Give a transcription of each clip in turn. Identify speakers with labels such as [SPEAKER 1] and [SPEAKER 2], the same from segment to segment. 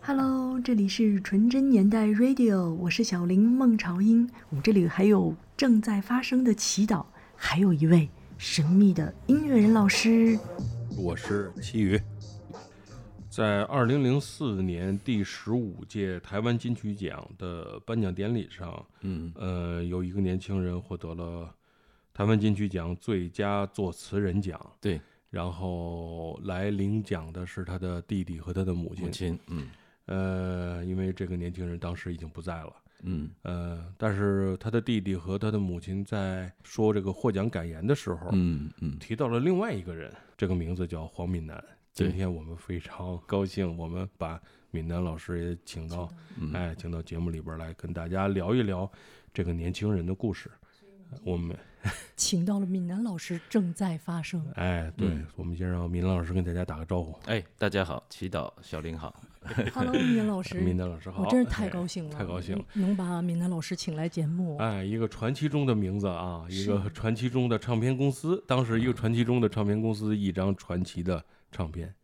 [SPEAKER 1] Hello，这里是纯真年代 Radio，我是小林孟朝英。我们这里还有正在发生的祈祷，还有一位神秘的音乐人老师。
[SPEAKER 2] 我是齐宇。在二零零四年第十五届台湾金曲奖的颁奖典礼上，
[SPEAKER 3] 嗯，
[SPEAKER 2] 呃，有一个年轻人获得了台湾金曲奖最佳作词人奖，
[SPEAKER 3] 对，
[SPEAKER 2] 然后来领奖的是他的弟弟和他的母亲。
[SPEAKER 3] 母亲，嗯
[SPEAKER 2] 呃，因为这个年轻人当时已经不在了。
[SPEAKER 3] 嗯
[SPEAKER 2] 呃，但是他的弟弟和他的母亲在说这个获奖感言的时候，
[SPEAKER 3] 嗯嗯，
[SPEAKER 2] 提到了另外一个人，这个名字叫黄敏南。今
[SPEAKER 3] 对
[SPEAKER 2] 天我们非常高兴，我们把敏南老师也请到，
[SPEAKER 3] 嗯
[SPEAKER 2] 哎，请到节目里边来跟大家聊一聊这个年轻人的故事。呃我们
[SPEAKER 4] 请到了闽南老师，正在发生。
[SPEAKER 2] 哎，对，
[SPEAKER 3] 嗯
[SPEAKER 2] 我们先让敏南老师跟大家打个招呼。
[SPEAKER 3] 哎，大家好，祈祷小林好，
[SPEAKER 4] Hello，闽南老师，
[SPEAKER 2] 敏南老师好，
[SPEAKER 4] 我真是太
[SPEAKER 2] 哎
[SPEAKER 4] 高兴了，嗯
[SPEAKER 2] 太高兴了。
[SPEAKER 4] 能能把闽南老师请来节目。
[SPEAKER 2] 哎，一个传奇中的名字啊，一
[SPEAKER 4] 哦是
[SPEAKER 2] 个传奇中的唱片公司，当时一个传奇中的唱片公司，一张传奇的唱片，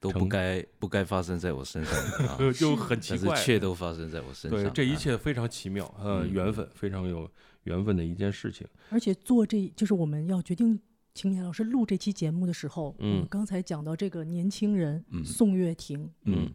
[SPEAKER 3] 都不该不该发生在我身上的啊，
[SPEAKER 2] 呃， 就很奇
[SPEAKER 3] 但
[SPEAKER 2] 怪
[SPEAKER 3] 是，却都发生在我身上。
[SPEAKER 2] 对，这一
[SPEAKER 3] 啊
[SPEAKER 2] 切非常奇妙，呃，
[SPEAKER 3] 嗯
[SPEAKER 2] 缘分非常有缘分的一件事情。
[SPEAKER 4] 而且做这就是我们要决定请闽南老师录这期节目的时候，
[SPEAKER 2] 嗯
[SPEAKER 4] 我们刚才讲到这个年轻人、
[SPEAKER 3] 嗯
[SPEAKER 4] 宋岳庭，
[SPEAKER 3] 嗯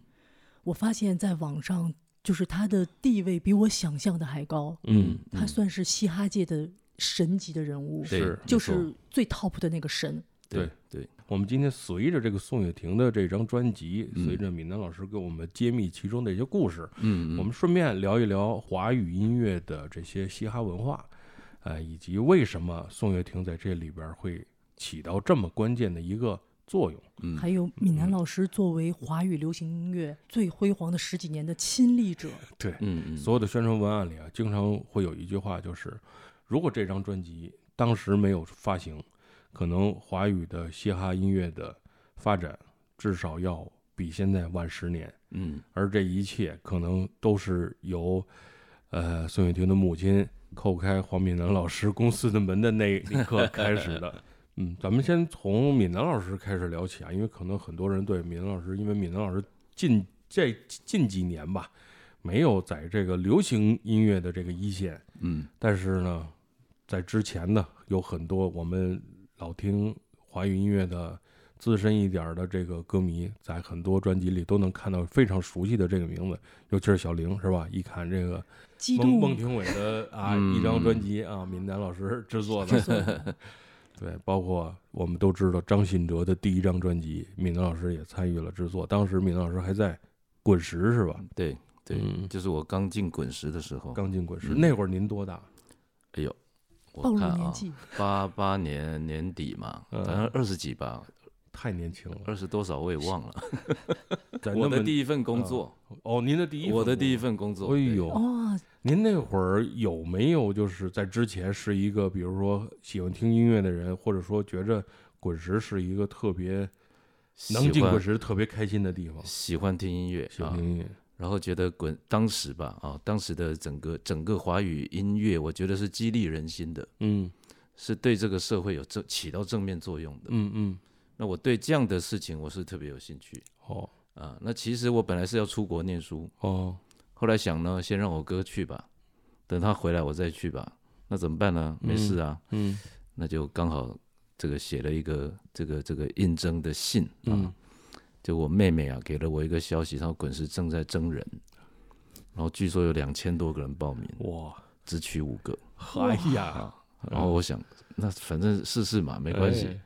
[SPEAKER 4] 我发现在网上就是他的地位比我想象的还高，
[SPEAKER 2] 嗯，
[SPEAKER 4] 他算是嘻哈界的神级的人物，
[SPEAKER 3] 对
[SPEAKER 2] 是
[SPEAKER 4] 就
[SPEAKER 3] 没错
[SPEAKER 4] 是最 top 的那个神。
[SPEAKER 3] 对对，
[SPEAKER 2] 我们今天随着这个宋雪婷的这张专辑，
[SPEAKER 3] 嗯
[SPEAKER 2] 随着闽南老师给我们揭秘其中的一些故事，
[SPEAKER 3] 嗯
[SPEAKER 2] 我们顺便聊一聊华语音乐的这些嘻哈文化，呃，以及为什么宋雪婷在这里边会起到这么关键的一个作用。
[SPEAKER 3] 嗯
[SPEAKER 4] 还有闽南
[SPEAKER 2] 嗯
[SPEAKER 4] 老师作为华语流行音乐最辉煌的十几年的亲历者，
[SPEAKER 2] 对，
[SPEAKER 3] 嗯嗯，
[SPEAKER 2] 所有的宣传文案里啊，经常会有一句话，就是如果这张专辑当时没有发行，可能华语的嘻哈音乐的发展至少要比现在晚十年。
[SPEAKER 3] 嗯
[SPEAKER 2] 而这一切可能都是由，呃，宋雪婷的母亲叩开黄敏南老师公司的门的那一刻开始的。嗯，咱们先从敏南老师开始聊起啊，因为可能很多人对敏南老师，因为敏南老师近这近几年吧，没有在这个流行音乐的这个一线，
[SPEAKER 3] 嗯
[SPEAKER 2] 但是呢，在之前呢，有很多我们老听华语音乐的资深一点儿的这个歌迷，在很多专辑里都能看到非常熟悉的这个名字，尤其是小玲，是吧？一看这个
[SPEAKER 4] 激
[SPEAKER 2] 孟
[SPEAKER 4] 动
[SPEAKER 2] 孟庭苇的啊、
[SPEAKER 3] 嗯
[SPEAKER 2] 一张专辑啊，闽南老师制作 的， 对，包括我们都知道张信哲的第一张专辑，闽南老师也参与了制作，当时闽南老师还在滚 石是吧？
[SPEAKER 3] 对对
[SPEAKER 2] 嗯，
[SPEAKER 3] 就是我刚进滚石的时候，
[SPEAKER 2] 刚进滚石、
[SPEAKER 3] 嗯
[SPEAKER 2] 那会儿您多大？
[SPEAKER 3] 哎呦，
[SPEAKER 4] 暴
[SPEAKER 3] 我
[SPEAKER 4] 露
[SPEAKER 3] 看
[SPEAKER 4] 年
[SPEAKER 3] 啊，
[SPEAKER 4] 纪，
[SPEAKER 3] 八八年年底嘛，
[SPEAKER 2] 嗯
[SPEAKER 3] 好像二十几吧，
[SPEAKER 2] 太年轻了，
[SPEAKER 3] 二十多少我也忘了。
[SPEAKER 2] 在
[SPEAKER 3] 我
[SPEAKER 2] 那
[SPEAKER 3] 的
[SPEAKER 2] 么
[SPEAKER 3] 第一份工作，
[SPEAKER 2] 哦，您的第一份工作，
[SPEAKER 3] 我的第一份工作，
[SPEAKER 2] 哎
[SPEAKER 3] 对
[SPEAKER 2] 呦，
[SPEAKER 4] 哦，
[SPEAKER 2] 您那会儿有没有就是在之前是一个，比如说喜欢听音乐的人，或者说觉着滚石是一个特别能进滚石特别开心的地方，
[SPEAKER 3] 喜欢听音乐
[SPEAKER 2] 喜欢
[SPEAKER 3] 啊，
[SPEAKER 2] 听音乐，
[SPEAKER 3] 然后觉得滚当时吧啊，当时的整个整个华语音乐，我觉得是激励人心的，
[SPEAKER 2] 嗯
[SPEAKER 3] 是对这个社会有正起到正面作用的。
[SPEAKER 2] 嗯嗯，
[SPEAKER 3] 那我对这样的事情我是特别有兴趣
[SPEAKER 2] 哦
[SPEAKER 3] 啊。那其实我本来是要出国念书，
[SPEAKER 2] 哦，
[SPEAKER 3] 后来想呢，先让我哥去吧，等他回来我再去吧。那怎么办呢？没事啊，
[SPEAKER 2] 嗯
[SPEAKER 3] 那就刚好这个写了一个这个这个应征的信啊。
[SPEAKER 2] 嗯
[SPEAKER 3] 就我妹妹啊，给了我一个消息，她说滚石正在征人，然后据说有两千多个人报名，
[SPEAKER 2] 哇，
[SPEAKER 3] 只取五个。
[SPEAKER 2] 哎呀，
[SPEAKER 3] 啊，然后我想，那反正试试嘛，没关系。
[SPEAKER 2] 哎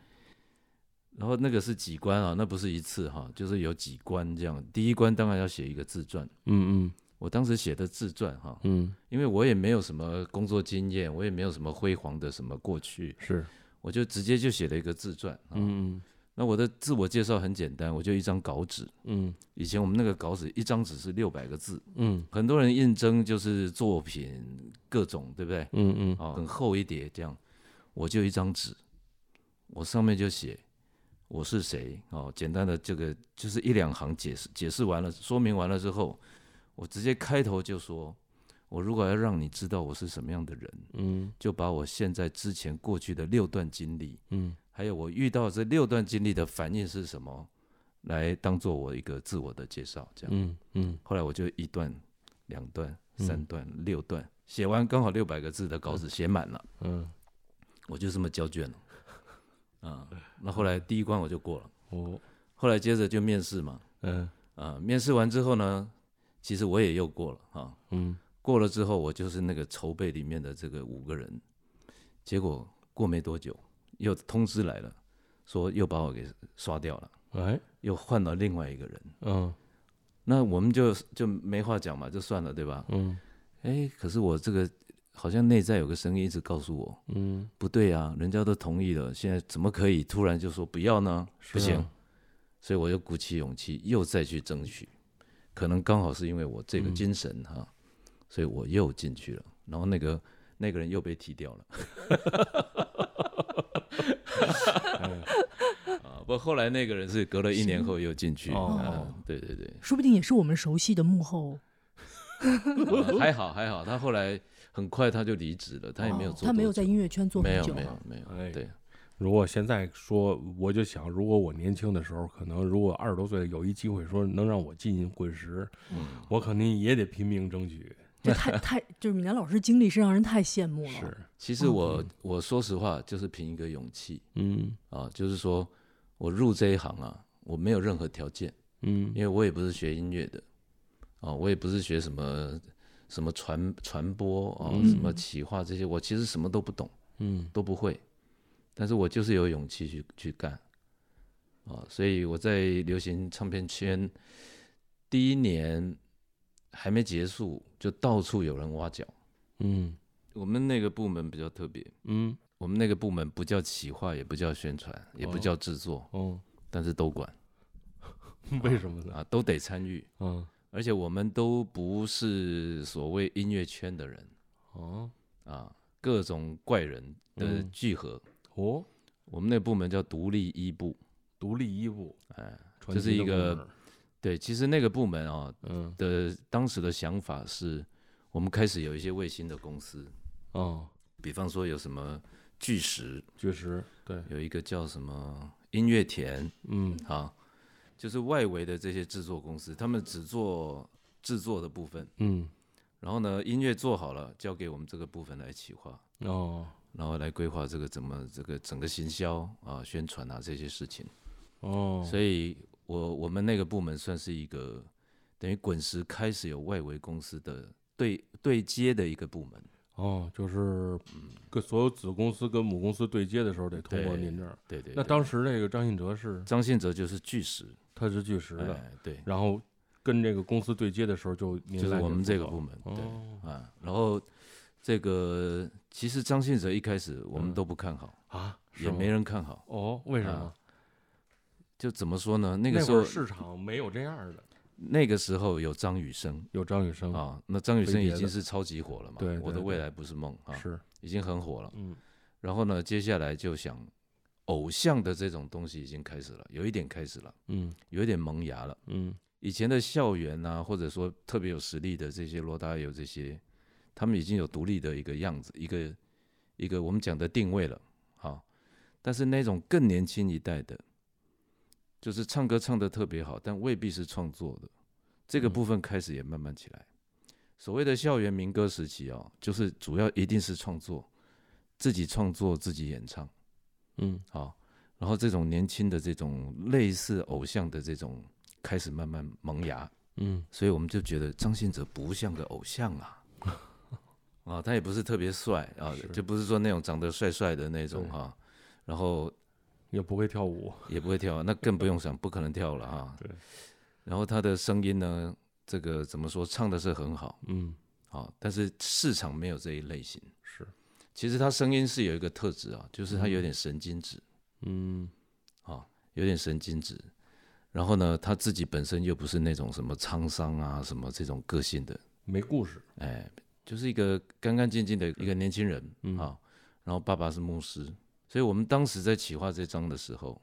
[SPEAKER 3] 然后那个是几关啊？那不是一次哈、就是有几关这样。第一关当然要写一个自传，
[SPEAKER 2] 嗯
[SPEAKER 3] 我当时写的自传哈、
[SPEAKER 2] 嗯嗯，
[SPEAKER 3] 因为我也没有什么工作经验，我也没有什么辉煌的什么过去，
[SPEAKER 2] 是，
[SPEAKER 3] 我就直接就写了一个自传、啊。
[SPEAKER 2] 嗯
[SPEAKER 3] 那我的自我介绍很简单，我就一张稿纸。
[SPEAKER 2] 嗯
[SPEAKER 3] 以前我们那个稿纸一张纸是六百个字，
[SPEAKER 2] 嗯
[SPEAKER 3] 很多人应征就是作品各种，对不对？
[SPEAKER 2] 嗯嗯
[SPEAKER 3] 哦，很厚一叠这样，我就一张纸，我上面就写我是谁哦，简单的这个就是一两行解释，解释完了，说明完了之后，我直接开头就说，我如果要让你知道我是什么样的人，
[SPEAKER 2] 嗯
[SPEAKER 3] 就把我现在之前过去的六段经历，
[SPEAKER 2] 嗯
[SPEAKER 3] 还有我遇到这六段经历的反应是什么，来当做我一个自我的介绍，这样。
[SPEAKER 2] 嗯嗯
[SPEAKER 3] 后来我就一段、两段、
[SPEAKER 2] 嗯
[SPEAKER 3] 三段、六段，写完刚好六百个字的稿子写满了，
[SPEAKER 2] 嗯，
[SPEAKER 3] 我就这么交卷了。啊、那后来第一关我就过了，
[SPEAKER 2] 我
[SPEAKER 3] 后来接着就面试嘛，
[SPEAKER 2] 哦嗯
[SPEAKER 3] 啊、面试完之后呢，其实我也又过了啊，
[SPEAKER 2] 嗯
[SPEAKER 3] 过了之后我就是那个筹备里面的这个五个人，结果过没多久又通知来了，说又把我给刷掉了，
[SPEAKER 2] 哎
[SPEAKER 3] 又换了另外一个人，
[SPEAKER 2] 嗯
[SPEAKER 3] 那我们就就没话讲嘛，就算了，对吧？
[SPEAKER 2] 嗯
[SPEAKER 3] 哎，可是我这个好像内在有个声音一直告诉我，
[SPEAKER 2] 嗯，
[SPEAKER 3] 不对啊，人家都同意了，现在怎么可以突然就说不要呢？不
[SPEAKER 2] 是啊
[SPEAKER 3] 行，所以我就鼓起勇气又再去争取，可能刚好是因为我
[SPEAKER 2] 嗯
[SPEAKER 3] 这个精神哈、所以我又进去了，然后那个那个人又被踢掉 了。啊，不，后来那个人是隔了一年后又进去，
[SPEAKER 2] 哦
[SPEAKER 3] 啊对 对对，
[SPEAKER 4] 说不定也是我们熟悉的幕后，
[SPEAKER 3] 呃 还好还好，他后来很快他就离职了，他也没有
[SPEAKER 4] 哦
[SPEAKER 3] 做多久，
[SPEAKER 4] 他没有在音乐圈做
[SPEAKER 3] 没
[SPEAKER 4] 很
[SPEAKER 3] 有
[SPEAKER 4] 久
[SPEAKER 3] 没
[SPEAKER 4] 啊
[SPEAKER 3] 有。没有，
[SPEAKER 2] 哎
[SPEAKER 3] 对，
[SPEAKER 2] 如果现在说，我就想，如果我年轻的时候，可能如果二十多岁有一机会说能让我进滚石，
[SPEAKER 3] 嗯，
[SPEAKER 2] 我肯定也得拼命争取。
[SPEAKER 4] 这太太就是米兰老师经历是让人太羡慕了。
[SPEAKER 2] 是，
[SPEAKER 3] 其实我我说实话，就是凭一个勇气
[SPEAKER 2] 嗯
[SPEAKER 3] 啊，就是说我入这一行啊，我没有任何条件，
[SPEAKER 2] 嗯
[SPEAKER 3] 因为我也不是学音乐的啊，我也不是学什么什么传传播啊，什么企划这些，我其实什么都不懂，
[SPEAKER 2] 嗯
[SPEAKER 3] 都不会，但是我就是有勇气去去干啊，所以我在流行唱片圈第一年还没结束，就到处有人挖角。
[SPEAKER 2] 嗯
[SPEAKER 3] 我们那个部门比较特别，
[SPEAKER 2] 嗯，
[SPEAKER 3] 我们那个部门不叫企划，也不叫宣传，也不叫制作，
[SPEAKER 2] 哦，
[SPEAKER 3] 但是都管
[SPEAKER 2] 为什么嗯呢？
[SPEAKER 3] 啊，都得参与。
[SPEAKER 2] 嗯
[SPEAKER 3] 而且我们都不是所谓音乐圈的人
[SPEAKER 2] 哦
[SPEAKER 3] 啊，各种怪人的
[SPEAKER 2] 嗯
[SPEAKER 3] 聚合。
[SPEAKER 2] 哦，
[SPEAKER 3] 我们那个部门叫独立一部，
[SPEAKER 2] 独立一部，
[SPEAKER 3] 哎，
[SPEAKER 2] 传
[SPEAKER 3] 这是
[SPEAKER 2] 奇
[SPEAKER 3] 一
[SPEAKER 2] 的
[SPEAKER 3] 个
[SPEAKER 2] 故事
[SPEAKER 3] 对，其实那个部门啊
[SPEAKER 2] 嗯
[SPEAKER 3] 的当时的想法是，我们开始有一些卫星的公司，
[SPEAKER 2] 哦，
[SPEAKER 3] 比方说有什么巨石，
[SPEAKER 2] 确实对，
[SPEAKER 3] 有一个叫什么音乐田，
[SPEAKER 2] 嗯
[SPEAKER 3] 啊，就是外围的这些制作公司，他们只做制作的部分，
[SPEAKER 2] 嗯
[SPEAKER 3] 然后呢，音乐做好了，交给我们这个部分来企划，
[SPEAKER 2] 哦
[SPEAKER 3] 然后来规划这个怎么这个整个行销啊、宣传啊这些事情。
[SPEAKER 2] 哦，
[SPEAKER 3] 所以我我们那个部门算是一个等于滚石开始有外围公司的对对接的一个部门。嗯
[SPEAKER 2] 哦，就是跟所有子公司跟母公司对接的时候，得通过
[SPEAKER 3] 对
[SPEAKER 2] 您这儿。
[SPEAKER 3] 对对
[SPEAKER 2] 那
[SPEAKER 3] 对
[SPEAKER 2] 当时那个张信哲是
[SPEAKER 3] 张信哲就是巨石，
[SPEAKER 2] 他是巨石的，
[SPEAKER 3] 哎，对，
[SPEAKER 2] 然后跟这个公司对接的时候就您
[SPEAKER 3] 就是
[SPEAKER 2] 来
[SPEAKER 3] 我们这个
[SPEAKER 2] 负责
[SPEAKER 3] 部门，对。
[SPEAKER 2] 哦
[SPEAKER 3] 啊，然后这个其实张信哲一开始我们
[SPEAKER 2] 嗯
[SPEAKER 3] 都不看好，
[SPEAKER 2] 啊，
[SPEAKER 3] 也
[SPEAKER 2] 是吗
[SPEAKER 3] 没人看好。
[SPEAKER 2] 哦，为什么
[SPEAKER 3] 啊？就怎么说呢？
[SPEAKER 2] 那
[SPEAKER 3] 那个时
[SPEAKER 2] 会
[SPEAKER 3] 候
[SPEAKER 2] 儿，市场没有这样的，
[SPEAKER 3] 那个时候有张雨生
[SPEAKER 2] 有张雨生，
[SPEAKER 3] 啊，那张雨
[SPEAKER 2] 飞
[SPEAKER 3] 生已
[SPEAKER 2] 碟
[SPEAKER 3] 经
[SPEAKER 2] 的
[SPEAKER 3] 是超级火了嘛，
[SPEAKER 2] 对
[SPEAKER 3] 我
[SPEAKER 2] 对
[SPEAKER 3] 的未
[SPEAKER 2] 对
[SPEAKER 3] 来不是梦啊，
[SPEAKER 2] 是，
[SPEAKER 3] 已经很火了。
[SPEAKER 2] 嗯
[SPEAKER 3] 然后呢，接下来就想偶像的这种东西已经开始了，有一点开始了，
[SPEAKER 2] 嗯
[SPEAKER 3] 有一点萌芽了。
[SPEAKER 2] 嗯
[SPEAKER 3] 以前的校园啊，或者说特别有实力的这些罗大佑这些，他们已经有独立的一个样子，一个一个我们讲的定位了，好。但是那种更年轻一代的，就是唱歌唱得特别好，但未必是创作的，这个
[SPEAKER 2] 嗯
[SPEAKER 3] 部分开始也慢慢起来。所谓的校园民歌时期哦，就是主要一定是创作，自己创作自己演唱。
[SPEAKER 2] 嗯
[SPEAKER 3] 好，然后这种年轻的这种类似偶像的这种开始慢慢萌芽，
[SPEAKER 2] 嗯
[SPEAKER 3] 所以我们就觉得张信哲不像个偶像啊，啊，他也不是特别帅啊
[SPEAKER 2] 是，
[SPEAKER 3] 就不是说那种长得帅帅的那种
[SPEAKER 2] 对
[SPEAKER 3] 哈、然后
[SPEAKER 2] 也不会跳舞，
[SPEAKER 3] 也不会跳，那更不用想，不可能跳了啊。
[SPEAKER 2] 对，
[SPEAKER 3] 然后他的声音呢，这个怎么说，唱的是很好
[SPEAKER 2] 嗯
[SPEAKER 3] 啊，但是市场没有这一类型。
[SPEAKER 2] 是，
[SPEAKER 3] 其实他声音是有一个特质啊，就是他有点神经质。
[SPEAKER 2] 嗯
[SPEAKER 3] 啊、有点神经质。然后呢，他自己本身又不是那种什么沧桑啊，什么这种个性的，
[SPEAKER 2] 没故事，
[SPEAKER 3] 哎，就是一个干干净净的一个年轻人啊、
[SPEAKER 2] 嗯
[SPEAKER 3] 然后爸爸是牧师，所以我们当时在企划这张的时候，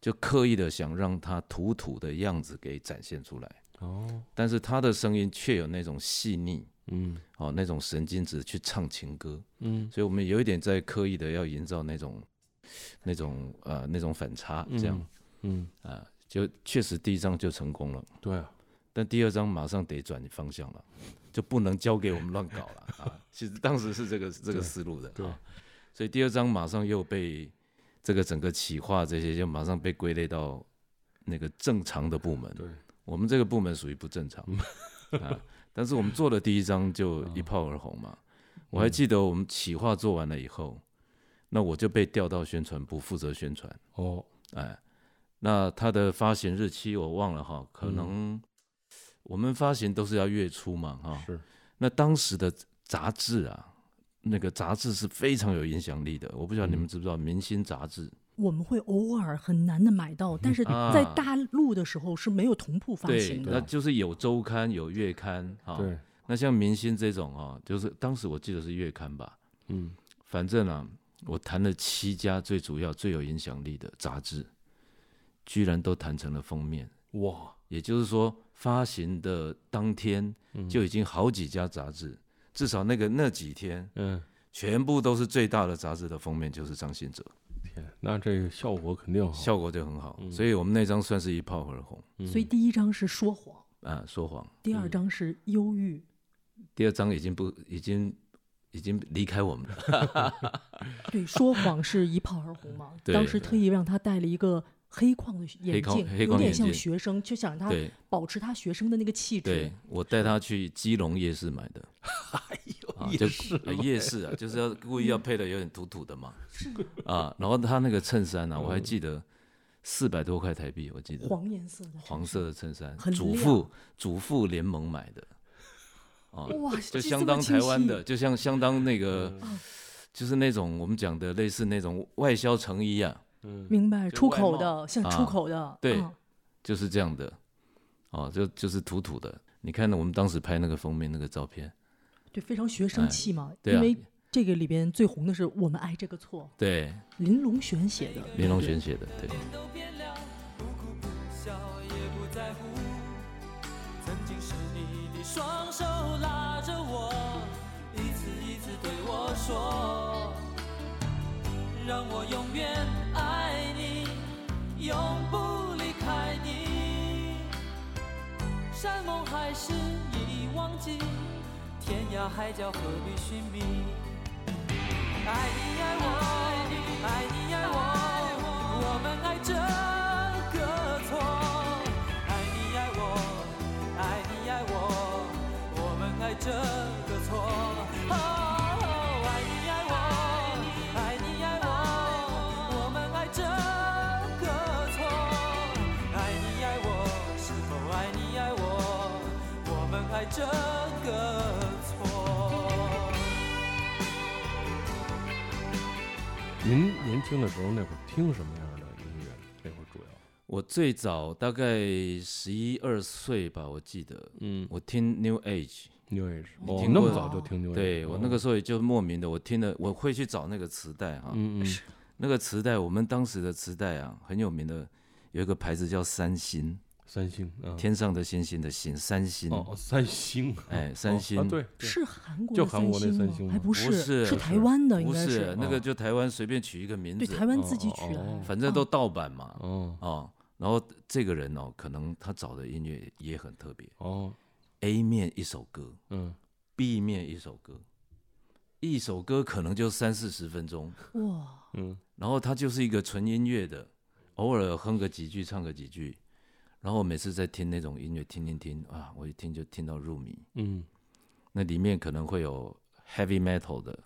[SPEAKER 3] 就刻意的想让他土土的样子给展现出来，
[SPEAKER 2] 哦，
[SPEAKER 3] 但是他的声音却有那种细腻
[SPEAKER 2] 嗯
[SPEAKER 3] 哦，那种神经质去唱情歌，
[SPEAKER 2] 嗯
[SPEAKER 3] 所以我们有一点在刻意的要营造那种那种呃那种反差这样。
[SPEAKER 2] 嗯
[SPEAKER 3] 啊，就确实第一章就成功了，
[SPEAKER 2] 对啊，
[SPEAKER 3] 但第二章马上得转方向了，就不能交给我们乱搞了啊！其实当时是这个这个思路的，
[SPEAKER 2] 对
[SPEAKER 3] 啊，所以第二章马上又被这个整个企划这些就马上被归类到那个正常的部门，
[SPEAKER 2] 对，嗯
[SPEAKER 3] 我们这个部门属于不正常啊，但是我们做的第一章就一炮而红嘛。
[SPEAKER 2] 嗯
[SPEAKER 3] 我还记得我们企划做完了以后，那我就被调到宣传部负责宣传，
[SPEAKER 2] 哦，
[SPEAKER 3] 哎，那它的发行日期我忘了哈，可能我们发行都是要月初嘛哈。
[SPEAKER 2] 嗯是，
[SPEAKER 3] 那当时的杂志啊，那个杂志是非常有影响力的，我不知道你
[SPEAKER 2] 嗯
[SPEAKER 3] 们知不知道《明星》杂志，
[SPEAKER 4] 我们会偶尔很难的买到，但是
[SPEAKER 3] 啊
[SPEAKER 4] 在大陆的时候是没有同步发
[SPEAKER 3] 对，
[SPEAKER 4] 行
[SPEAKER 3] 那
[SPEAKER 4] 的。
[SPEAKER 3] 就是有周刊有月刊哈。
[SPEAKER 2] 对，
[SPEAKER 3] 那像明星这种哦，就是当时我记得是月刊吧，
[SPEAKER 2] 嗯，
[SPEAKER 3] 反正啊，我谈了七家最主要、最有影响力的杂志，居然都谈成了封面。
[SPEAKER 2] 哇，
[SPEAKER 3] 也就是说，发行的当天
[SPEAKER 2] 嗯
[SPEAKER 3] 就已经好几家杂志，至少那个那几天，
[SPEAKER 2] 嗯，
[SPEAKER 3] 全部都是最大的杂志的封面就是张信哲，
[SPEAKER 2] 天，那这个效果肯定好，嗯
[SPEAKER 3] 效果就很好。所以我们那张算是一炮而红
[SPEAKER 4] 所以第一章是说谎，
[SPEAKER 3] 啊，说谎。
[SPEAKER 4] 第二章是忧郁，
[SPEAKER 3] 第二章已经不已经已经离开我们了，
[SPEAKER 4] 对，说谎是一炮而红 嘛。
[SPEAKER 3] 对
[SPEAKER 4] 当时特意让他戴了一个黑框的眼
[SPEAKER 3] 黑框
[SPEAKER 4] 镜，
[SPEAKER 3] 黑
[SPEAKER 4] 有
[SPEAKER 3] 框
[SPEAKER 4] 点
[SPEAKER 3] 眼
[SPEAKER 4] 像
[SPEAKER 3] 镜
[SPEAKER 4] 学生，就想让他
[SPEAKER 3] 对。
[SPEAKER 4] 保持他学生的那个气质
[SPEAKER 3] 对。我带他去基隆夜市买的，哎
[SPEAKER 2] 夜
[SPEAKER 3] 就呃夜市啊，就是要故意要配的有点土土的嘛，啊，然后他那个衬衫啊，我还记得四百多块台币，我记得
[SPEAKER 4] 嗯黄颜色的
[SPEAKER 3] 黄色的衬衫
[SPEAKER 4] 很，
[SPEAKER 3] 主
[SPEAKER 4] 亮
[SPEAKER 3] 妇主妇联盟买的，啊，
[SPEAKER 4] 哇，
[SPEAKER 3] 就
[SPEAKER 4] 这
[SPEAKER 3] 相
[SPEAKER 4] 这么
[SPEAKER 3] 当
[SPEAKER 4] 清
[SPEAKER 3] 台湾
[SPEAKER 4] 晰嗯
[SPEAKER 3] 的，就像相当那个，就是那种我们讲的类似那种外销成衣啊，
[SPEAKER 4] 明白，
[SPEAKER 3] 就
[SPEAKER 4] 出
[SPEAKER 3] 外
[SPEAKER 4] 口
[SPEAKER 3] 贸
[SPEAKER 4] 的，像出
[SPEAKER 3] 啊
[SPEAKER 4] 口的，
[SPEAKER 3] 对
[SPEAKER 4] 啊
[SPEAKER 3] 就是这样的，哦，就就是土土的。你看我们当时拍那个封面那个照片，
[SPEAKER 4] 对，非常学生气嘛。
[SPEAKER 3] 对啊
[SPEAKER 4] 因为这个里边最红的是《我们爱这个错
[SPEAKER 3] 对，》，
[SPEAKER 4] 林龙璇写的。
[SPEAKER 3] 林龙璇写的，对。
[SPEAKER 5] 都变了，不哭不笑也不在乎。曾经是你的双手拉着我，一次一次对我说，让我永远爱你，永不离开你。山盟海誓已忘记，天涯海角何必寻觅？爱你爱我，爱你爱我，我们爱这个错。爱你爱我，爱你爱我，我们爱这个错。哦，爱你爱我，爱你爱我，我们爱这个错。爱你爱我，是否爱你爱我，我们爱这个错。
[SPEAKER 2] 您年轻的时候那会儿听什么样的音乐？那会儿主要，
[SPEAKER 3] 我最早大概十一二岁吧，我记得
[SPEAKER 2] 嗯
[SPEAKER 3] 我听 New Age，
[SPEAKER 2] ，New Age，
[SPEAKER 3] 你
[SPEAKER 2] 哦，
[SPEAKER 3] 听
[SPEAKER 2] 那
[SPEAKER 3] 过
[SPEAKER 2] 么早就听 New Age，哦
[SPEAKER 3] 对我那个时候也就莫名的，我听了我会去找那个磁带哈、
[SPEAKER 2] 候，嗯嗯，
[SPEAKER 3] 那个磁带我们当时的磁带啊，很有名的，有一个牌子叫三星，
[SPEAKER 2] 三星啊，
[SPEAKER 3] 天上的星星的星，三星，
[SPEAKER 2] 哦，哦三星，
[SPEAKER 3] 哎，三星、
[SPEAKER 2] 哦啊，对，对
[SPEAKER 4] 是韩国
[SPEAKER 2] 就
[SPEAKER 4] 的
[SPEAKER 2] 韩
[SPEAKER 4] 三
[SPEAKER 2] 国那
[SPEAKER 4] 星
[SPEAKER 2] 三
[SPEAKER 4] 吗
[SPEAKER 2] 星
[SPEAKER 4] 还
[SPEAKER 2] 吗
[SPEAKER 4] 不
[SPEAKER 3] 不是
[SPEAKER 4] 是
[SPEAKER 3] 不
[SPEAKER 4] 台湾的，应
[SPEAKER 3] 不
[SPEAKER 4] 该
[SPEAKER 3] 是那
[SPEAKER 2] 哦
[SPEAKER 3] 个就台湾随便取一个名
[SPEAKER 4] 对
[SPEAKER 3] 字，
[SPEAKER 4] 台湾自己
[SPEAKER 2] 哦
[SPEAKER 4] 取
[SPEAKER 2] 哦
[SPEAKER 4] 来的，
[SPEAKER 3] 反正都
[SPEAKER 4] 啊
[SPEAKER 3] 盗版嘛，
[SPEAKER 2] 哦
[SPEAKER 3] 哦，然后这个人哦，可能他找的音乐也很特别
[SPEAKER 2] 哦，
[SPEAKER 3] ，A 面一首歌。
[SPEAKER 2] 嗯，
[SPEAKER 3] B 面一首歌，一首歌可能就三四十分钟，
[SPEAKER 4] 哇，
[SPEAKER 2] 嗯
[SPEAKER 3] 然后它就是一个纯音乐的，偶尔哼个几句，唱个几句。然后我每次在听那种音乐，听听听啊，我一听就听到入迷。
[SPEAKER 2] 嗯，
[SPEAKER 3] 那里面可能会有 heavy metal 的，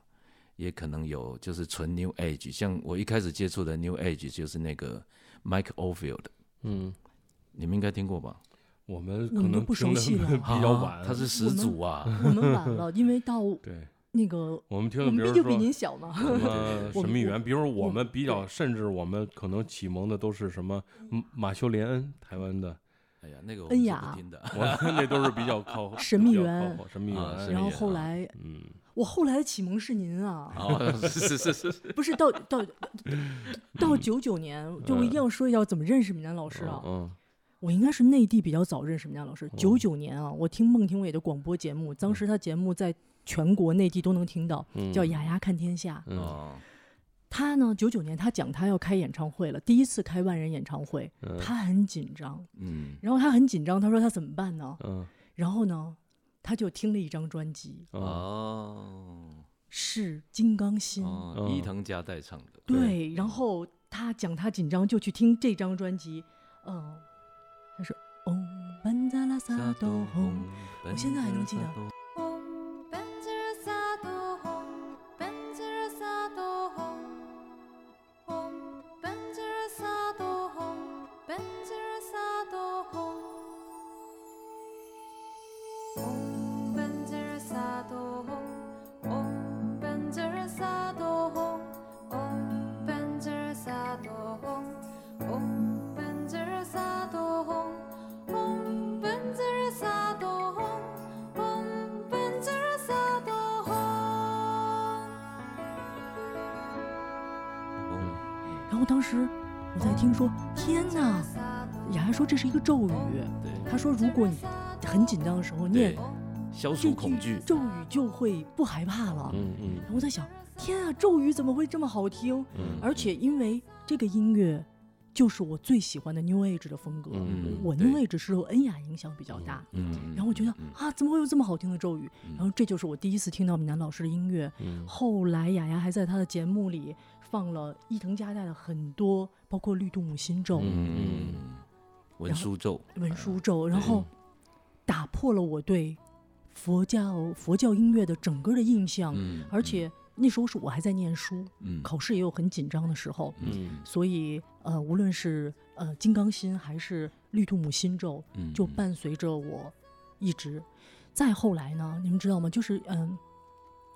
[SPEAKER 3] 也可能有就是纯 new age。像我一开始接触的 new age 就是那个 Mike Oldfield，
[SPEAKER 2] 嗯，
[SPEAKER 3] 你们应该听过吧？
[SPEAKER 2] 我
[SPEAKER 4] 我
[SPEAKER 2] 们
[SPEAKER 4] 们
[SPEAKER 2] 可
[SPEAKER 4] 都
[SPEAKER 2] 能
[SPEAKER 4] 不
[SPEAKER 2] 听
[SPEAKER 4] 熟
[SPEAKER 2] 的
[SPEAKER 4] 悉了
[SPEAKER 2] 比较晚，
[SPEAKER 3] 啊他是始祖啊。
[SPEAKER 4] 我们晚了，因为 到
[SPEAKER 2] 对
[SPEAKER 4] 那个
[SPEAKER 2] 我们听
[SPEAKER 4] 我
[SPEAKER 2] 的，
[SPEAKER 4] 们
[SPEAKER 2] 比
[SPEAKER 4] 毕
[SPEAKER 2] 如
[SPEAKER 4] 竟比您
[SPEAKER 2] 说。
[SPEAKER 4] 小嘛，
[SPEAKER 2] 什 么
[SPEAKER 4] 我
[SPEAKER 2] 神
[SPEAKER 4] 们
[SPEAKER 2] 秘
[SPEAKER 4] 我
[SPEAKER 2] 园，比如我
[SPEAKER 4] 我
[SPEAKER 2] 们比较，甚至我们可能启蒙的都是什么嗯马修·连恩，台湾的，
[SPEAKER 3] 哎呀，那个我
[SPEAKER 4] 恩
[SPEAKER 3] 们是
[SPEAKER 4] 雅
[SPEAKER 3] 不听的。
[SPEAKER 2] 我们那都是比较靠
[SPEAKER 4] 神
[SPEAKER 2] 比
[SPEAKER 4] 秘
[SPEAKER 2] 较
[SPEAKER 4] 园
[SPEAKER 2] 靠后神秘
[SPEAKER 3] 啊
[SPEAKER 2] 园，
[SPEAKER 3] 神秘
[SPEAKER 4] 然后
[SPEAKER 3] 园
[SPEAKER 4] 后
[SPEAKER 3] 啊
[SPEAKER 4] 来
[SPEAKER 2] 嗯，
[SPEAKER 4] 我后来的启蒙是您啊，
[SPEAKER 3] 哦，是是是是，
[SPEAKER 4] 不是到到到九九年，
[SPEAKER 3] 嗯
[SPEAKER 4] 就我一定要说一下我怎么认识闽南老师啊。
[SPEAKER 2] 嗯，
[SPEAKER 4] 我应该是内地比较早认识闽南老
[SPEAKER 2] 哦
[SPEAKER 4] 师，九九年啊，我听孟庭苇的广播节目，
[SPEAKER 2] 嗯
[SPEAKER 4] 当时他节目在全国内地都能听到，叫《雅雅看天下》。
[SPEAKER 2] 嗯
[SPEAKER 3] 哦，
[SPEAKER 4] 他呢，九九年他讲他要开演唱会了，第一次开万人演唱会，
[SPEAKER 2] 嗯
[SPEAKER 4] 他很紧张，
[SPEAKER 3] 嗯
[SPEAKER 4] 然后他很紧张，他说他怎么办呢？
[SPEAKER 2] 嗯
[SPEAKER 4] 然后呢，他就听了一张专辑，
[SPEAKER 2] 啊
[SPEAKER 3] 哦
[SPEAKER 4] 是金刚心，
[SPEAKER 3] 哦，
[SPEAKER 2] 嗯
[SPEAKER 3] 伊藤家代唱的，
[SPEAKER 4] 对，然后他讲他紧张，就去听这张专辑，嗯，他说哦，班扎拉萨多红，我现在还能记得。
[SPEAKER 6] 红，本子日萨多红，本子日萨多红，红，本子日萨多红，本子日萨多红，红，本子日萨多红，红，本子日萨多红，红，本子日萨多红，红，本子日萨多红，红，本子日萨多红。红本子日萨多红。
[SPEAKER 4] 然后当时我在听说，天哪，雅还说这是一个咒语，
[SPEAKER 3] 嗯对，
[SPEAKER 4] 他说如果你很紧张的时候念
[SPEAKER 3] 消
[SPEAKER 4] 这
[SPEAKER 3] 除恐
[SPEAKER 4] 句
[SPEAKER 3] 惧，
[SPEAKER 4] 咒语，就会不害怕了。
[SPEAKER 2] 嗯嗯
[SPEAKER 4] 然后我在想，天啊，咒语怎么会这么好听？
[SPEAKER 2] 嗯
[SPEAKER 4] 而且因为这个音乐就是我最喜欢的 New Age 的风格，
[SPEAKER 2] 嗯
[SPEAKER 4] 我
[SPEAKER 3] 对
[SPEAKER 4] New Age 受恩雅影响比较大。
[SPEAKER 3] 嗯，
[SPEAKER 4] 然后我觉得
[SPEAKER 3] 嗯
[SPEAKER 4] 啊，怎么会有这么好听的咒语？
[SPEAKER 3] 嗯
[SPEAKER 4] 然后这就是我第一次听到闽南老师的音乐。
[SPEAKER 2] 嗯
[SPEAKER 4] 后来雅雅还在她的节目里放了伊藤佳代的很多，包括《绿度母心咒》
[SPEAKER 2] 嗯
[SPEAKER 3] 嗯，文书咒，
[SPEAKER 4] 文殊咒，然后打破了我对佛教佛教音乐的整个的印象。
[SPEAKER 3] 嗯，
[SPEAKER 4] 而且那时候是我还在念书，
[SPEAKER 3] 嗯
[SPEAKER 4] 考试也有很紧张的时候，
[SPEAKER 2] 嗯
[SPEAKER 4] 所以呃，无论是呃金刚心还是绿度母心咒，
[SPEAKER 3] 嗯
[SPEAKER 4] 就伴随着我一直。再后来呢，你们知道吗？就是嗯，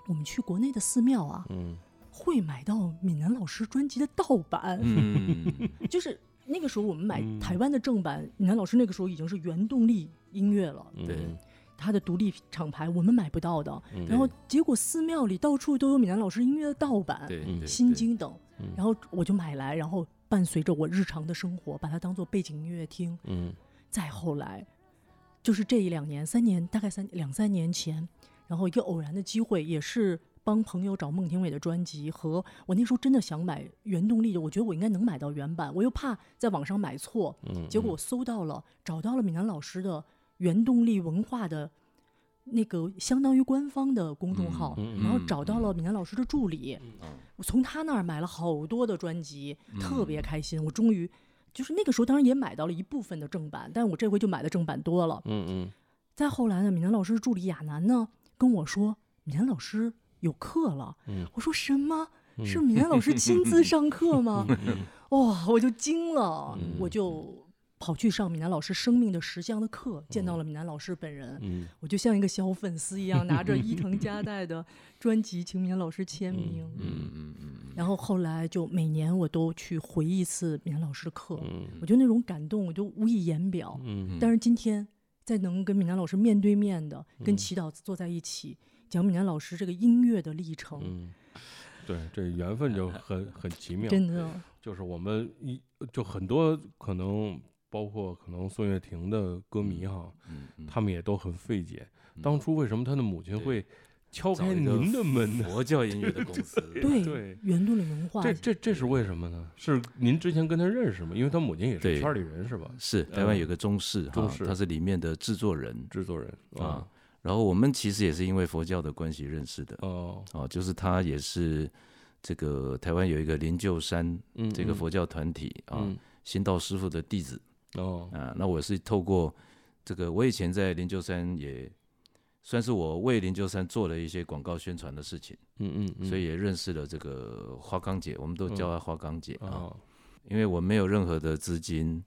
[SPEAKER 4] 我们去国内的寺庙啊，
[SPEAKER 2] 嗯
[SPEAKER 4] 会买到闽南老师专辑的盗版，
[SPEAKER 3] 嗯
[SPEAKER 4] 就是那个时候我们买
[SPEAKER 2] 嗯
[SPEAKER 4] 台湾的正版，闽南老师那个时候已经是原动力音乐了，
[SPEAKER 2] 嗯
[SPEAKER 3] 对
[SPEAKER 4] 他的独立厂牌我们买不到的。
[SPEAKER 2] 嗯
[SPEAKER 4] 然后结果寺庙里到处都有闽南老师音乐的盗版，
[SPEAKER 3] 对
[SPEAKER 2] 嗯
[SPEAKER 3] 对
[SPEAKER 4] 心
[SPEAKER 3] 对
[SPEAKER 4] 经等
[SPEAKER 2] 嗯，
[SPEAKER 4] 然后我就买来，然后伴随着我日常的生活，把它当做背景音乐听。
[SPEAKER 2] 嗯
[SPEAKER 4] 再后来，就是这一两年、三年，大概三两三年前，然后一个偶然的机会，也是帮朋友找孟庭苇的专辑，和我那时候真的想买原动力的，我觉得我应该能买到原版，我又怕在网上买错，
[SPEAKER 2] 嗯，
[SPEAKER 4] 结果我搜到了，找到了闽南老师的原动力文化的。那个相当于官方的公众号，
[SPEAKER 2] 嗯嗯嗯
[SPEAKER 4] 然后
[SPEAKER 3] 嗯
[SPEAKER 4] 找到了闽南老师的助理，我从他那儿买了好多的专辑，特
[SPEAKER 2] 嗯
[SPEAKER 4] 别开心。我终于就是那个时候，当然也买到了一部分的正版，但我这回就买的正版多了。
[SPEAKER 2] 嗯嗯
[SPEAKER 4] 再后来呢，闽南老师助理亚楠呢跟我说，闽南老师有课了。
[SPEAKER 2] 嗯
[SPEAKER 4] 我说什么？是闽南老师亲 自上课吗？哇、我就惊了，
[SPEAKER 2] 嗯
[SPEAKER 4] 我就跑去上闽南老师《生命的实相》的课，见到了闽南老师本人。
[SPEAKER 2] 嗯
[SPEAKER 4] 我就像一个小粉丝一样，拿着伊藤佳代 的专辑，请闽南老师签名。
[SPEAKER 2] 嗯
[SPEAKER 3] 嗯嗯
[SPEAKER 4] 然后后来就每年我都去回一次闽南老师的课，
[SPEAKER 2] 嗯
[SPEAKER 4] 我觉得那种感动我就无以言表。
[SPEAKER 2] 嗯
[SPEAKER 4] 但是今天在能跟闽南老师面对面的
[SPEAKER 2] 嗯
[SPEAKER 4] 跟祈祷坐在一起，讲闽南老师这个音乐的历程，
[SPEAKER 2] 嗯，对，这缘分就很很奇妙，
[SPEAKER 4] 真的，哦
[SPEAKER 2] 就是我们一就很多可能包括可能宋岳庭的歌迷哈，
[SPEAKER 3] 嗯嗯，
[SPEAKER 2] 他们也都很费解，当初为什么他的母亲
[SPEAKER 3] 对
[SPEAKER 2] 会敲
[SPEAKER 3] 找
[SPEAKER 2] 开
[SPEAKER 3] 一个
[SPEAKER 2] 您的门呢？
[SPEAKER 3] 佛教音乐的公司，
[SPEAKER 4] 对
[SPEAKER 2] 对
[SPEAKER 4] 原动力文化
[SPEAKER 2] 这这这是为什么呢？是您之前跟他认识吗？因为他母亲也是
[SPEAKER 3] 对
[SPEAKER 2] 圈里人是吧？嗯
[SPEAKER 3] 是台湾有个中式
[SPEAKER 2] 中
[SPEAKER 3] 哈
[SPEAKER 2] 式，
[SPEAKER 3] 他是里面的制作人
[SPEAKER 2] 制作人
[SPEAKER 3] 啊，。然后我们其实也是因为佛教的关系认识的
[SPEAKER 2] 哦，
[SPEAKER 3] 哦，就是他也是这个台湾有一个灵鹫山
[SPEAKER 2] 嗯，
[SPEAKER 3] 这个
[SPEAKER 2] 嗯
[SPEAKER 3] 佛教团体啊，
[SPEAKER 2] 嗯
[SPEAKER 3] 新道师傅的弟子
[SPEAKER 2] 哦，
[SPEAKER 3] 啊。那我是透过这个，我以前在灵鹫山也算是我为灵鹫山做了一些广告宣传的事情，
[SPEAKER 2] 嗯嗯嗯，
[SPEAKER 3] 所以也认识了这个花岗姐，我们都叫她花岗姐啊。
[SPEAKER 2] 哦，
[SPEAKER 3] 因为我没有任何的资金，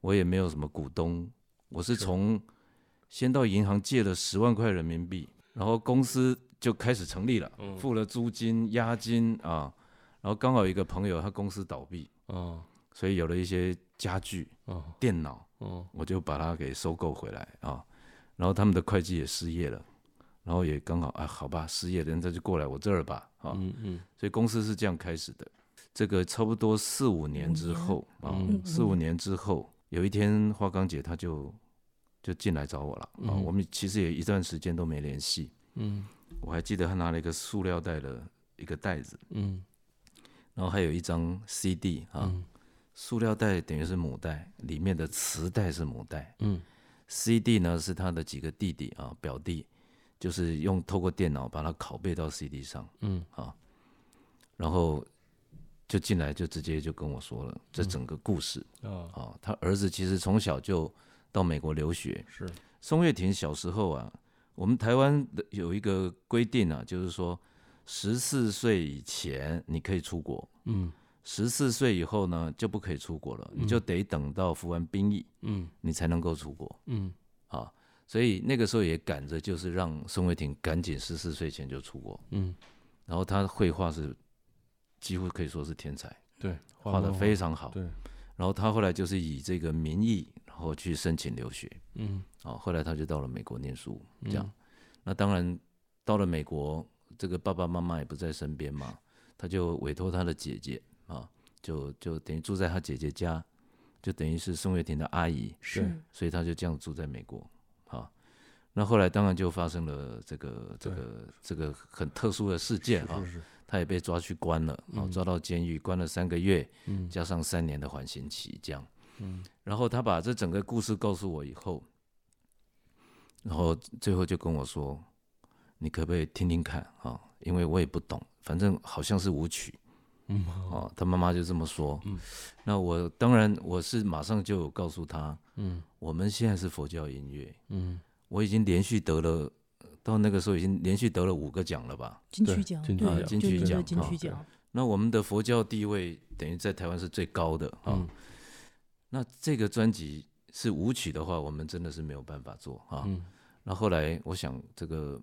[SPEAKER 3] 我也没有什么股东，我是从先到银行借了十万块人民币，然后公司就开始成立了，
[SPEAKER 2] 嗯
[SPEAKER 3] 付了租金、押金啊，然后刚好有一个朋友他公司倒闭，
[SPEAKER 2] 哦
[SPEAKER 3] 所以有了一些家具、
[SPEAKER 2] 哦
[SPEAKER 3] 电脑，
[SPEAKER 2] 哦，
[SPEAKER 3] 我就把它给收购回来啊，然后他们的会计也失业了。然后也刚好啊，好吧，失业人他就过来我这儿吧，啊，
[SPEAKER 2] 嗯嗯
[SPEAKER 3] 所以公司是这样开始的。这个差不多四五年之后啊
[SPEAKER 2] 嗯，
[SPEAKER 3] 四五年之后，有一天花岗姐她就就进来找我了啊。
[SPEAKER 2] 嗯
[SPEAKER 3] 我们其实也一段时间都没联系，
[SPEAKER 2] 嗯
[SPEAKER 3] 我还记得她拿了一个塑料袋的一个袋子，
[SPEAKER 2] 嗯
[SPEAKER 3] 然后还有一张 CD 啊，
[SPEAKER 2] 嗯
[SPEAKER 3] 塑料袋等于是母带，里面的磁带是母带
[SPEAKER 2] 嗯
[SPEAKER 3] ，CD 呢是他的几个弟弟啊表弟，就是用透过电脑把它拷贝到 CD 上，
[SPEAKER 2] 嗯
[SPEAKER 3] 啊，然后就进来就直接就跟我说了
[SPEAKER 2] 嗯
[SPEAKER 3] 这整个故事
[SPEAKER 2] 啊，
[SPEAKER 3] 啊，他儿子其实从小就到美国留学，
[SPEAKER 2] 是
[SPEAKER 3] 宋岳庭小时候啊，我们台湾的有一个规定啊，就是说十四岁以前你可以出国，
[SPEAKER 2] 嗯
[SPEAKER 3] 十四岁以后呢就不可以出国了，你就得等到服完兵役，
[SPEAKER 2] 嗯
[SPEAKER 3] 你才能够出国
[SPEAKER 2] 嗯
[SPEAKER 3] 啊。所以那个时候也赶着，就是让宋岳庭赶紧十四岁前就出国。
[SPEAKER 2] 嗯，
[SPEAKER 3] 然后他绘画是几乎可以说是天才，
[SPEAKER 2] 对，
[SPEAKER 3] 画的
[SPEAKER 2] 漫
[SPEAKER 3] 非常好。
[SPEAKER 2] 对，
[SPEAKER 3] 然后他后来就是以这个名义，然后去申请留学。
[SPEAKER 2] 嗯
[SPEAKER 3] 啊，后来他就到了美国念书，
[SPEAKER 2] 嗯
[SPEAKER 3] 这样。那当然，到了美国，这个爸爸妈妈也不在身边嘛，他就委托他的姐姐啊，就就等于住在他姐姐家，就等于是宋岳庭的阿姨，
[SPEAKER 2] 对
[SPEAKER 4] 是
[SPEAKER 3] 所以他就这样住在美国啊。那后来当然就发生了这个这
[SPEAKER 2] 对
[SPEAKER 3] 个这个很特殊的事件啊
[SPEAKER 2] 是，嗯是，
[SPEAKER 3] 他也被抓去关了，啊，抓到监狱关了三个月，
[SPEAKER 2] 嗯
[SPEAKER 3] 加上三年的缓刑期，这样。
[SPEAKER 2] 嗯
[SPEAKER 3] 然后他把这整个故事告诉我以后，然后最后就跟我说：“你可不可以听听看啊？因为我也不懂，反正好像是舞曲
[SPEAKER 2] 嗯
[SPEAKER 3] 啊。”他妈妈就这么说。
[SPEAKER 2] 嗯
[SPEAKER 3] 那我当然我是马上就有告诉他，
[SPEAKER 2] 嗯
[SPEAKER 3] 我们现在是佛教音乐，
[SPEAKER 2] 嗯，
[SPEAKER 3] 我已经连续得了，到那个时候已经连续得了五个奖了吧？
[SPEAKER 4] 金
[SPEAKER 2] 对
[SPEAKER 4] 曲奖，
[SPEAKER 2] 金曲
[SPEAKER 4] 对，
[SPEAKER 3] 奖金
[SPEAKER 4] 对
[SPEAKER 3] 曲
[SPEAKER 4] 对
[SPEAKER 3] 奖
[SPEAKER 4] 金
[SPEAKER 3] 啊
[SPEAKER 4] 曲
[SPEAKER 2] 对
[SPEAKER 4] 奖，
[SPEAKER 3] 那我们的佛教地位等于在台湾是最高的啊。
[SPEAKER 2] 嗯
[SPEAKER 3] 那这个专辑是舞曲的话，我们真的是没有办法做啊。
[SPEAKER 2] 嗯
[SPEAKER 3] 那后来我想，这个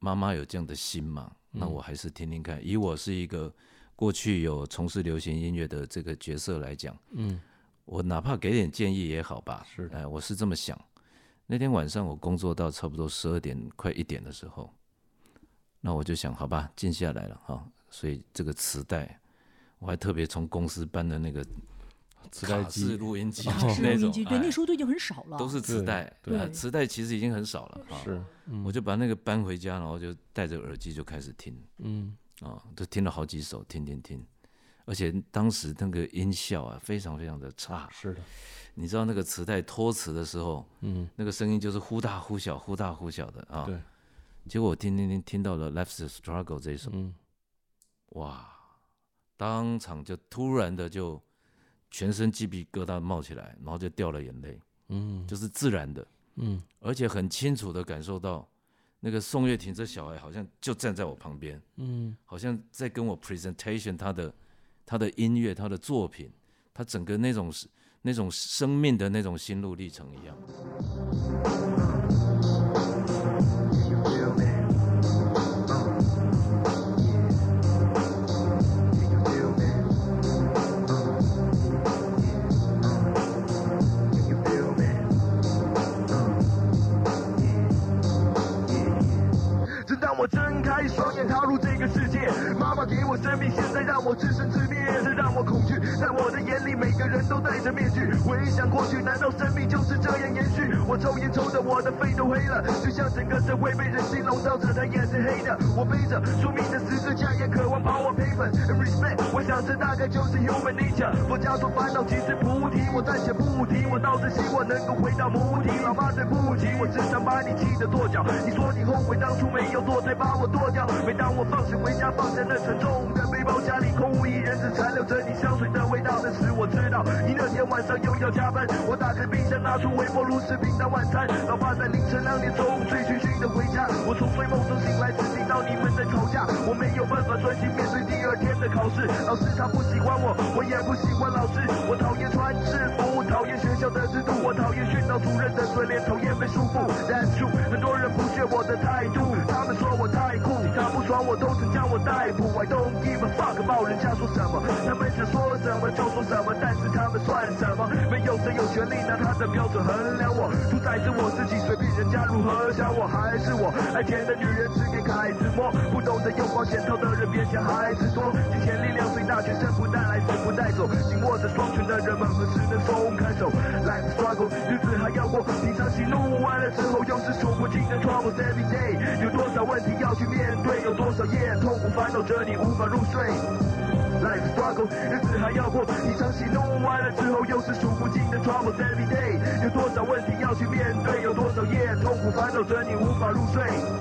[SPEAKER 3] 妈妈有这样的心嘛，
[SPEAKER 2] 嗯
[SPEAKER 3] 那我还是听听看。以我是一个过去有从事流行音乐的这个角色来讲，
[SPEAKER 2] 嗯
[SPEAKER 3] 我哪怕给点建议也好吧。
[SPEAKER 2] 是
[SPEAKER 3] 哎，我是这么想。那天晚上我工作到差不多十二点快一点的时候，那我就想，好吧，静下来了哈、所以这个磁带，我还特别从公司搬的那个
[SPEAKER 2] 磁带
[SPEAKER 3] 卡式
[SPEAKER 2] 机，
[SPEAKER 3] 录音机
[SPEAKER 2] 哦
[SPEAKER 4] 是
[SPEAKER 3] 那
[SPEAKER 4] 录音
[SPEAKER 3] 种，
[SPEAKER 4] 机，对，
[SPEAKER 3] 哎
[SPEAKER 4] 那时候都已经很少了，
[SPEAKER 3] 都是磁
[SPEAKER 2] 对
[SPEAKER 3] 带，
[SPEAKER 2] 对
[SPEAKER 3] 啊磁带其实已经很少了啊。
[SPEAKER 2] 是，嗯
[SPEAKER 3] 我就把那个搬回家，然后就戴着耳机就开始听
[SPEAKER 2] 嗯
[SPEAKER 3] 啊，就听了好几首，听听听。而且当时那个音效啊，非常非常的差。
[SPEAKER 2] 是的，
[SPEAKER 3] 你知道那个磁带脱磁的时候，
[SPEAKER 2] 嗯
[SPEAKER 3] 那个声音就是忽大忽小、忽大忽小的啊。
[SPEAKER 2] 对。
[SPEAKER 3] 结果我听听听听到了《Life's a Struggle》这一首，
[SPEAKER 2] 嗯
[SPEAKER 3] 哇，当场就突然的就全身鸡皮疙瘩冒起来，然后就掉了眼泪，
[SPEAKER 2] 嗯
[SPEAKER 3] 就是自然的。
[SPEAKER 2] 嗯
[SPEAKER 3] 而且很清楚的感受到，那个宋岳庭这小孩好像就站在我旁边，
[SPEAKER 2] 嗯
[SPEAKER 3] 好像在跟我 presentation 他的他的音乐、他的作品，他整个那种那种生命的那种心路历程一样。
[SPEAKER 7] 直到我睁开双眼踏入这个世界，妈妈给我生命，现在让我自生自灭，这让我恐惧。在我的眼里，每个人都戴着面具。回想过去，难道生命就是这样延续？我抽烟抽的，我的肺都黑了，就像整个社会被人心笼罩着，他也是黑的。我背着宿命的十字架，也渴望 power payment and respect。我想这大概就是 human nature。佛家说烦恼其实菩提，我暂且不提，我倒是希望能够回到母体。老妈对不起，我时常把你气得跺脚。你说你后悔当初没有做对，把我剁掉。每当我放学回家，放下那沉重的背包，家里空无一人，只残留着你香水的味道。但是我知道，你那天晚上又要加班。我打开冰箱，拿出微波炉食品当晚餐。老爸在凌晨两点钟醉醺醺的回家，我从睡梦中醒来，只听到你们在吵架。我没有办法专心面对第二天的考试，老师他不喜欢我，我也不喜欢老师。我讨厌穿制服，讨厌学校的制度，我讨厌训导主任的嘴脸，讨厌被束缚。That's true，很多人不屑我的态度，他们说我太酷，他不爽我都曾将我逮捕。I don't give a fuck about 人家说什么，他们想说什么就说什么，但是他们算什么？没有谁有权利拿他的标准衡量我，主宰是我自己，随便人家如何想我，还是我爱甜的女人只给凯子摸，不懂得用光显透的人别嫌孩子多，金钱力量最大，全身不带来死不带走，紧握着双拳的人们何时能松开手？Life struggle，日子还要过，平常喜怒完了之后又是数不尽的 troubles every day，有多少问题要去面对，有多少夜痛苦烦恼着你无法入睡。 life struggle，日子还要过，一场喜怒完了之后，又是数不尽的 troubles every day。有多少问题要去面对，有多少夜痛苦烦恼着你无法入睡。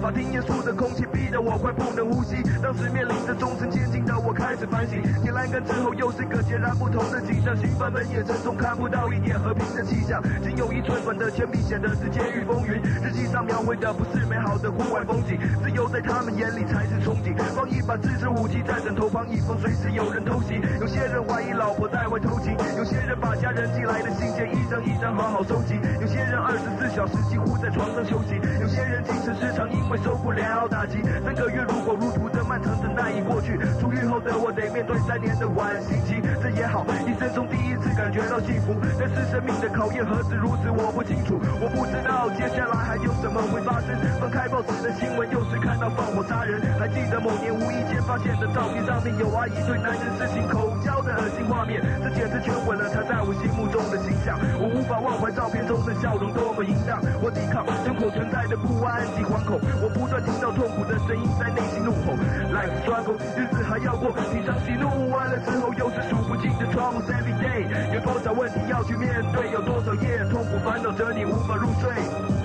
[SPEAKER 7] 法庭严肃的空气逼得我快不能呼吸。当时面临着终身监禁的我开始反省，你栏杆之后又是个截然不同的景象，刑犯们眼神中看不到一点和平的气象，仅有一寸短的铅笔写的是监狱风云，日记上描绘的不是美好的户外风景，自由在他们眼里才是憧憬。放一把自制武器在枕头旁以防随时有人偷袭。有些人怀疑老婆在外偷情，有些人把家人寄来的信件一张一张好好收集，有些人二十四小时几乎在床上休息，有些人精神失常因为受不了打击。三个月如火如荼的漫长等待已过去，出狱后的我得面对三年的缓刑期，这也好，一生中第一次感觉到幸福。但是生命的考验何止如此，我不清楚，我不知道接下来还有什么会发生。翻开报纸的新闻，又是看到放火杀人，还记得某年无意间发现的照片，上面有阿姨对男人施行口交的恶心画面，这简直全毁了她在我心目中的形象。我无法忘怀照片中的笑容多么淫荡，我抵抗胸口存在的不安及惶恐，我不断听到痛苦的声音在内心怒吼。Life struggle，日子还要过，平常喜怒完了之后，又是数不尽的 troubles every day。有多少问题要去面对，有多少夜痛苦烦恼着你无法入睡。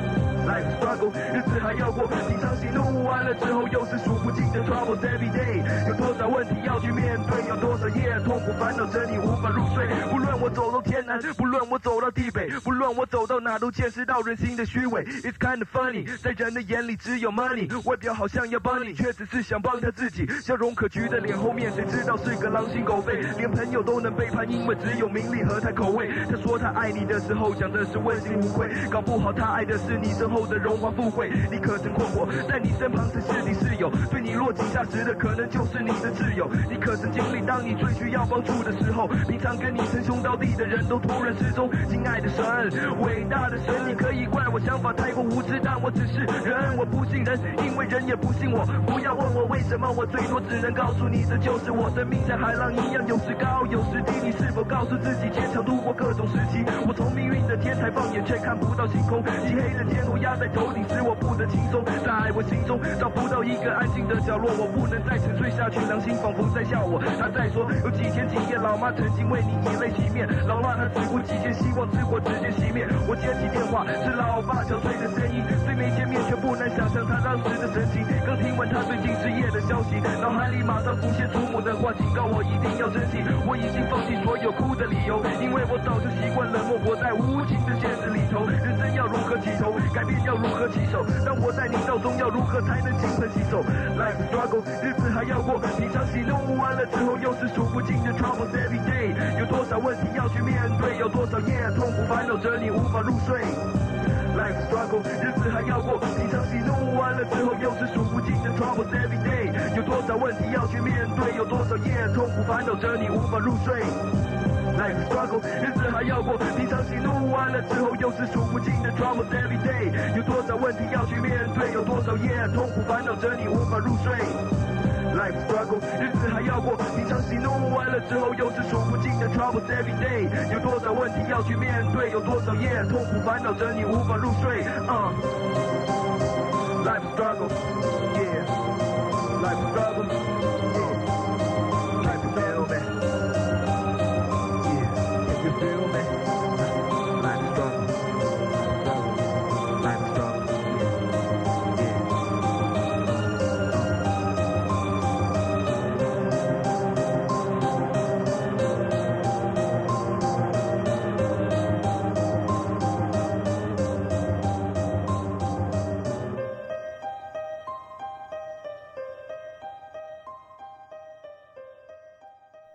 [SPEAKER 7] Life struggle，日子还要过，平常喜怒完了之后，又是数不尽的 troubles every day。有多少问题要去面对，有多少夜痛苦烦恼着你无法入睡。不论我走到天南，不论我走到地北，不论我走到哪，都见识到人心的虚伪。It's kind of funny，在人的眼里只有 money，外表好像要帮你，却只是想帮他自己。笑容可掬的脸后面，谁知道是个狼心狗肺，连朋友都能背叛，因为只有名利和他口味。他说他爱你的时候，想的是问心无愧，搞不好他爱的是你身后的荣华富贵。你可曾困惑，在你身旁只是你室友，对你落井下石的可能就是你的挚友。你可曾经历当你最需要帮助的时候，平常跟你称兄道弟的人都突然失踪？亲爱的神，伟大的神，你可以怪我想法太过无知，但我只是人，我不信人，因为人也不信我。不要问我为什么，我最多只能告诉你，这就是我生命像海浪一样，有时高有时低。你是否告诉自己，坚强度过各种时期？我从命运的天台放眼却看不到星空，漆黑的天空压在头顶，使我不得轻松。在我心中找不到一个安静的角落，我不能再沉睡下去，良心仿佛在笑我。他在说，有几天几夜，老妈曾经为你以泪洗面，老辣她只顾几天，希望之火直接熄灭。我接起电话，是老爸憔悴的声音，虽没见面，却不难想象他当时的神情。刚听完他最近失业的消息，脑海里马上浮现祖母的话，警告我一定要珍惜。我已经放弃所有哭的理由，因为我早就习惯冷漠，活在无情的现实里头。人生要如何起头，改变要如何起手？当我在你道中，要如何才能精神洗手？Life struggle，日子还要过，平常喜怒完了之后，又是数不尽的 troubles every day。有多少问题要去面对？有多少夜痛苦烦恼着你无法入睡？Life struggle，日子还要过，平常喜怒完了之后，又是数不尽的 troubles every day。有多少问题要去面对？有多少夜痛苦烦恼着你无法入睡？Life struggle，日子还要过，平常喜怒完了之后，又是数不尽的 troubles every day。有多少问题要去面对？有多少夜痛苦烦恼着你无法入睡？Life struggle，日子还要过，平常喜怒完了之后，又是数不尽的 troubles every day。有多少问题要去面对？有多少夜痛苦烦恼着你无法入睡？啊、l i f e struggle，yeah，life struggle，yeah，life struggle man。Yeah, if you feel me, life is struggle, struggle, life is struggle. Yeah, yeah.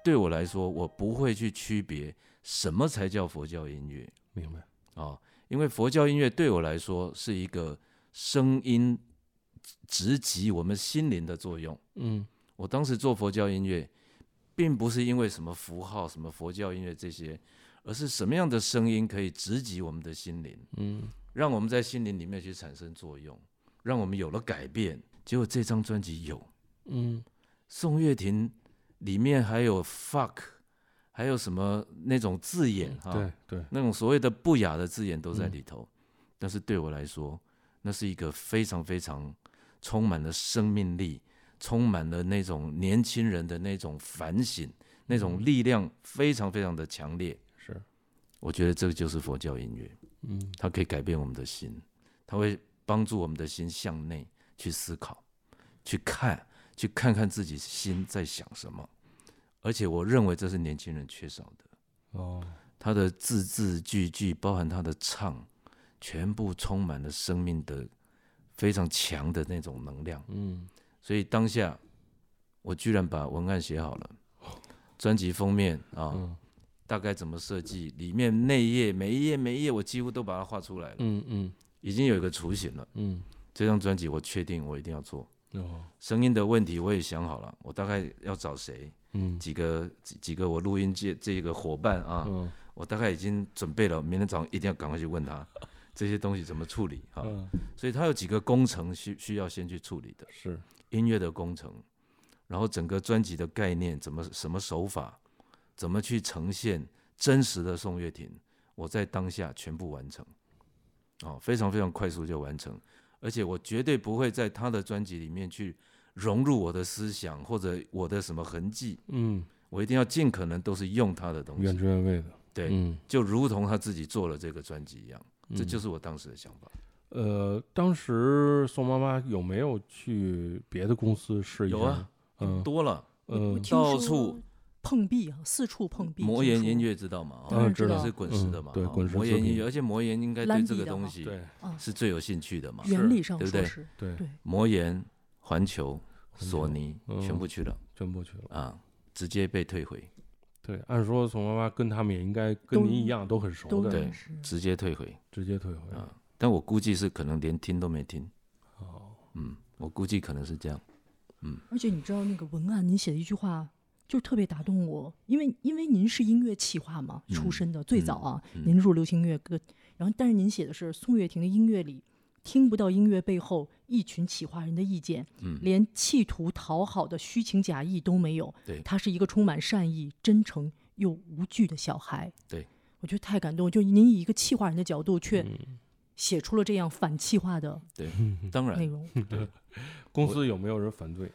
[SPEAKER 3] 对我来说，我不会去区别什么才叫佛教音乐
[SPEAKER 2] 明白，
[SPEAKER 3] 啊、因为佛教音乐对我来说是一个声音直击我们心灵的作用。
[SPEAKER 2] 嗯
[SPEAKER 3] 我当时做佛教音乐，并不是因为什么符号、什么佛教音乐这些，而是什么样的声音可以直击我们的心灵，
[SPEAKER 2] 嗯，
[SPEAKER 3] 让我们在心灵里面去产生作用，让我们有了改变。结果这张专辑有
[SPEAKER 2] 嗯
[SPEAKER 3] 宋岳庭，里面还有 fuck，还有什么那种字眼哈，
[SPEAKER 2] 嗯对对，嗯
[SPEAKER 3] 那种所谓的不雅的字眼都在里头。但是对我来说，那是一个非常非常充满了生命力、充满了那种年轻人的那种反
[SPEAKER 2] 嗯
[SPEAKER 3] 省，那种力量非常非常的强烈。
[SPEAKER 2] 是，
[SPEAKER 3] 我觉得这个就是佛教音乐，
[SPEAKER 2] 嗯
[SPEAKER 3] 它可以改变我们的心，它会帮助我们的心向内去思考，去看，去看看自己心在想什么。而且我认为这是年轻人缺少的。
[SPEAKER 2] 哦，
[SPEAKER 3] 他的字字句句，包含他的唱，全部充满了生命的非常强的那种能量。
[SPEAKER 2] 嗯
[SPEAKER 3] 所以当下，我居然把文案写好 了，专辑封面啊，
[SPEAKER 2] 嗯
[SPEAKER 3] 大概怎么设计，里面内页每一页每一页，我几乎都把它画出来了，
[SPEAKER 2] 嗯嗯
[SPEAKER 3] 已经有一个雏形了。
[SPEAKER 2] 嗯，
[SPEAKER 3] 这张专辑我确定我一定要做，
[SPEAKER 2] 哦，
[SPEAKER 3] 声音的问题我也想好了，我大概要找谁，
[SPEAKER 2] 嗯
[SPEAKER 3] 几个几几个我录音界这个伙伴啊，
[SPEAKER 2] 嗯
[SPEAKER 3] 我大概已经准备了，明天早上一定要赶快去 问他这些东西怎么处理哈。
[SPEAKER 2] 嗯，
[SPEAKER 3] 所以他有几个工程需需要先去处理的，
[SPEAKER 2] 是，
[SPEAKER 3] 音乐的工程，然后整个专辑的概念怎么什么手法，怎么去呈现真实的宋岳庭，我在当下全部完成，哦，非常非常快速就完成，而且我绝对不会在他的专辑里面去融入我的思想或者我的什么痕迹，
[SPEAKER 2] 嗯，
[SPEAKER 3] 我一定要尽可能都是用他的东
[SPEAKER 2] 原
[SPEAKER 3] 西，
[SPEAKER 2] 汁原味的，
[SPEAKER 3] 对，
[SPEAKER 2] 嗯，。
[SPEAKER 3] 就如同他自己做了这个专辑一样，这就
[SPEAKER 2] 嗯
[SPEAKER 3] 是是我当时的想法。
[SPEAKER 2] 呃，当时宋妈妈有没有去别的公司试一下？
[SPEAKER 3] 有啊，
[SPEAKER 2] 嗯，
[SPEAKER 3] 多了，
[SPEAKER 4] 我
[SPEAKER 2] 嗯
[SPEAKER 4] 听
[SPEAKER 3] 到
[SPEAKER 4] 说
[SPEAKER 3] 处
[SPEAKER 4] 碰壁啊，四处碰壁。
[SPEAKER 3] 魔
[SPEAKER 4] 听
[SPEAKER 3] 岩
[SPEAKER 4] 说
[SPEAKER 3] 音乐知道吗？
[SPEAKER 4] 当
[SPEAKER 3] 哦
[SPEAKER 4] 然
[SPEAKER 2] 啊知
[SPEAKER 4] 知
[SPEAKER 2] 道
[SPEAKER 4] 道
[SPEAKER 3] 也是滚石的嘛，
[SPEAKER 2] 嗯对
[SPEAKER 3] 哦
[SPEAKER 2] 滚石
[SPEAKER 3] 魔岩
[SPEAKER 2] 作
[SPEAKER 3] 音
[SPEAKER 2] 品
[SPEAKER 3] 乐，而且魔岩应该对
[SPEAKER 4] 蓝
[SPEAKER 3] 这
[SPEAKER 4] 底
[SPEAKER 3] 个
[SPEAKER 4] 的
[SPEAKER 3] 东
[SPEAKER 4] 嘛
[SPEAKER 3] 西
[SPEAKER 2] 对
[SPEAKER 4] 啊，
[SPEAKER 3] 是最有兴趣的嘛。
[SPEAKER 2] 是
[SPEAKER 4] 原理上
[SPEAKER 3] 对不
[SPEAKER 4] 说
[SPEAKER 3] 对
[SPEAKER 4] 是
[SPEAKER 2] 对，
[SPEAKER 4] 对
[SPEAKER 3] 魔岩、环球、索尼
[SPEAKER 2] 嗯
[SPEAKER 3] 全部去了
[SPEAKER 2] 真不去了。
[SPEAKER 3] 啊，直接被退回，
[SPEAKER 2] 对，按说宋妈妈跟他们也应该跟
[SPEAKER 4] 都
[SPEAKER 2] 您一样都很熟
[SPEAKER 4] 都
[SPEAKER 2] 的，
[SPEAKER 3] 对
[SPEAKER 4] 认识。
[SPEAKER 3] 直接退回
[SPEAKER 2] 直接退回。
[SPEAKER 3] 啊。但我估计是可能连听都没听，
[SPEAKER 2] 哦，
[SPEAKER 3] 嗯，我估计可能是这样。
[SPEAKER 4] 而且你知道那个文案，你写的一句话就特别打动我，因为因为您是音乐企划嘛
[SPEAKER 3] 嗯
[SPEAKER 4] 出身的，最早啊，
[SPEAKER 3] 嗯
[SPEAKER 4] 您入流行音乐歌，然后但是您写的是宋岳庭的音乐里听不到音乐背后一群企划人的意见，
[SPEAKER 3] 嗯
[SPEAKER 4] 连企图讨好的虚情假意都没有，
[SPEAKER 3] 对
[SPEAKER 4] 他是一个充满善意、真诚又无惧的小孩，
[SPEAKER 3] 对。
[SPEAKER 4] 我觉得太感动了，就您以一个企划人的角度，却
[SPEAKER 3] 嗯
[SPEAKER 4] 写出了这样反企划的
[SPEAKER 3] 当然
[SPEAKER 4] 内，容，
[SPEAKER 2] 公司有没有人反对？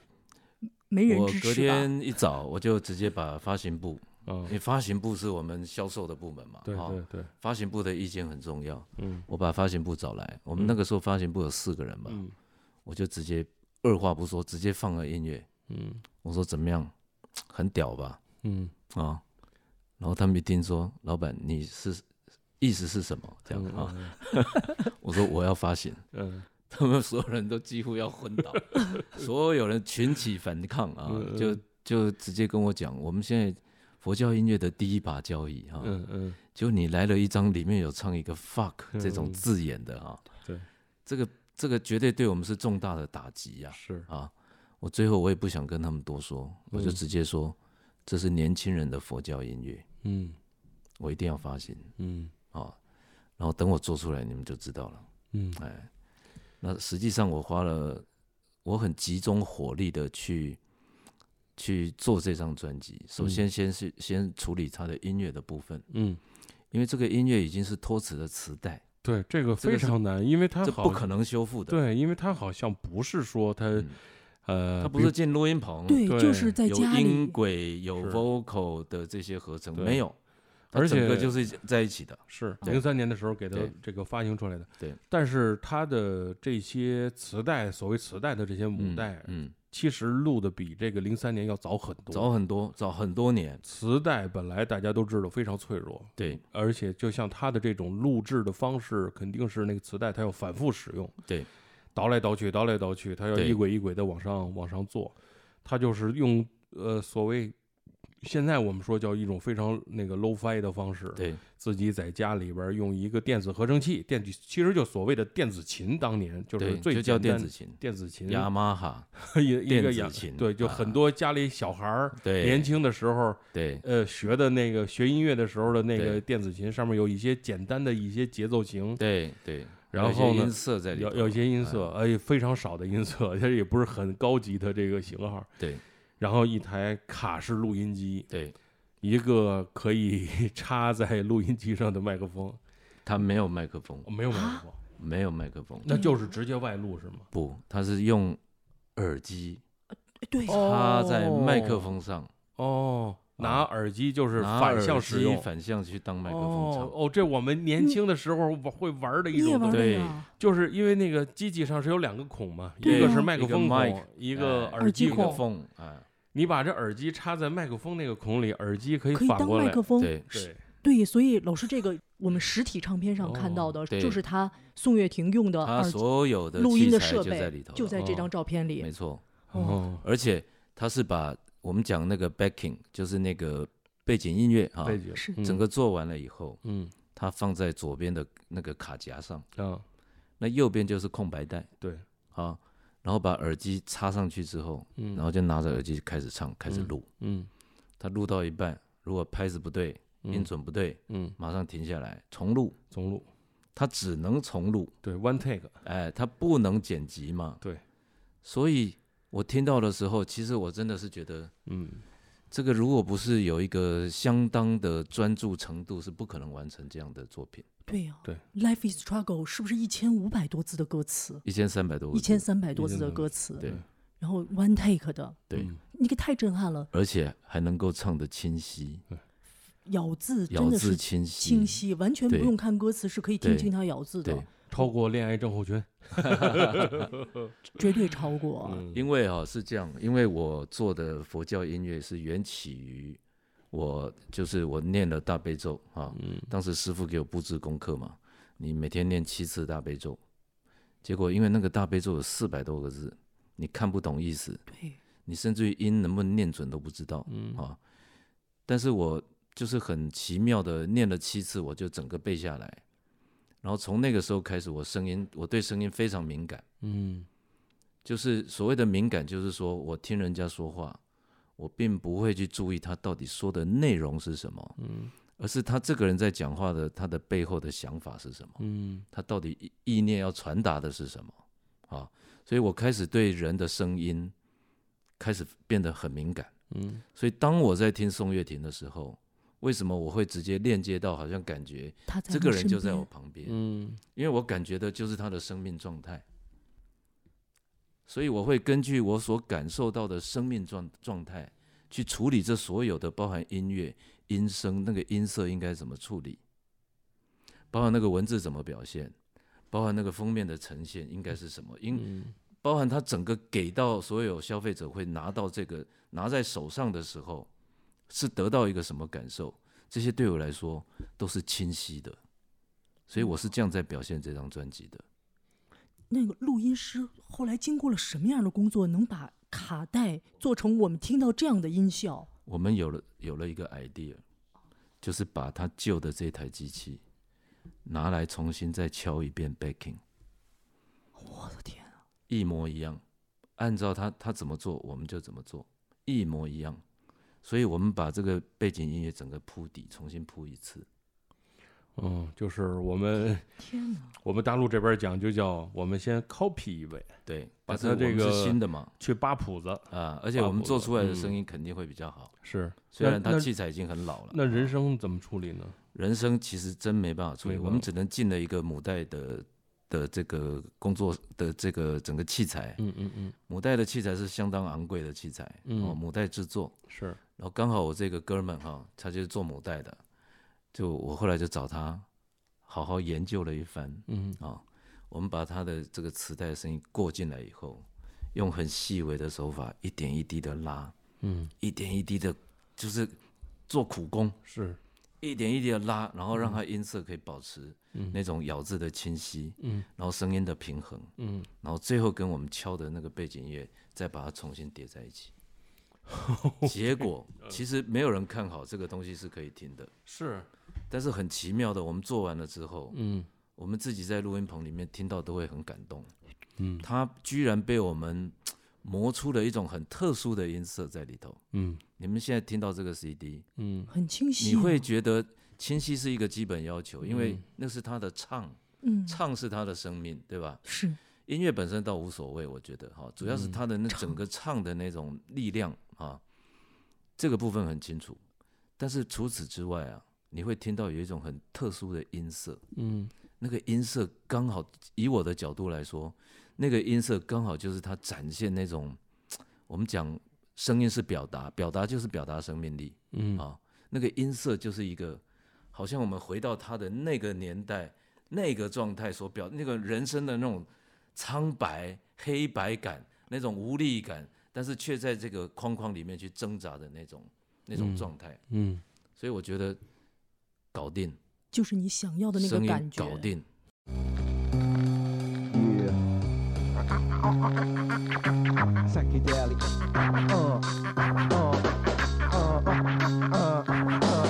[SPEAKER 4] 没人
[SPEAKER 3] 我
[SPEAKER 4] 支
[SPEAKER 3] 隔
[SPEAKER 4] 持吧？
[SPEAKER 3] 天一早我就直接把发行部，
[SPEAKER 2] 啊
[SPEAKER 3] 因，为发行部是我们销售的部门嘛，
[SPEAKER 2] 对
[SPEAKER 3] 哦
[SPEAKER 2] 对对，
[SPEAKER 3] 发行部的意见很重要。
[SPEAKER 2] 嗯
[SPEAKER 3] 我把发行部找来，我们那个时候发行部有四个人吧，
[SPEAKER 2] 嗯
[SPEAKER 3] 我就直接二话不说，直接放了音乐。
[SPEAKER 2] 嗯
[SPEAKER 3] 我说怎么样，很屌吧？
[SPEAKER 2] 嗯，
[SPEAKER 3] 啊、然后他们一听说，老板你是意思是什么？这样啊、
[SPEAKER 2] 嗯
[SPEAKER 3] 我说我要发行，
[SPEAKER 2] 嗯
[SPEAKER 3] 他们所有人都几乎要昏倒， 所有人群起反抗啊，
[SPEAKER 2] 嗯
[SPEAKER 3] 就就直接跟我讲，我们现在佛教音乐的第一把交椅啊，
[SPEAKER 2] 嗯嗯，
[SPEAKER 3] 就你来了一张，里面有唱一个 fuck
[SPEAKER 2] 嗯
[SPEAKER 3] 这种字眼的啊，
[SPEAKER 2] 对，
[SPEAKER 3] 这个这个绝对对我们是重大的打击呀、
[SPEAKER 2] 是，
[SPEAKER 3] 啊！我最后我也不想跟他们多说，我就
[SPEAKER 2] 嗯
[SPEAKER 3] 直接说，这是年轻人的佛教音乐，
[SPEAKER 2] 嗯
[SPEAKER 3] 我一定要发行
[SPEAKER 2] 嗯
[SPEAKER 3] 啊！然后等我做出来，你们就知道了。
[SPEAKER 2] 嗯
[SPEAKER 3] 哎，那实际上我花了，我很集中火力的去去做这张专辑。首先，先是、先处理它的音乐的部分，
[SPEAKER 2] 嗯，
[SPEAKER 3] 因为这个音乐已经是托词的磁带，
[SPEAKER 2] 对，这个
[SPEAKER 3] 这
[SPEAKER 2] 非
[SPEAKER 3] 个是
[SPEAKER 2] 常难，因为它
[SPEAKER 3] 这
[SPEAKER 2] 好
[SPEAKER 3] 不可能修复的。
[SPEAKER 2] 对，因为它好像不是说它
[SPEAKER 3] 嗯，
[SPEAKER 2] 呃，
[SPEAKER 3] 它不
[SPEAKER 2] 比
[SPEAKER 3] 是
[SPEAKER 2] 如
[SPEAKER 3] 进录音棚，
[SPEAKER 4] 对，
[SPEAKER 2] 对
[SPEAKER 4] 就是在
[SPEAKER 3] 有
[SPEAKER 4] 家里
[SPEAKER 3] 音轨、有
[SPEAKER 2] 是
[SPEAKER 3] vocal 的这些合成
[SPEAKER 2] 对
[SPEAKER 3] 没有，它
[SPEAKER 2] 而
[SPEAKER 3] 整个
[SPEAKER 2] 且
[SPEAKER 3] 就是在一起的。
[SPEAKER 2] 是
[SPEAKER 3] 对
[SPEAKER 2] 零三年的时候给它
[SPEAKER 3] 对
[SPEAKER 2] 这个发行出来的。
[SPEAKER 3] 对，
[SPEAKER 2] 但是它的这些磁带，所谓磁带的这些母
[SPEAKER 3] 嗯
[SPEAKER 2] 带，
[SPEAKER 3] 嗯，
[SPEAKER 2] 其实录的比这个零三年要早很多。
[SPEAKER 3] 早很多，早很多年。
[SPEAKER 2] 磁带本来大家都知道非常脆弱，
[SPEAKER 3] 对
[SPEAKER 2] 而且就像它的这种录制的方式，肯定是那个磁带它要反复使用，
[SPEAKER 3] 对，
[SPEAKER 2] 倒来倒去，倒来倒去，它要
[SPEAKER 3] 对
[SPEAKER 2] 一轨一轨的往上往上做，它就是用呃所谓。现在我们说叫一种非常那个 low fi 的方式，
[SPEAKER 3] 对
[SPEAKER 2] 自己在家里边儿用一个电子合成器，电子其实就所谓的电子琴，当年就是
[SPEAKER 3] 对，
[SPEAKER 2] 最
[SPEAKER 3] 就叫
[SPEAKER 2] 简单
[SPEAKER 3] 电子琴，
[SPEAKER 2] 电子琴，
[SPEAKER 3] 雅马哈。
[SPEAKER 2] 一一个
[SPEAKER 3] 电子
[SPEAKER 2] 雅
[SPEAKER 3] 琴啊
[SPEAKER 2] 对，就很多家里小孩儿
[SPEAKER 3] 对，
[SPEAKER 2] 年轻的时候，
[SPEAKER 3] 对
[SPEAKER 2] 呃，学的那个学音乐的时候的那个
[SPEAKER 3] 对
[SPEAKER 2] 电子琴，上面有一些简单的一些节奏型，
[SPEAKER 3] 对对，
[SPEAKER 2] 然
[SPEAKER 3] 有一些
[SPEAKER 2] 后呢
[SPEAKER 3] 音色在里头，啊
[SPEAKER 2] 有有一些音色，哎，非常少的音色， 它也不是很高级的这个型号。
[SPEAKER 3] 对
[SPEAKER 2] 然后一台卡式录音机，
[SPEAKER 3] 对，
[SPEAKER 2] 一个可以 插在录音机上的麦克风，
[SPEAKER 3] 它没有麦克风
[SPEAKER 2] 哦，没有麦克风，
[SPEAKER 3] 没有麦克风，
[SPEAKER 2] 那就是直接外录是吗？
[SPEAKER 3] 不，它是用耳机
[SPEAKER 4] 对，
[SPEAKER 3] 插在麦克风上，
[SPEAKER 2] 哦，拿耳机就是
[SPEAKER 3] 拿
[SPEAKER 2] 反向
[SPEAKER 3] 耳
[SPEAKER 2] 使
[SPEAKER 3] 机
[SPEAKER 2] 用。
[SPEAKER 3] 反向去当麦克风唱。
[SPEAKER 2] 哦哦，这我们年轻的时候玩会玩的一
[SPEAKER 4] 嗯你也
[SPEAKER 2] 种
[SPEAKER 4] 玩
[SPEAKER 2] 东
[SPEAKER 4] 那
[SPEAKER 2] 西，
[SPEAKER 3] 对
[SPEAKER 4] 个啊？
[SPEAKER 2] 就是因为那个机器上是有两个孔嘛，
[SPEAKER 4] 对
[SPEAKER 2] 一个
[SPEAKER 4] 啊
[SPEAKER 2] 是麦克风
[SPEAKER 3] 一个
[SPEAKER 2] 孔
[SPEAKER 3] mic，，
[SPEAKER 2] 一个
[SPEAKER 3] 哎
[SPEAKER 2] 耳机
[SPEAKER 4] 耳机孔
[SPEAKER 2] 孔。
[SPEAKER 3] 缝啊，
[SPEAKER 2] 你把这耳机插在麦克风那个孔里，耳机可以
[SPEAKER 4] 可以
[SPEAKER 2] 反
[SPEAKER 4] 当
[SPEAKER 2] 过
[SPEAKER 4] 麦
[SPEAKER 2] 来
[SPEAKER 4] 克。风，
[SPEAKER 3] 对，
[SPEAKER 2] 对，
[SPEAKER 4] 对，所以老师这个我们实体唱片上看到的，
[SPEAKER 3] 哦对
[SPEAKER 4] 就是他宋岳庭用的
[SPEAKER 3] 它
[SPEAKER 4] 耳
[SPEAKER 3] 所有的
[SPEAKER 4] 录音
[SPEAKER 3] 器
[SPEAKER 4] 的
[SPEAKER 3] 材
[SPEAKER 4] 设
[SPEAKER 3] 就在里
[SPEAKER 4] 备
[SPEAKER 3] 头了，
[SPEAKER 4] 就在这
[SPEAKER 3] 哦
[SPEAKER 4] 张照片里
[SPEAKER 3] 没。错，嗯
[SPEAKER 2] 哦，
[SPEAKER 3] 而且它是把我们讲那个 backing，就是那个背景音乐啊，
[SPEAKER 2] 背景
[SPEAKER 4] 是
[SPEAKER 2] 嗯
[SPEAKER 3] 整个做完了以后，
[SPEAKER 2] 嗯
[SPEAKER 3] 它放在左边的那个卡夹上，
[SPEAKER 2] 啊，
[SPEAKER 3] 那右边就是空白带
[SPEAKER 2] 对，
[SPEAKER 3] 啊，然后把耳机插上去之后，
[SPEAKER 2] 嗯，
[SPEAKER 3] 然后就拿着耳机开始唱，开始
[SPEAKER 2] 嗯
[SPEAKER 3] 录。
[SPEAKER 2] 嗯
[SPEAKER 3] 它录到一半，如果拍子不对，音
[SPEAKER 2] 嗯
[SPEAKER 3] 准不对，
[SPEAKER 2] 嗯，
[SPEAKER 3] 马上停下来重录，
[SPEAKER 2] 总录
[SPEAKER 3] 它只能重录，
[SPEAKER 2] 对 one take，
[SPEAKER 3] 哎，它不能剪辑嘛。
[SPEAKER 2] 对，
[SPEAKER 3] 所以我听到的时候，其实我真的是觉得。
[SPEAKER 2] 嗯
[SPEAKER 3] 这个如果不是有一个相当的专注程度，是不可能完成这样的作品。
[SPEAKER 4] 对哦呀、
[SPEAKER 2] 对
[SPEAKER 4] Life is Struggle 是不是一千五百多字的歌词？
[SPEAKER 3] 一千三百多个字，
[SPEAKER 4] 一千三百多字的歌词，
[SPEAKER 3] 对
[SPEAKER 4] 然后 one take 的，
[SPEAKER 3] 对、
[SPEAKER 2] 嗯
[SPEAKER 4] 那个太震撼了，
[SPEAKER 3] 而且还能够唱得清晰，
[SPEAKER 4] 咬字真
[SPEAKER 3] 咬
[SPEAKER 4] 的
[SPEAKER 3] 字
[SPEAKER 4] 是
[SPEAKER 3] 清晰，
[SPEAKER 4] 清晰，完全不
[SPEAKER 3] 对
[SPEAKER 4] 用看歌词是可以听
[SPEAKER 3] 对
[SPEAKER 4] 清他咬字
[SPEAKER 3] 对
[SPEAKER 4] 的，，
[SPEAKER 2] 超过恋爱症候 群。
[SPEAKER 4] 绝对超过。
[SPEAKER 3] 因为啊、是这样，因为我做的佛教音乐是缘起于我，就是我念了大悲咒啊，当时师傅给我布置功课嘛，你每天念七次大悲咒，结果因为那个大悲咒有四百多个字，你看不懂意思，
[SPEAKER 4] 对，
[SPEAKER 3] 你甚至于音能不能念准都不知道，啊，但是我就是很奇妙的念了七次，我就整个背下来，然后从那个时候开始，我声音我对声音非常敏感，
[SPEAKER 2] 嗯
[SPEAKER 3] 就是所谓的敏感，就是说我听人家说话，我并不会去注意他到底说的内容是什么，
[SPEAKER 2] 嗯
[SPEAKER 3] 而是他这个人在讲话的他的背后的想法是什么，
[SPEAKER 2] 嗯
[SPEAKER 3] 他到底意意念要传达的是什么啊？所以我开始对人的声音开始变得很敏感。
[SPEAKER 2] 嗯
[SPEAKER 3] 所以当我在听宋岳庭的时候，为什么我会直接链接到，好像感觉
[SPEAKER 4] 他在
[SPEAKER 3] 这个
[SPEAKER 4] 你
[SPEAKER 3] 人
[SPEAKER 4] 身
[SPEAKER 3] 就在
[SPEAKER 4] 边
[SPEAKER 3] 我旁边，
[SPEAKER 2] 嗯
[SPEAKER 3] 因为我感觉的就是他的生命状态。所以我会根据我所感受到的生命状状态去处理这所有的，包含音乐、音声，那个音色应该怎么处理，包含那个文字怎么表现，包含那个封面的呈现应该是什么，因
[SPEAKER 2] 嗯
[SPEAKER 3] 包含它整个给到所有消费者会拿到这个拿在手上的时候，是得到一个什么感受？这些对我来说都是清晰的，所以我是这样在表现这张专辑的。
[SPEAKER 4] 那个录音师后来经过了什么样的工作，能把卡带做成我们听到这样的音效？
[SPEAKER 3] 我们有了有了一个 idea，就是把他旧的这台机器拿来重新再敲一遍 backing，
[SPEAKER 4] 我的天啊！
[SPEAKER 3] 一模一样，按照他他怎么做我们就怎么做，一模一样。所以我们把这个背景音乐整个铺底，重新铺一次。
[SPEAKER 2] 嗯，就是我们
[SPEAKER 4] 天哪！
[SPEAKER 2] 我们大陆这边讲就叫我们先 copy 一位，
[SPEAKER 3] 对，
[SPEAKER 2] 把
[SPEAKER 3] 但是
[SPEAKER 2] 它
[SPEAKER 3] 我
[SPEAKER 2] 这
[SPEAKER 3] 们
[SPEAKER 2] 个
[SPEAKER 3] 是新的嘛，
[SPEAKER 2] 去扒谱子
[SPEAKER 3] 啊，而且
[SPEAKER 2] 八
[SPEAKER 3] 我们
[SPEAKER 2] 股
[SPEAKER 3] 做
[SPEAKER 2] 的
[SPEAKER 3] 出来的
[SPEAKER 2] 嗯
[SPEAKER 3] 声音肯定会比较好。
[SPEAKER 2] 是。
[SPEAKER 3] 虽然
[SPEAKER 2] 那
[SPEAKER 3] 它
[SPEAKER 2] 那
[SPEAKER 3] 器材已经很老了，啊
[SPEAKER 2] 那人声怎么处理呢？
[SPEAKER 3] 人声其实真没办法处理，
[SPEAKER 2] 没
[SPEAKER 3] 我们
[SPEAKER 2] 办法
[SPEAKER 3] 只能进了一个母带的的这个工作的这个整个器材。
[SPEAKER 2] 嗯嗯嗯，
[SPEAKER 3] 母带的器材是相当昂贵的器材，哦，
[SPEAKER 2] 嗯
[SPEAKER 3] 母带制作。
[SPEAKER 2] 是，
[SPEAKER 3] 然后刚好我这个哥们哈、他就是做母带的，就我后来就找他好好研究了一番
[SPEAKER 2] 嗯
[SPEAKER 3] 啊、我们把他的这个磁带的声音过进来以后，用很细微的手法一点一滴的拉，
[SPEAKER 2] 嗯
[SPEAKER 3] 一点一滴的，就是做苦工，
[SPEAKER 2] 是，
[SPEAKER 3] 一点一滴的拉，然后让它音色可以保持
[SPEAKER 2] 嗯
[SPEAKER 3] 那种咬字的清晰，
[SPEAKER 2] 嗯
[SPEAKER 3] 然后声音的平衡，
[SPEAKER 2] 嗯，
[SPEAKER 3] 然后最后跟我们敲的那个背景音乐再把它重新叠在一 起。结果其实没有人看好这个东西是可以听的，
[SPEAKER 2] 嗯是，
[SPEAKER 3] 但是很奇妙的，我们做完了之后，
[SPEAKER 2] 嗯
[SPEAKER 3] 我们自己在录音棚里面听到都会很感动。
[SPEAKER 2] 嗯
[SPEAKER 3] 它居然被我们磨出了一种很特殊的音色在里头。
[SPEAKER 2] 嗯
[SPEAKER 3] 你们现在听到这个 CD，
[SPEAKER 2] 嗯
[SPEAKER 4] 很清晰、啊
[SPEAKER 3] 你会觉得清晰是一个基本要求，因为
[SPEAKER 2] 嗯
[SPEAKER 3] 那是他的唱，
[SPEAKER 4] 嗯，
[SPEAKER 3] 唱是他的生命，对吧？
[SPEAKER 4] 是
[SPEAKER 3] 音乐本身倒无所谓，我觉得哈，主要是他的那整个唱的那种力量啊，这个部分很清楚。但是除此之外啊，你会听到有一种很特殊的音色，
[SPEAKER 2] 嗯
[SPEAKER 3] 那个音色刚好，以我的角度来说，那个音色刚好就是他展现那种我我们讲声音是表达，表达就是表达生命力。
[SPEAKER 2] 嗯
[SPEAKER 3] 啊，那个音色就是一个，好像我们回到他的那个年代、那个状态所表那个人生的那种苍白、黑白感，那种无力感，但是却在这个框框里面去挣扎的那种那种
[SPEAKER 2] 嗯
[SPEAKER 3] 状态。
[SPEAKER 2] 嗯，
[SPEAKER 3] 所以我觉得搞定
[SPEAKER 4] 就是你想要的那个
[SPEAKER 3] 声音
[SPEAKER 4] 感觉。
[SPEAKER 3] 搞定。
[SPEAKER 8] psychedelic. Uh, uh, uh, uh, uh, uh,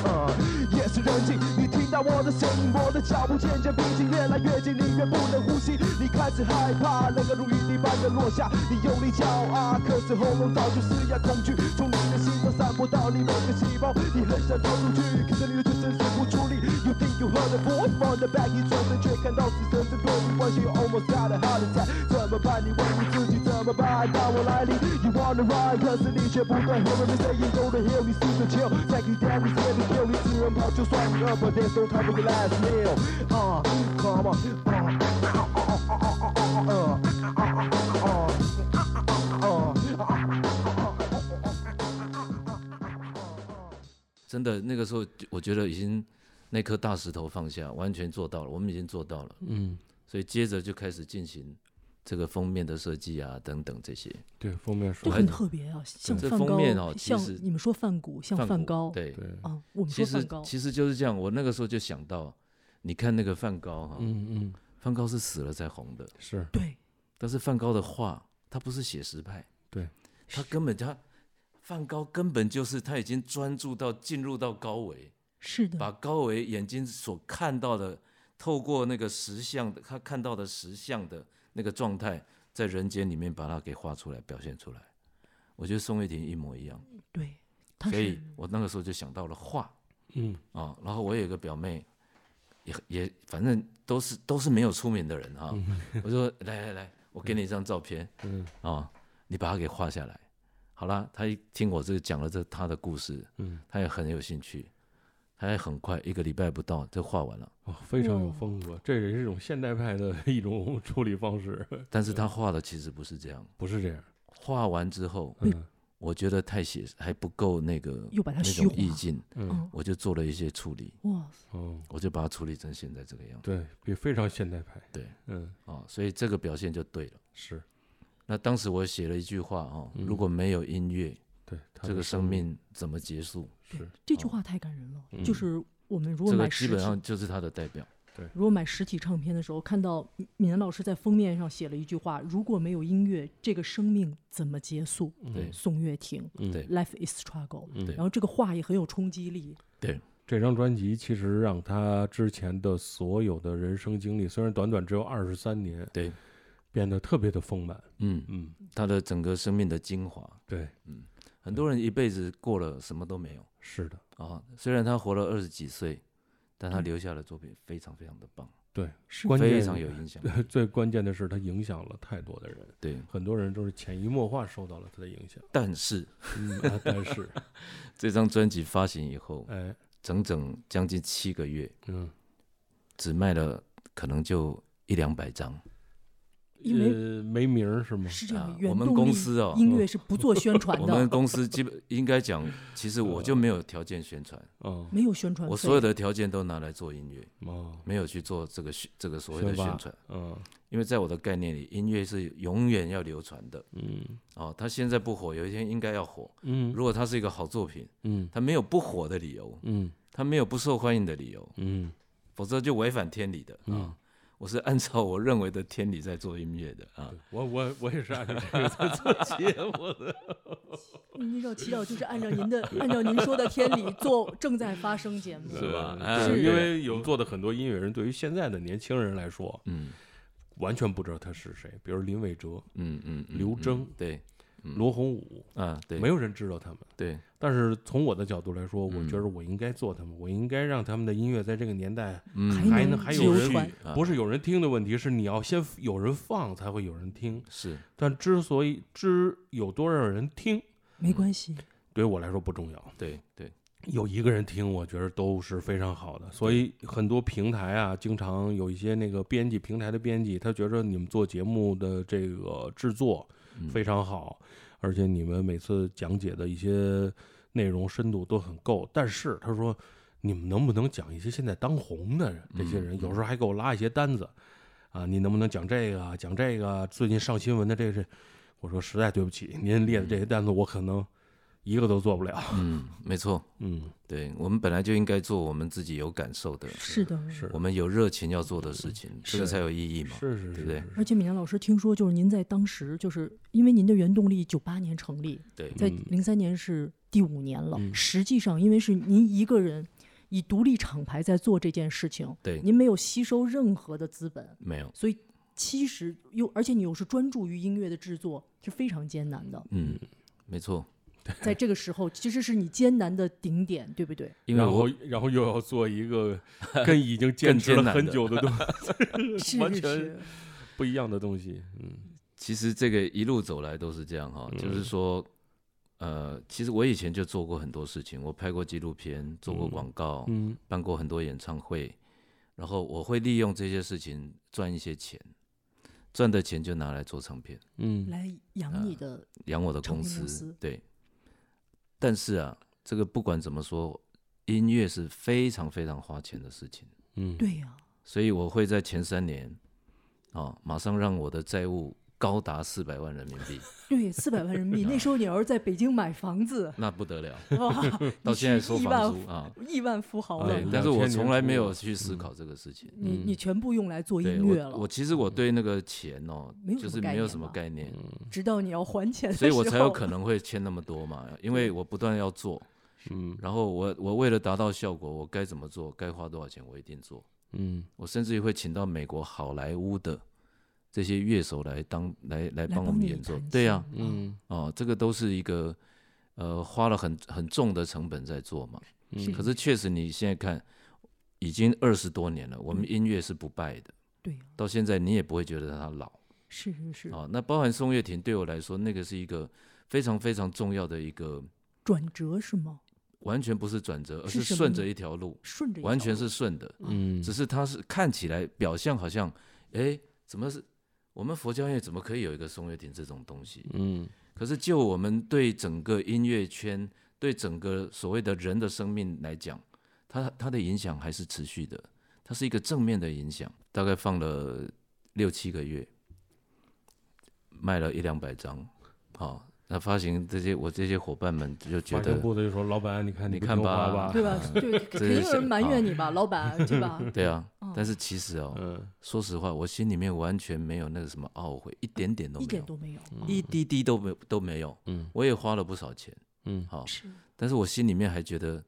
[SPEAKER 8] uh. 夜深人静，你听到我的声音，我的脚步渐渐逼近，越来越近，你越不能呼吸，你开始害怕，冷个如雨滴般的落下，你用力叫啊，可是喉咙早就嘶哑，恐惧从你的心窝散播到你每个细胞，你很想逃出去，可是你的全身死不出力，You think you heard the voice from the back，你转身却看到死神正对你关心，You almost had a heart attack，怎么办？你问你自己怎么办？当我来临，You wanna run，可是你却不断 hearing me saying go to hell，你试着 chill，再给 d a m n say to kill，你只能跑，就算你饿，But there's no time for your last meal。Uh, come on, uh, uh, uh, uh, uh, uh, uh, uh, uh, uh, uh.
[SPEAKER 3] 真的那个时候，我觉得已经那颗大石头放下，完全做到了，我们已经做到了。
[SPEAKER 2] 嗯，
[SPEAKER 3] 所以接着就开始进行这个封面的设计啊，等等这些。
[SPEAKER 2] 对，封面
[SPEAKER 4] 就
[SPEAKER 2] 说
[SPEAKER 3] 我还
[SPEAKER 4] 很特别啊，像
[SPEAKER 3] 这
[SPEAKER 4] 梵
[SPEAKER 3] 封
[SPEAKER 4] 高，
[SPEAKER 3] 面哦其
[SPEAKER 4] 像
[SPEAKER 3] 实
[SPEAKER 4] 你们说梵谷，像
[SPEAKER 3] 梵
[SPEAKER 4] 梵
[SPEAKER 3] 谷
[SPEAKER 4] 高，
[SPEAKER 3] 对，
[SPEAKER 2] 对，
[SPEAKER 4] 啊，我们
[SPEAKER 3] 其
[SPEAKER 4] 说梵
[SPEAKER 3] 实
[SPEAKER 4] 高，
[SPEAKER 3] 其实就是这样。我那个时候就想到，你看那个梵高哈、
[SPEAKER 2] 嗯嗯
[SPEAKER 3] 梵高是死了才红的，
[SPEAKER 2] 是，
[SPEAKER 4] 对，
[SPEAKER 3] 但是梵高的画，他不是写实派，
[SPEAKER 2] 对，
[SPEAKER 3] 他根本他梵高根本就是他已经专注到进入到高维，
[SPEAKER 4] 是
[SPEAKER 3] 把
[SPEAKER 4] 的，
[SPEAKER 3] 高维眼睛所看到的，透过那个实像的他看到的实像的那个状态，在人间里面把它给画出来，表现出来。我觉得宋岳庭一模一样，
[SPEAKER 4] 嗯对，他
[SPEAKER 3] 所以
[SPEAKER 4] 是
[SPEAKER 3] 我那个时候就想到了画。
[SPEAKER 2] 嗯
[SPEAKER 3] 啊、然后我有一个表妹，也也反正都是都是没有出名的人哈、我说来来来，我给你一张照片
[SPEAKER 2] 嗯
[SPEAKER 3] 啊、你把它给画下来。好啦，她一听我这个讲了这她的故事，
[SPEAKER 2] 嗯，
[SPEAKER 3] 她也很有兴趣，她也很快一个礼拜不到就画完了。
[SPEAKER 2] 哦，非常有
[SPEAKER 4] 哇
[SPEAKER 2] 风格，这也是一种现代派的一种处理方式，
[SPEAKER 3] 但是她画的其实不是这样，
[SPEAKER 2] 不是这样，
[SPEAKER 3] 画完之后，
[SPEAKER 2] 嗯
[SPEAKER 3] 我觉得太写还不够那个
[SPEAKER 4] 又把它
[SPEAKER 3] 那
[SPEAKER 4] 虚
[SPEAKER 3] 种
[SPEAKER 4] 化
[SPEAKER 3] 意境，
[SPEAKER 2] 嗯
[SPEAKER 4] 嗯
[SPEAKER 3] 我就做了一些处理，
[SPEAKER 4] 哇，
[SPEAKER 2] 哦，
[SPEAKER 3] 我就把它处理成现在这个样子
[SPEAKER 2] 对，也非常现代派，
[SPEAKER 3] 对，
[SPEAKER 2] 嗯
[SPEAKER 3] 啊、所以这个表现就对了。
[SPEAKER 2] 是，
[SPEAKER 3] 那当时我写了一句话哦，
[SPEAKER 2] 嗯
[SPEAKER 3] 如果没有音乐，
[SPEAKER 2] 对，他
[SPEAKER 3] 这
[SPEAKER 2] 的
[SPEAKER 3] 个生命怎么结束？
[SPEAKER 2] 是，
[SPEAKER 4] 这句话太感人了。
[SPEAKER 2] 嗯
[SPEAKER 4] 就是我们如果
[SPEAKER 3] 这个
[SPEAKER 4] 买
[SPEAKER 3] 基
[SPEAKER 4] 实
[SPEAKER 3] 本
[SPEAKER 4] 体，
[SPEAKER 3] 上就是他的代表。
[SPEAKER 4] 如果买实体唱片的时候，看到米米兰老师在封面上写了一句话：“如果没有音乐，这个生命怎么结束？”
[SPEAKER 3] 对
[SPEAKER 4] 宋岳庭
[SPEAKER 2] 嗯
[SPEAKER 3] 对
[SPEAKER 4] ，Life is struggle。
[SPEAKER 2] 嗯
[SPEAKER 4] 然后这个话也很有冲击力，
[SPEAKER 3] 对，
[SPEAKER 2] 这张专辑其实让他之前的所有的人生经历，虽然短短只有二十三年，
[SPEAKER 3] 对，
[SPEAKER 2] 变得特别的丰满。
[SPEAKER 3] 嗯，
[SPEAKER 2] 嗯，
[SPEAKER 3] 他的整个生命的精华。
[SPEAKER 2] 对，
[SPEAKER 3] 很多人一辈子过了什么都没有
[SPEAKER 2] 嗯是的，
[SPEAKER 3] 啊，虽然他活了二十几岁，但他
[SPEAKER 4] 嗯
[SPEAKER 3] 留下的作品非常非常的棒，
[SPEAKER 2] 对，
[SPEAKER 4] 是
[SPEAKER 2] 关键
[SPEAKER 3] 非常有影响。
[SPEAKER 2] 最关键的是他影响了太多的人，
[SPEAKER 3] 对，
[SPEAKER 2] 很多人都是潜移默化受到了他的影响。
[SPEAKER 3] 但是
[SPEAKER 2] 嗯，啊但是，
[SPEAKER 3] 这张专辑发行以后，
[SPEAKER 2] 哎，
[SPEAKER 3] 整整将近七个月，
[SPEAKER 2] 嗯，
[SPEAKER 3] 只卖了可能就一两百张。
[SPEAKER 4] 因为
[SPEAKER 2] 呃没名儿是吗？
[SPEAKER 4] 是这样的
[SPEAKER 3] 啊
[SPEAKER 4] 原
[SPEAKER 3] 我们
[SPEAKER 4] 动力
[SPEAKER 3] 公司哦
[SPEAKER 4] 音乐是不做宣传
[SPEAKER 3] 我们
[SPEAKER 4] 的，
[SPEAKER 3] 公司基本应该讲，其实我就没有条件宣传，
[SPEAKER 2] 哦
[SPEAKER 4] 没有宣传费。
[SPEAKER 3] 我所有的条件都拿来做音乐。
[SPEAKER 2] 哦，
[SPEAKER 3] 没有去做这个宣这个所谓的宣传，
[SPEAKER 2] 嗯
[SPEAKER 3] 因为在我的概念里，音乐是永远要流传的。
[SPEAKER 2] 嗯
[SPEAKER 3] 哦，它现在不火，有一天应该要火。
[SPEAKER 2] 嗯
[SPEAKER 3] 如果它是一个好作品，
[SPEAKER 2] 嗯
[SPEAKER 3] 它没有不火的理由，
[SPEAKER 2] 嗯
[SPEAKER 3] 它没有不受欢迎的理由，
[SPEAKER 2] 嗯
[SPEAKER 3] 否则就违反天理的啊、
[SPEAKER 2] 嗯，
[SPEAKER 3] 我是按照我认为的天理在做音乐的啊。
[SPEAKER 2] 我我我也是按照这个在做节目的。
[SPEAKER 4] 您知道祈祷就是按照您的按照您说的天理做正在发生节目，
[SPEAKER 3] 是吧
[SPEAKER 2] 对
[SPEAKER 3] 哎
[SPEAKER 2] 对
[SPEAKER 3] 是
[SPEAKER 2] 因为有做的很多音乐人，对于现在的年轻人来说，
[SPEAKER 3] 嗯
[SPEAKER 2] 完全不知道他是谁，比如林伟哲、
[SPEAKER 3] 嗯嗯，嗯
[SPEAKER 2] 刘铮
[SPEAKER 3] 嗯对
[SPEAKER 2] 罗洪武，
[SPEAKER 3] 啊对，
[SPEAKER 2] 没有人知道他们。
[SPEAKER 3] 对
[SPEAKER 2] 但是从我的角度来说，我
[SPEAKER 3] 嗯
[SPEAKER 2] 觉得我应该做他们，我应该让他们的音乐在这个年代
[SPEAKER 3] 嗯
[SPEAKER 2] 还
[SPEAKER 4] 能
[SPEAKER 2] 还有
[SPEAKER 4] 流
[SPEAKER 2] 人
[SPEAKER 4] 传。
[SPEAKER 3] 啊
[SPEAKER 2] 不是有人听的问题，是你要先有人放才会有人听。
[SPEAKER 3] 是
[SPEAKER 2] 但之所以之有多少人听，
[SPEAKER 4] 没关系，
[SPEAKER 2] 对我来说不重要。
[SPEAKER 3] 对对
[SPEAKER 2] 有一个人听，我觉得都是非常好的。所以很多平台啊，经常有一些那个编
[SPEAKER 3] 嗯
[SPEAKER 2] 辑，平台的编辑，他觉着你们做节目的这个制作非常好，而且你们每次讲解的一些内容深度都很够。但是他说，你们能不能讲一些现在当红的人这些
[SPEAKER 3] 嗯
[SPEAKER 2] 人？有时候还给我拉一些单子，啊，你能不能讲这个啊？讲这个啊？最近上新闻的这个是，我说实在对不起，您列的这些单子我可能一个都做不了。
[SPEAKER 3] 嗯，没错，
[SPEAKER 2] 嗯，
[SPEAKER 3] 对我们本来就应该做我们自己有感受的，
[SPEAKER 4] 是的，
[SPEAKER 2] 是嗯
[SPEAKER 3] 我们有热情要做的事情，这个
[SPEAKER 2] 是
[SPEAKER 3] 才有意义嘛。
[SPEAKER 2] 是是
[SPEAKER 3] 对
[SPEAKER 2] 是
[SPEAKER 3] 不对
[SPEAKER 2] 是
[SPEAKER 4] 而且米兰老师听说，就是您在当时，就是因为您的原动力九八年成立，
[SPEAKER 3] 对，
[SPEAKER 4] 在
[SPEAKER 2] 嗯
[SPEAKER 4] 零三年是第五年了。
[SPEAKER 2] 嗯
[SPEAKER 4] 实际上，因为是您一个人以独立厂牌在做这件事情，
[SPEAKER 3] 对
[SPEAKER 4] 您没有吸收任何的资本，
[SPEAKER 3] 没有，
[SPEAKER 4] 所以其实又而且你又是专注于音乐的制作，是非常艰难的。
[SPEAKER 3] 嗯，没错，
[SPEAKER 4] 在这个时候，其实是你艰难的顶点，对不对？
[SPEAKER 3] 因为
[SPEAKER 2] 然后
[SPEAKER 3] 我
[SPEAKER 2] 然后又要做一 个跟已经坚
[SPEAKER 3] 更
[SPEAKER 2] 持
[SPEAKER 3] 艰
[SPEAKER 2] 了
[SPEAKER 3] 难
[SPEAKER 2] 很
[SPEAKER 3] 的
[SPEAKER 2] 久的东
[SPEAKER 4] 是
[SPEAKER 2] 完
[SPEAKER 4] 是
[SPEAKER 2] 全
[SPEAKER 4] 是，
[SPEAKER 2] 不一样的东西，嗯
[SPEAKER 3] 其实这个一路走来都是这样哈，
[SPEAKER 2] 嗯
[SPEAKER 3] 就是说，呃，其实我以前就做过很多事情，我拍过纪录片，做
[SPEAKER 2] 嗯
[SPEAKER 3] 过广告，
[SPEAKER 2] 嗯
[SPEAKER 3] 办过很多演唱会，然后我会利用这些事情赚一些钱，赚的钱就拿来做唱片，
[SPEAKER 2] 嗯
[SPEAKER 4] 来养你的，
[SPEAKER 3] 啊养我的
[SPEAKER 4] 唱片
[SPEAKER 3] 公
[SPEAKER 4] 公
[SPEAKER 3] 司。嗯
[SPEAKER 4] 司
[SPEAKER 3] 对，但是啊，这个不管怎么说，音乐是非常非常花钱的事情，
[SPEAKER 2] 嗯，
[SPEAKER 4] 对呀、
[SPEAKER 3] 所以我会在前三年，哦，马上让我的债务高达四百万人民币，
[SPEAKER 4] 对，四百万人 民币。那时候你要是在北京买房子，
[SPEAKER 3] 那不得了，
[SPEAKER 4] 哇，
[SPEAKER 3] 到现在收
[SPEAKER 4] 你是亿
[SPEAKER 3] 房
[SPEAKER 4] 万
[SPEAKER 3] 租啊。
[SPEAKER 4] 亿万富豪了
[SPEAKER 3] 对
[SPEAKER 2] 嗯，
[SPEAKER 3] 但是我从来
[SPEAKER 2] 2000
[SPEAKER 3] 没
[SPEAKER 2] 年初
[SPEAKER 3] 有
[SPEAKER 2] 啊
[SPEAKER 3] 去思考这个事情。
[SPEAKER 4] 你你全部用来做
[SPEAKER 3] 对
[SPEAKER 4] 音乐
[SPEAKER 3] 我，我
[SPEAKER 4] 了，
[SPEAKER 3] 其实我对那个钱哦
[SPEAKER 4] 没有，什
[SPEAKER 3] 就
[SPEAKER 4] 么
[SPEAKER 3] 是
[SPEAKER 4] 概
[SPEAKER 3] 没有
[SPEAKER 4] 念
[SPEAKER 3] 什么
[SPEAKER 4] 吧
[SPEAKER 3] 概念，
[SPEAKER 4] 直到你要还钱的时
[SPEAKER 3] 嗯所
[SPEAKER 4] 候，
[SPEAKER 3] 以我才有可能会欠那么多嘛，因为我不断要做，
[SPEAKER 2] 嗯
[SPEAKER 3] 然后我我为了达到效果，我该怎么做，该花多少钱，我一定做。
[SPEAKER 2] 嗯
[SPEAKER 3] 我甚至于会请到美国好莱坞的这些乐手来当来来
[SPEAKER 4] 来
[SPEAKER 3] 帮我
[SPEAKER 4] 帮
[SPEAKER 3] 们
[SPEAKER 4] 你
[SPEAKER 3] 演奏
[SPEAKER 4] 弹，
[SPEAKER 3] 对呀、
[SPEAKER 4] 琴
[SPEAKER 2] 嗯
[SPEAKER 3] 哦，这个都是一个呃花了很很重的成本在做嘛。
[SPEAKER 2] 嗯
[SPEAKER 3] 可是确实你现在看，已经二十多年了，我
[SPEAKER 4] 嗯
[SPEAKER 3] 们音乐是不败的，
[SPEAKER 4] 对呀，
[SPEAKER 3] 到现在你也不会觉得它老。
[SPEAKER 4] 是是是，
[SPEAKER 3] 啊，那包含宋岳庭对我来说，那个是一个非常非常重要的一个，
[SPEAKER 4] 转折是吗？
[SPEAKER 3] 完全不是转折，而
[SPEAKER 4] 是
[SPEAKER 3] 是
[SPEAKER 4] 什么
[SPEAKER 3] 顺
[SPEAKER 4] 呢
[SPEAKER 3] 着一条路，
[SPEAKER 4] 顺着一
[SPEAKER 3] 完
[SPEAKER 4] 条
[SPEAKER 3] 全
[SPEAKER 4] 路啊
[SPEAKER 3] 是顺的，
[SPEAKER 2] 嗯，
[SPEAKER 3] 只是它是看起来表象好像，哎，怎么是我们佛教业怎么可以有一个宋岳庭这种东西？
[SPEAKER 2] 嗯
[SPEAKER 3] 可是就我们对整个音乐圈，对整个所谓的人的生命来讲，它它的影响还是持续的，它是一个正面的影响。大概放了六七个月，卖了一两百张，好、那发行这些我这些伙伴们就觉
[SPEAKER 2] 发
[SPEAKER 3] 得
[SPEAKER 2] 行部的就说老板，你看
[SPEAKER 3] 你
[SPEAKER 2] 不
[SPEAKER 3] 看
[SPEAKER 2] 听话
[SPEAKER 3] 吧
[SPEAKER 2] 吧，
[SPEAKER 4] 对 吧？对，肯定有人埋
[SPEAKER 3] 啊
[SPEAKER 4] 怨你吧，老板，对吧？ 嗯
[SPEAKER 3] 对啊，但是其实哦，
[SPEAKER 2] 嗯
[SPEAKER 3] 说实话，我心里面完全没有那个什么懊悔，一点点都
[SPEAKER 4] 一
[SPEAKER 3] 没
[SPEAKER 4] 点
[SPEAKER 3] 有，
[SPEAKER 4] 都没有，嗯
[SPEAKER 3] 一滴滴都没有都没有。
[SPEAKER 2] 嗯
[SPEAKER 3] 我也花了不少钱，
[SPEAKER 2] 嗯
[SPEAKER 3] 好、但是我心里面还觉得，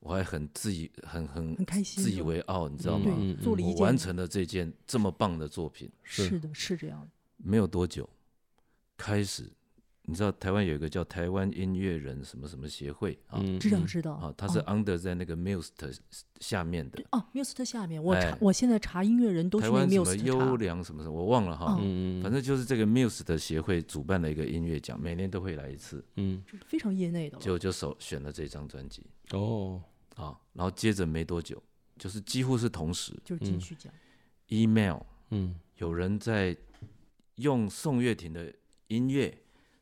[SPEAKER 3] 我还很自以很很
[SPEAKER 4] 很开心
[SPEAKER 3] 自以
[SPEAKER 4] 的
[SPEAKER 3] 为傲，你知道
[SPEAKER 2] 嗯
[SPEAKER 3] 吗？
[SPEAKER 4] 对，做了一
[SPEAKER 3] 我
[SPEAKER 4] 件
[SPEAKER 3] 完成了这件这么棒的作品，
[SPEAKER 2] 是
[SPEAKER 4] 是的，是这样的，
[SPEAKER 3] 没有多久，开始，你知道台湾有一个叫台湾音乐人什么什么协会啊，
[SPEAKER 2] 嗯，
[SPEAKER 4] 知道
[SPEAKER 2] 嗯
[SPEAKER 4] 知道
[SPEAKER 3] 啊，它是
[SPEAKER 4] 哦
[SPEAKER 3] under 在那个 Muse 的下面的，
[SPEAKER 4] 哦 m u s t 下面我查
[SPEAKER 3] 哎，
[SPEAKER 4] 我现在查音乐人都去
[SPEAKER 3] 台
[SPEAKER 4] 那
[SPEAKER 3] 湾什
[SPEAKER 4] Muse
[SPEAKER 3] 么
[SPEAKER 4] 查
[SPEAKER 3] 优良什么什么，我忘了哈。
[SPEAKER 4] 嗯
[SPEAKER 2] 嗯
[SPEAKER 3] 反正就是这个 Muse 的协会主办了一个音乐奖，每年都会来一次，
[SPEAKER 2] 嗯
[SPEAKER 4] 这是非常业内的了，
[SPEAKER 3] 结果就首选了这张专辑
[SPEAKER 2] 哦
[SPEAKER 3] 啊，然后接着没多久，就是几乎是同时嗯
[SPEAKER 4] 就是金曲奖，
[SPEAKER 3] ，email
[SPEAKER 2] 嗯
[SPEAKER 3] 有人在用宋岳庭的音乐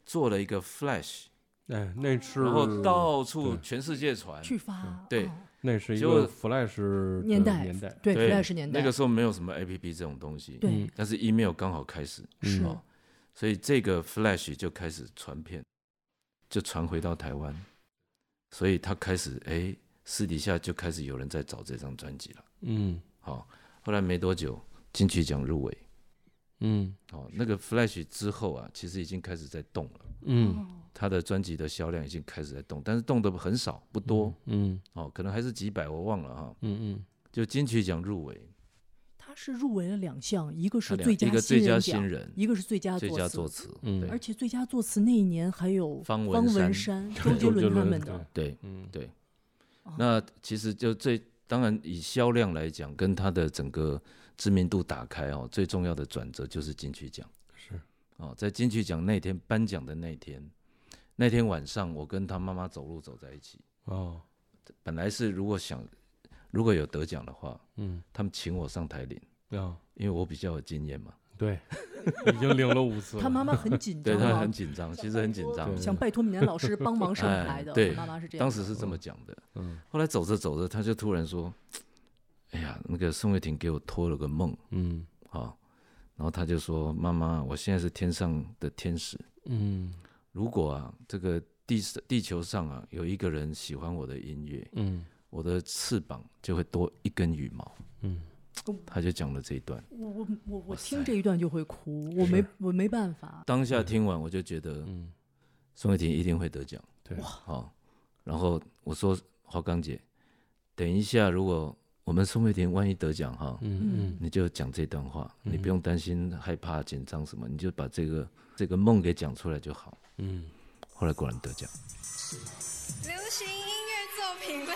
[SPEAKER 3] 做了一个 flash，
[SPEAKER 2] 哎那是
[SPEAKER 3] 然后到处
[SPEAKER 2] 对
[SPEAKER 3] 全世界传。
[SPEAKER 4] 去发
[SPEAKER 3] 对
[SPEAKER 4] 哦
[SPEAKER 2] 那是一
[SPEAKER 3] 结
[SPEAKER 2] 个
[SPEAKER 3] 果
[SPEAKER 2] Flash 的
[SPEAKER 4] 年代
[SPEAKER 2] 年代嗯
[SPEAKER 4] 对 Flash 年代
[SPEAKER 3] 那个时候没有什么 A P P 这种东西，
[SPEAKER 4] 对
[SPEAKER 3] 但是 email 刚好开始，
[SPEAKER 4] 是
[SPEAKER 3] 哦所以这个 Flash 就开始传片，就传回到台湾，所以他开始哎，私底下就开始有人在找这张专辑了。
[SPEAKER 2] 嗯
[SPEAKER 3] 好、后来没多久金曲奖入围，
[SPEAKER 2] 嗯
[SPEAKER 3] 哦，那个 Flash 之后啊，其实已经开始在动了，
[SPEAKER 4] 哦
[SPEAKER 2] 嗯
[SPEAKER 3] 他的专辑的销量已经开始在动，但是动的很少，不多、
[SPEAKER 2] 嗯
[SPEAKER 3] 哦，可能还是几百，我忘了哈、
[SPEAKER 2] 嗯嗯
[SPEAKER 3] 就金曲奖入围，
[SPEAKER 4] 他是入围了两项，一个是
[SPEAKER 3] 他两
[SPEAKER 4] 最佳
[SPEAKER 3] 一个最佳
[SPEAKER 4] 新
[SPEAKER 3] 新
[SPEAKER 4] 人奖，
[SPEAKER 3] 人，
[SPEAKER 4] 一个是最佳
[SPEAKER 3] 最佳
[SPEAKER 4] 作
[SPEAKER 3] 作
[SPEAKER 4] 词。
[SPEAKER 3] 词，
[SPEAKER 2] 嗯
[SPEAKER 3] 对
[SPEAKER 4] 而且最佳作词那一年还有
[SPEAKER 3] 方文
[SPEAKER 4] 文
[SPEAKER 3] 山
[SPEAKER 4] 山、 周杰
[SPEAKER 2] 周杰
[SPEAKER 4] 伦他
[SPEAKER 2] 伦
[SPEAKER 4] 们
[SPEAKER 2] 对
[SPEAKER 4] 的，哦
[SPEAKER 3] 对
[SPEAKER 2] 嗯
[SPEAKER 3] 对。那其实就最当然以销量来讲，跟他的整个知名度打开哦，最重要的转折就是金曲奖
[SPEAKER 2] 是
[SPEAKER 3] 哦。在金曲奖那天颁奖的那天，那天晚上我跟他妈妈走路走在一起，
[SPEAKER 2] 哦
[SPEAKER 3] 本来是如果想如果有得奖的话，
[SPEAKER 2] 嗯
[SPEAKER 3] 他们请我上台领，
[SPEAKER 2] 啊
[SPEAKER 3] 因为我比较有经验嘛。
[SPEAKER 2] 对，已经领了五次了。
[SPEAKER 4] 他妈妈很紧
[SPEAKER 3] 对
[SPEAKER 4] 张
[SPEAKER 3] 他
[SPEAKER 4] 啊，
[SPEAKER 3] 很紧张，其实很紧张
[SPEAKER 2] 对。
[SPEAKER 4] 想拜托闽南老师帮忙生孩的，
[SPEAKER 3] 哎对
[SPEAKER 4] 他妈妈是这样。
[SPEAKER 3] 当时是这么讲的。
[SPEAKER 2] 嗯
[SPEAKER 3] 后来走着走着，他就突然说：“哎呀，那个宋慧婷给我托了个梦
[SPEAKER 2] 嗯
[SPEAKER 3] 啊。然后他就说：“妈妈，我现在是天上的天使，
[SPEAKER 2] 嗯
[SPEAKER 3] 如果啊，这个地地球上啊有一个人喜欢我的音乐，
[SPEAKER 2] 嗯
[SPEAKER 3] 我的翅膀就会多一根羽毛。”
[SPEAKER 2] 嗯，
[SPEAKER 3] 他就讲了这一段。
[SPEAKER 4] 我我我我
[SPEAKER 3] 哇
[SPEAKER 4] 听
[SPEAKER 3] 塞
[SPEAKER 4] 这一段就会哭，我没我没办法。
[SPEAKER 3] 当下听完，我就觉得
[SPEAKER 2] 嗯，
[SPEAKER 3] 宋慧婷一定会得奖。
[SPEAKER 2] 对，
[SPEAKER 3] 好、然后我说华刚姐，等一下，如果我们宋慧婷万一得奖哈，
[SPEAKER 2] 嗯
[SPEAKER 3] 你就讲这段话，你
[SPEAKER 2] 嗯
[SPEAKER 3] 不用担心害怕紧张什么，你就把这个这个梦给讲出来就好。
[SPEAKER 2] 嗯嗯
[SPEAKER 3] 后来果然得奖，
[SPEAKER 9] 流行音乐作品类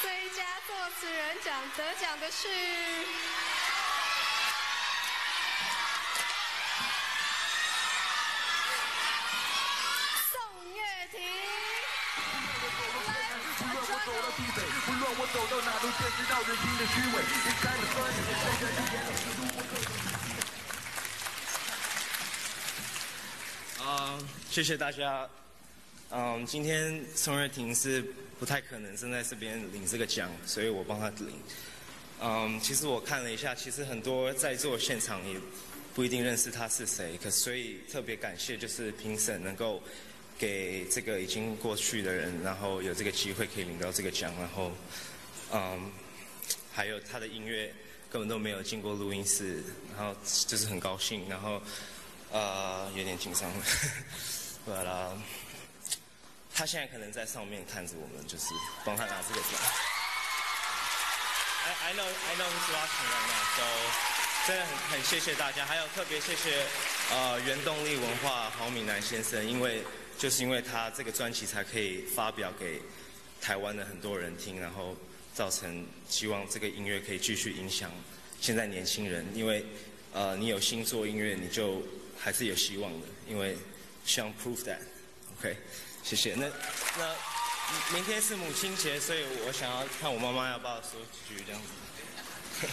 [SPEAKER 9] 最佳作词人奖得奖的是。宋岳庭。
[SPEAKER 10] 啊谢谢大家。嗯，今天宋岳庭是不太可能站在这边领这个奖，所以我帮他领。嗯，其实我看了一下，其实很多在座现场也不一定认识他是谁，可所以特别感谢就是评审能够给这个已经过去的人，然后有这个机会可以领到这个奖，然后嗯，还有他的音乐根本都没有进过录音室，然后就是很高兴，然后呃有点紧张 了，对啦，他现在可能在上面看着我们，就是帮他拿这个奖。I I know I know who's watching right now, so 真的很很谢谢大家，还有特别谢谢呃原动力文化黄敏南先生，因为就是因为他这个专辑才可以发表给台湾的很多人听，然后造成希望这个音乐可以继续影响现在年轻人，因为呃你有心做音乐，你就还是有希望的，因为像 Prove That，OK，、谢谢。那那。明天是母亲节，所以我想要看我妈妈要不要说几句这样子。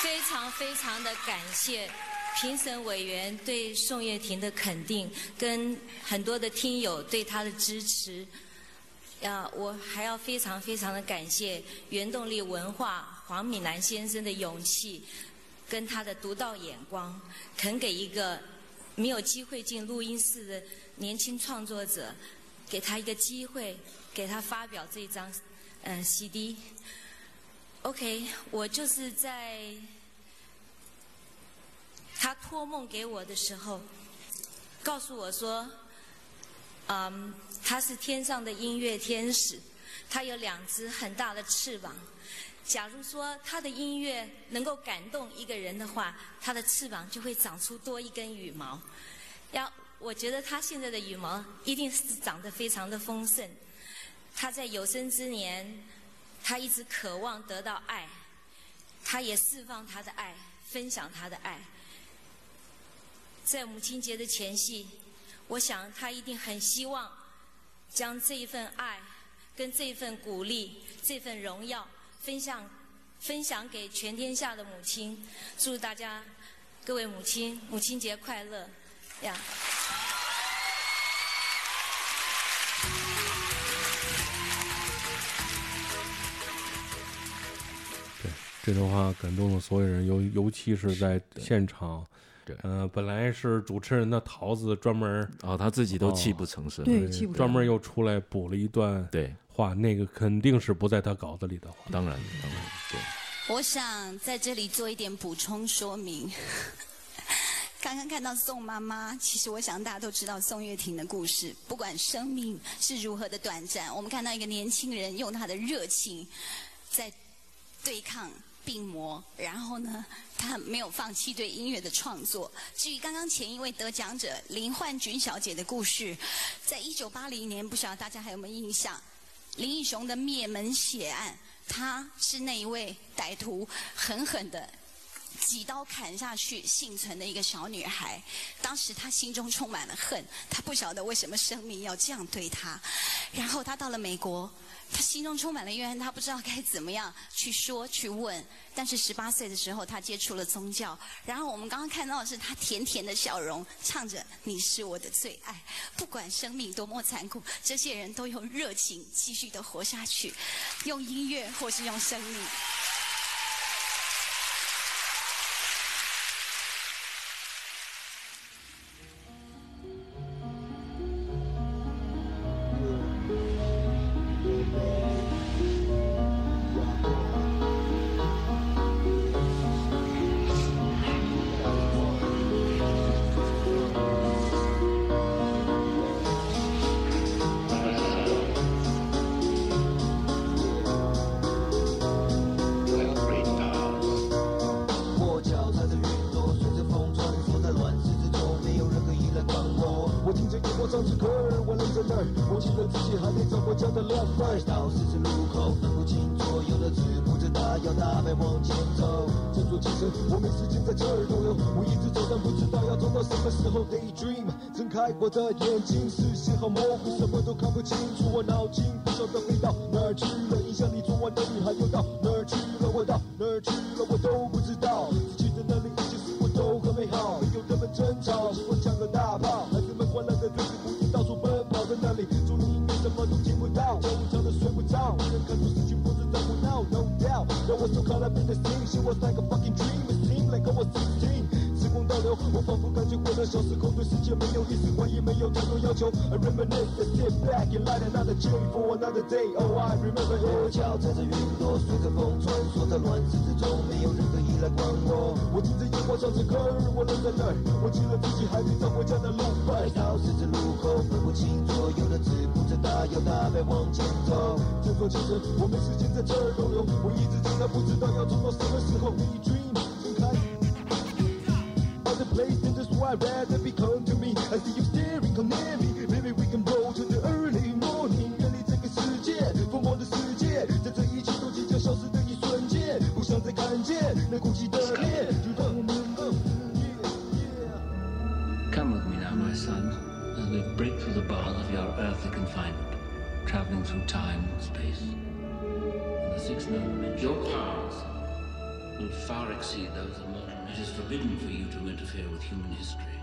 [SPEAKER 11] 非常非常的感谢评审委员对宋岳庭的肯定，跟很多的听友对他的支持。呀、我还要非常非常的感谢原动力文化黄敏南先生的勇气，跟他的独到眼光，肯给一个没有机会进录音室的年轻创作者，给他一个机会，给他发表这张嗯、呃 CD。OK，我就是在他托梦给我的时候，告诉我说，嗯，他是天上的音乐天使，他有两只很大的翅膀。假如说他的音乐能够感动一个人的话，他的翅膀就会长出多一根羽毛。要我觉得他现在的羽毛一定是长得非常的丰盛。他在有生之年，他一直渴望得到爱，他也释放他的爱，分享他的爱。在母亲节的前夕，我想他一定很希望将这一份爱、跟这一份鼓励、这份荣耀分享分享给全天下的母亲。祝大家各位母亲母亲节快乐呀！
[SPEAKER 2] 这段话感动了所有人，尤尤其是在现场。
[SPEAKER 3] 对
[SPEAKER 2] 呃，本来是主持人的桃子专门儿
[SPEAKER 3] 哦，他自己都泣不成声。
[SPEAKER 4] 对，气不
[SPEAKER 2] 专门又出来补了一段
[SPEAKER 3] 对，
[SPEAKER 2] 话，那个肯定是不在他稿子里的话。
[SPEAKER 3] 当然，当然，对。
[SPEAKER 11] 我想在这里做一点补充说明。刚刚看到宋妈妈，其实我想大家都知道宋岳庭的故事。不管生命是如何的短暂，我们看到一个年轻人用他的热情在对抗病魔，然后呢，他没有放弃对音乐的创作。至于刚刚前一位得奖者林焕君小姐的故事，在一九八零年，不晓得大家还有没有印象？林义雄的灭门血案，他是那一位歹徒狠狠的
[SPEAKER 12] 几刀砍下去幸存的一个小女孩。当时她心中充满了恨，她不晓得为什么生命要这样对她。然后她到了美国，她心中充满了怨恨，她不知道该怎么样去说去问。但是十八岁的时候，她接触了宗教。然后我们刚刚看到的是她甜甜的笑容，唱着“你是我的最爱”，不管生命多么残酷，这些人都用热情继续的活下去，用音乐或是用生命。
[SPEAKER 7] 破脚踩着云朵，随着风穿梭在乱世之中，没有任何依赖管我。我听着烟波唱起歌儿，我愣在那儿，我记得自己还在走过家的 left right。到十字路口，分不清左右的指不知道要大迈往前走。振作精神，我没时间在这儿逗留，我一直走，但不知道要走到什么时候。Daydream，睁开我的眼睛，视线好模糊，什么都看不清楚，我脑筋不晓得飞到哪儿去了。印象里昨晚的女孩又到哪儿去了？我到哪儿去了？我都不知道。自己的能力一切似乎都很美好，没有人们争吵，喜欢抢个大炮，孩子们欢乐的追逐不停，到处奔跑，在那里注意音乐什么都听不到，脚舞跳的睡不着，没人看出事情不知道不闹，no doubt。让我手铐来变得 sing，心我 like a fucking dream，it seem like I was sixteen。时空倒流，我仿佛感觉回到小时候，对世界没有一丝怀疑，没有太多要求。I reminisce and sit back and light another J for another day. Oh, I remember it. 我脚踩着云朵，随着风穿梭在乱世之中，没有任何依赖管我。我听着烟火唱着歌儿，我愣在那儿，我记得自己还没找回家的路。来到十字路口，分不清左右的指，不知道要大迈往前走。振作精神，我没时间在这儿逗留，我一直等待，不知道要走到什么时候。一 dream，睁开。other place than this why rather be come to me I see you staring, come near me Maybe we can roll to the early morning 远离这个世界，疯狂的世界在这一切都即将消失的一瞬间不想再看见那哭泣的脸就让我们
[SPEAKER 13] Come with me now, my son, as we break through the bars of your earthly confinement, traveling through time and space. In the sixth known dimension, your powers will far exceed those of mortal. It is forbidden for you to interfere with human history.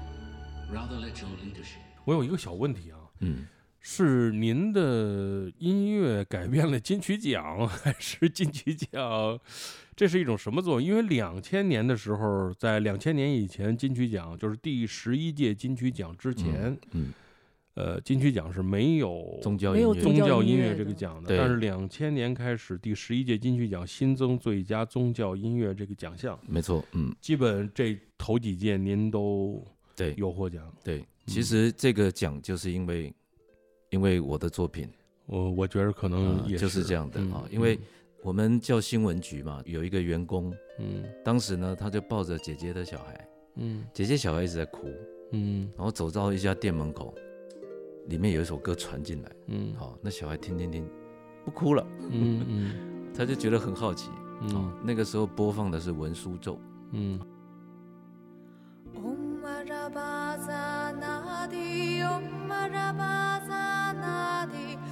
[SPEAKER 13] Rather, let your leadership.
[SPEAKER 2] 我有一个小问题啊，
[SPEAKER 3] 嗯，
[SPEAKER 2] 是您的音乐改变了金曲奖，还是金曲奖？ 这是一种什么作用？因为两千年的时候，在两千年以前，金曲奖就是第十一届金曲奖之前，
[SPEAKER 3] 嗯，
[SPEAKER 2] 呃，金曲奖是没有
[SPEAKER 3] 宗教音乐没有宗
[SPEAKER 2] 宗
[SPEAKER 3] 教
[SPEAKER 2] 教
[SPEAKER 3] 音
[SPEAKER 2] 音
[SPEAKER 3] 乐
[SPEAKER 2] 乐这个
[SPEAKER 3] 的
[SPEAKER 2] 奖的。
[SPEAKER 3] 对
[SPEAKER 2] 但是两千年开始，第十一届金曲奖新增最佳宗教音乐这个奖项，
[SPEAKER 3] 没错，嗯，
[SPEAKER 2] 基本这头几届您都
[SPEAKER 3] 对
[SPEAKER 2] 有获奖。
[SPEAKER 3] 对，其实这个奖就是因为因为我的作品，
[SPEAKER 2] 我我觉得可能也
[SPEAKER 3] 就是这样的
[SPEAKER 2] 嗯
[SPEAKER 3] 啊，
[SPEAKER 2] 嗯
[SPEAKER 3] 因为我们叫新闻局嘛，有一个员工，
[SPEAKER 2] 嗯，
[SPEAKER 3] 当时呢他就抱着姐姐的小孩，
[SPEAKER 2] 嗯
[SPEAKER 3] 姐姐小孩一直在哭，
[SPEAKER 2] 嗯
[SPEAKER 3] 然后走到一家店门口，里面有一首歌传进来，
[SPEAKER 2] 嗯
[SPEAKER 3] 好，那小孩听听听，不哭了，
[SPEAKER 2] 嗯嗯，
[SPEAKER 3] 他就觉得很好奇，
[SPEAKER 2] 嗯
[SPEAKER 3] 哦，那个时候播放的是文殊咒，
[SPEAKER 2] 嗯，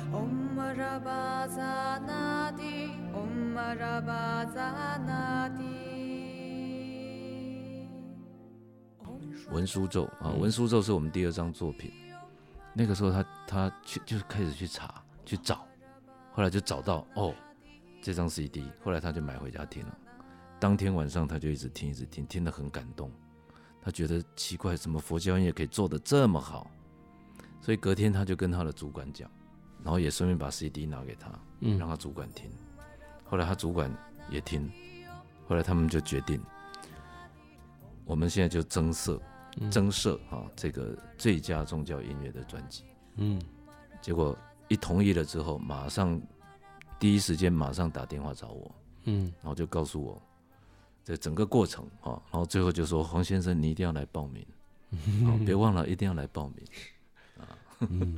[SPEAKER 6] Om Rabazanadi, Om Rabazanadi, Om Rabazanadi, Om Rabazanadi.
[SPEAKER 3] 文殊咒啊，
[SPEAKER 2] 嗯
[SPEAKER 3] 文殊咒是我们第二张作品。那个时候他他去就是开始去查去找，后来就找到哦这张 CD，后来他就买回家听了。当天晚上他就一直听一直听，听得很感动。他觉得奇怪，怎么佛教音乐可以做得这么好？所以隔天他就跟他的主管讲，然后也顺便把 CD 拿给他，
[SPEAKER 2] 嗯
[SPEAKER 3] 让他主管听。后来他主管也听，后来他们就决定，我们现在就增设，
[SPEAKER 2] 嗯
[SPEAKER 3] 增设啊、这个最佳宗教音乐的专辑。
[SPEAKER 2] 嗯，
[SPEAKER 3] 结果一同意了之后，马上第一时间马上打电话找我，
[SPEAKER 2] 嗯，
[SPEAKER 3] 然后就告诉我这整个过程哈、哦，然后最后就说黄先生你一定要来报 名，哦、别忘了一定要来报名。啊
[SPEAKER 2] 嗯，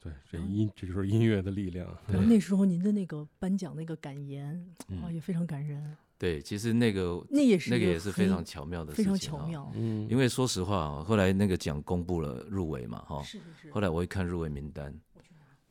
[SPEAKER 2] 对，这音这就是音乐的力量。
[SPEAKER 4] 然后那时候您的那个颁奖那个感言，
[SPEAKER 3] 嗯
[SPEAKER 4] 哇，也非常感人。
[SPEAKER 3] 对，其实那个
[SPEAKER 4] 那也是
[SPEAKER 3] 那个
[SPEAKER 4] 一个
[SPEAKER 3] 也是非
[SPEAKER 4] 很
[SPEAKER 3] 常巧妙的事
[SPEAKER 4] 非
[SPEAKER 3] 情、
[SPEAKER 4] 常
[SPEAKER 3] 哦，
[SPEAKER 4] 巧妙
[SPEAKER 2] 嗯
[SPEAKER 3] 因为说实话、哦，后来那个奖公布了入围嘛，哈、
[SPEAKER 4] 是是是
[SPEAKER 3] 后来我一看入围名单，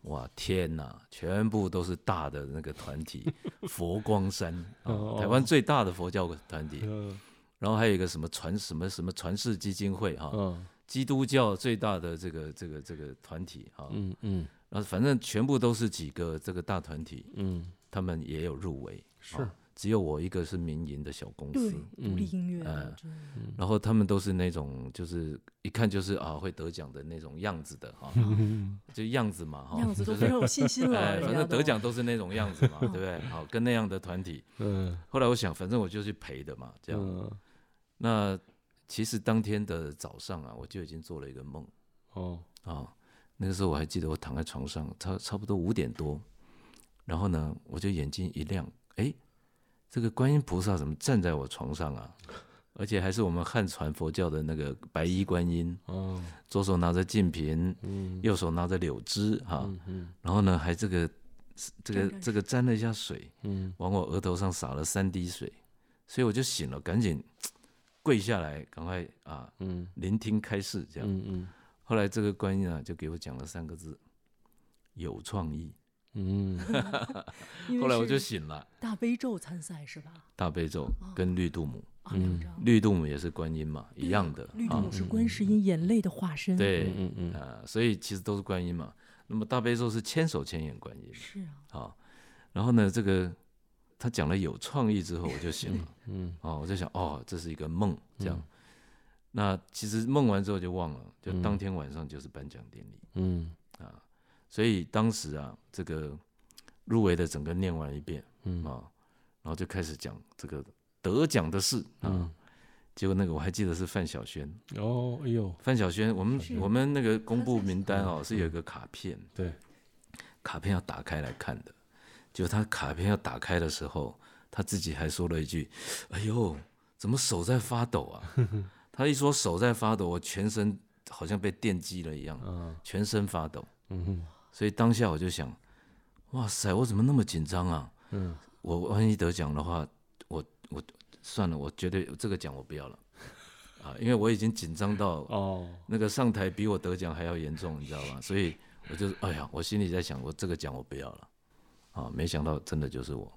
[SPEAKER 3] 哇，天哪，全部都是大的那个团体，佛 光山啊、
[SPEAKER 2] 哦
[SPEAKER 3] 台湾最大的佛教团体，
[SPEAKER 4] 嗯
[SPEAKER 3] 然后还有一个什么传什么什么传世基金会哈、
[SPEAKER 2] 嗯
[SPEAKER 3] 基督教最大的这个这个这个团体哈、
[SPEAKER 2] 嗯嗯，
[SPEAKER 3] 然后反正全部都是几个这个大团体，
[SPEAKER 2] 嗯，
[SPEAKER 3] 他们也有入围，
[SPEAKER 2] 是
[SPEAKER 3] 啊只有我一个是民营的小公司，
[SPEAKER 4] 对独立音乐的
[SPEAKER 3] 嗯
[SPEAKER 4] 真的
[SPEAKER 3] 然后他们都是那种就是一看就是啊会得奖的那种样子的哈、
[SPEAKER 2] 嗯
[SPEAKER 3] 就样子嘛哈、
[SPEAKER 4] 样子都
[SPEAKER 3] 就是
[SPEAKER 4] 非常有信心了
[SPEAKER 3] 哎
[SPEAKER 4] 人家
[SPEAKER 3] 反正
[SPEAKER 4] 都
[SPEAKER 3] 得奖都是那种样 子嘛，对不对？好，跟那样的团体，
[SPEAKER 2] 嗯，
[SPEAKER 3] 后来我想，反正我就去陪的嘛，这样。
[SPEAKER 2] 嗯
[SPEAKER 3] 那其实当天的早上啊，我就已经做了一个梦，
[SPEAKER 2] 哦
[SPEAKER 3] 啊，那个时候我还记得我躺在床上，差差不多五点多，然后呢，我就眼睛一亮，哎，这个观音菩萨怎么站在我床上啊？而且还是我们汉传佛教的那个白衣观音，
[SPEAKER 2] 哦，
[SPEAKER 3] 左手拿着净瓶，
[SPEAKER 2] 嗯
[SPEAKER 3] 右手拿着柳枝哈、
[SPEAKER 2] 嗯嗯
[SPEAKER 3] 然后呢还这个这
[SPEAKER 2] 沾
[SPEAKER 3] 个
[SPEAKER 2] 沾
[SPEAKER 3] 这个沾了一下水，
[SPEAKER 2] 嗯
[SPEAKER 3] 往我额头上洒了三滴水，所以我就醒了，赶紧跪下来，赶快啊，
[SPEAKER 2] 嗯，
[SPEAKER 3] 聆听开示这样，
[SPEAKER 2] 嗯嗯
[SPEAKER 3] 后来这个观音啊，就给我讲了三个字：有创意。
[SPEAKER 2] 嗯
[SPEAKER 4] 因为
[SPEAKER 3] 后来我
[SPEAKER 4] 是
[SPEAKER 3] 就醒了，
[SPEAKER 4] 大悲咒参赛是吧？
[SPEAKER 3] 大悲咒
[SPEAKER 4] 哦
[SPEAKER 3] 跟绿度母，
[SPEAKER 4] 嗯，
[SPEAKER 3] 绿度母也是观音嘛，一样的
[SPEAKER 4] 绿度
[SPEAKER 3] 啊
[SPEAKER 4] 母，是观世音眼泪的化身。
[SPEAKER 3] 对，嗯嗯啊，所以其实都是观音嘛。那么大悲咒是千手千眼观音，
[SPEAKER 4] 是啊，
[SPEAKER 3] 啊，然后呢，这个他讲了有创意之后，我就醒了，
[SPEAKER 2] 嗯，
[SPEAKER 3] 哦，我就想，哦，这是一个梦，这样。那其实梦完之后就忘了，就当天晚上就是颁奖典礼，
[SPEAKER 2] 嗯
[SPEAKER 3] 啊，所以当时啊，这个入围的整个念完一遍，
[SPEAKER 2] 嗯
[SPEAKER 3] 啊，然后就开始讲这个得奖的事啊。
[SPEAKER 2] 嗯
[SPEAKER 3] 结果那个我还记得是范晓萱，
[SPEAKER 2] 哦，哎呦，
[SPEAKER 3] 范晓萱，我们
[SPEAKER 2] 是
[SPEAKER 3] 我们那个公布名单哦，是有一个卡片，
[SPEAKER 2] 对，
[SPEAKER 3] 卡片要打开来看的。就他卡片要打开的时候，他自己还说了一句：“哎呦，怎么手在发抖啊？” 他一说手在发抖，我全身好像被电击了一样，全身发抖。
[SPEAKER 2] 嗯
[SPEAKER 3] 所以当下我就想，哇塞，我怎么那么紧张啊？
[SPEAKER 2] 嗯
[SPEAKER 3] 我万一得奖的话，我我算了，我绝对这个奖我不要了啊，因为我已经紧张到
[SPEAKER 2] 哦，
[SPEAKER 3] 那个上台比我得奖还要严重，你知道吗？所以我就哎呀，我心里在想，我这个奖我不要了啊，没想到真的就是我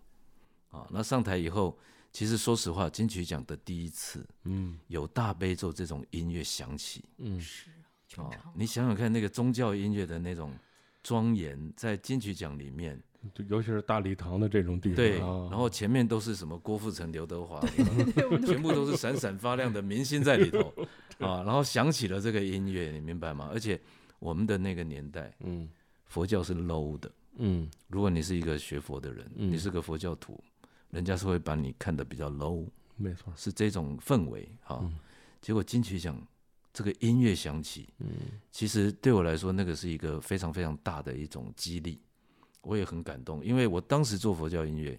[SPEAKER 3] 啊。那上台以后，其实说实话，金曲奖的第一次
[SPEAKER 2] 嗯
[SPEAKER 3] 有大悲咒这种音乐响起，
[SPEAKER 2] 嗯
[SPEAKER 3] 哦，你想想看，那个宗教音乐的那种庄严，在金曲奖里面，
[SPEAKER 2] 就尤其是大礼堂的这种地方，
[SPEAKER 3] 对，
[SPEAKER 2] 啊
[SPEAKER 3] 然后前面都是什么郭富城、刘 德华，
[SPEAKER 4] 对我们都
[SPEAKER 3] 全部都是闪闪发亮的明星在里头啊，然后响起了这个音乐，你明白吗？而且我们的那个年代，
[SPEAKER 2] 嗯，
[SPEAKER 3] 佛教是 low 的，
[SPEAKER 2] 嗯，
[SPEAKER 3] 如果你是一个学佛的人，
[SPEAKER 2] 嗯
[SPEAKER 3] 你是个佛教徒，人家是会把你看得比较 low，
[SPEAKER 2] 没错，
[SPEAKER 3] 是这种氛围啊。结果金曲奖这个音乐响起，
[SPEAKER 2] 嗯
[SPEAKER 3] 其实对我来说，那个是一个非常非常大的一种激励，我也很感动，因为我当时做佛教音乐，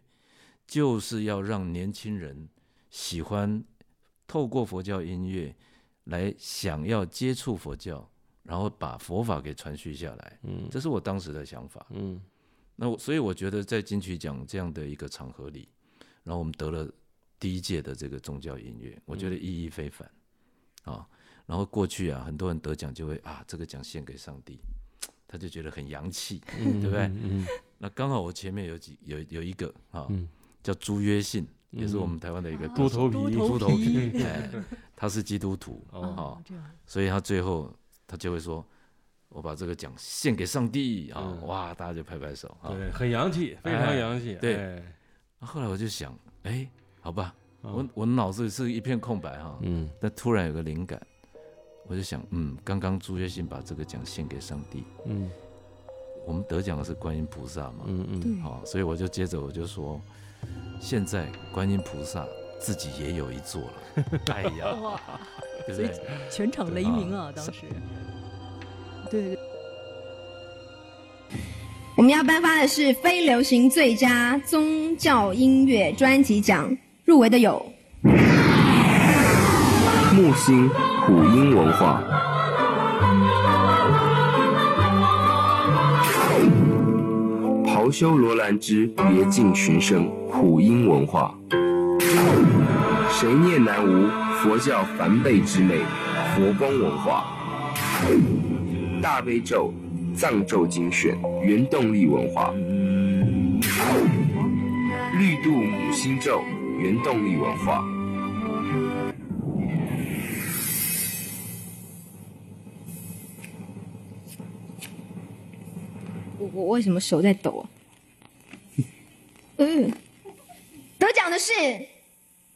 [SPEAKER 3] 就是要让年轻人喜欢透过佛教音乐来想要接触佛教，然后把佛法给传续下来，
[SPEAKER 2] 嗯
[SPEAKER 3] 这是我当时的想法。
[SPEAKER 2] 嗯
[SPEAKER 3] 那我所以我觉得在金曲奖这样的一个场合里，然后我们得了第一届的这个宗教音乐，我觉得意义非凡啊。然后过去啊，很多人得奖就会啊，这个奖献给上帝，他就觉得很洋气，
[SPEAKER 2] 嗯
[SPEAKER 3] 对不对？
[SPEAKER 2] 嗯嗯
[SPEAKER 3] 那刚好我前面有几有有一个啊，
[SPEAKER 2] 嗯
[SPEAKER 3] 叫朱约信，也是我们
[SPEAKER 2] 嗯
[SPEAKER 3] 台湾的一个
[SPEAKER 2] 猪
[SPEAKER 3] 歌手
[SPEAKER 2] 头皮
[SPEAKER 3] 猪头皮
[SPEAKER 2] 嗯，
[SPEAKER 3] 哎，他是基督徒
[SPEAKER 2] 哦
[SPEAKER 3] 啊
[SPEAKER 4] 这样，
[SPEAKER 3] 所以他最后他就会说。我把这个奖献给上帝啊！哇，大家就拍拍手啊，
[SPEAKER 2] 嗯对，很洋气，非常
[SPEAKER 3] 哎
[SPEAKER 2] 洋气，
[SPEAKER 3] 对，
[SPEAKER 2] 哎
[SPEAKER 3] 后来我就想，哎，好吧，
[SPEAKER 2] 啊
[SPEAKER 3] 我我脑子是一片空白哈，
[SPEAKER 2] 嗯，
[SPEAKER 3] 但突然有个灵感，我就想，嗯，刚刚朱月信把这个奖献给上帝，
[SPEAKER 2] 嗯
[SPEAKER 3] 我们得奖的是观音菩萨嘛，
[SPEAKER 2] 嗯嗯对
[SPEAKER 3] 好，所以我就接着我就说，现在观音菩萨自己也有一座 了，哎呀
[SPEAKER 4] 哇，
[SPEAKER 3] 对不
[SPEAKER 4] 所以
[SPEAKER 3] 对？
[SPEAKER 4] 全场雷鸣啊，当时。对对，
[SPEAKER 14] 我们要颁发的是非流行最佳宗教音乐专辑奖，入围的有
[SPEAKER 15] 木星古音文化，《袍修罗兰之别境寻声》古音文化，谁念南无佛教梵呗之美，佛光文化。大悲咒、藏咒精选，原动力文化。绿度母心咒，原动力文化。
[SPEAKER 14] 我我为什么手在抖啊？嗯，得奖的是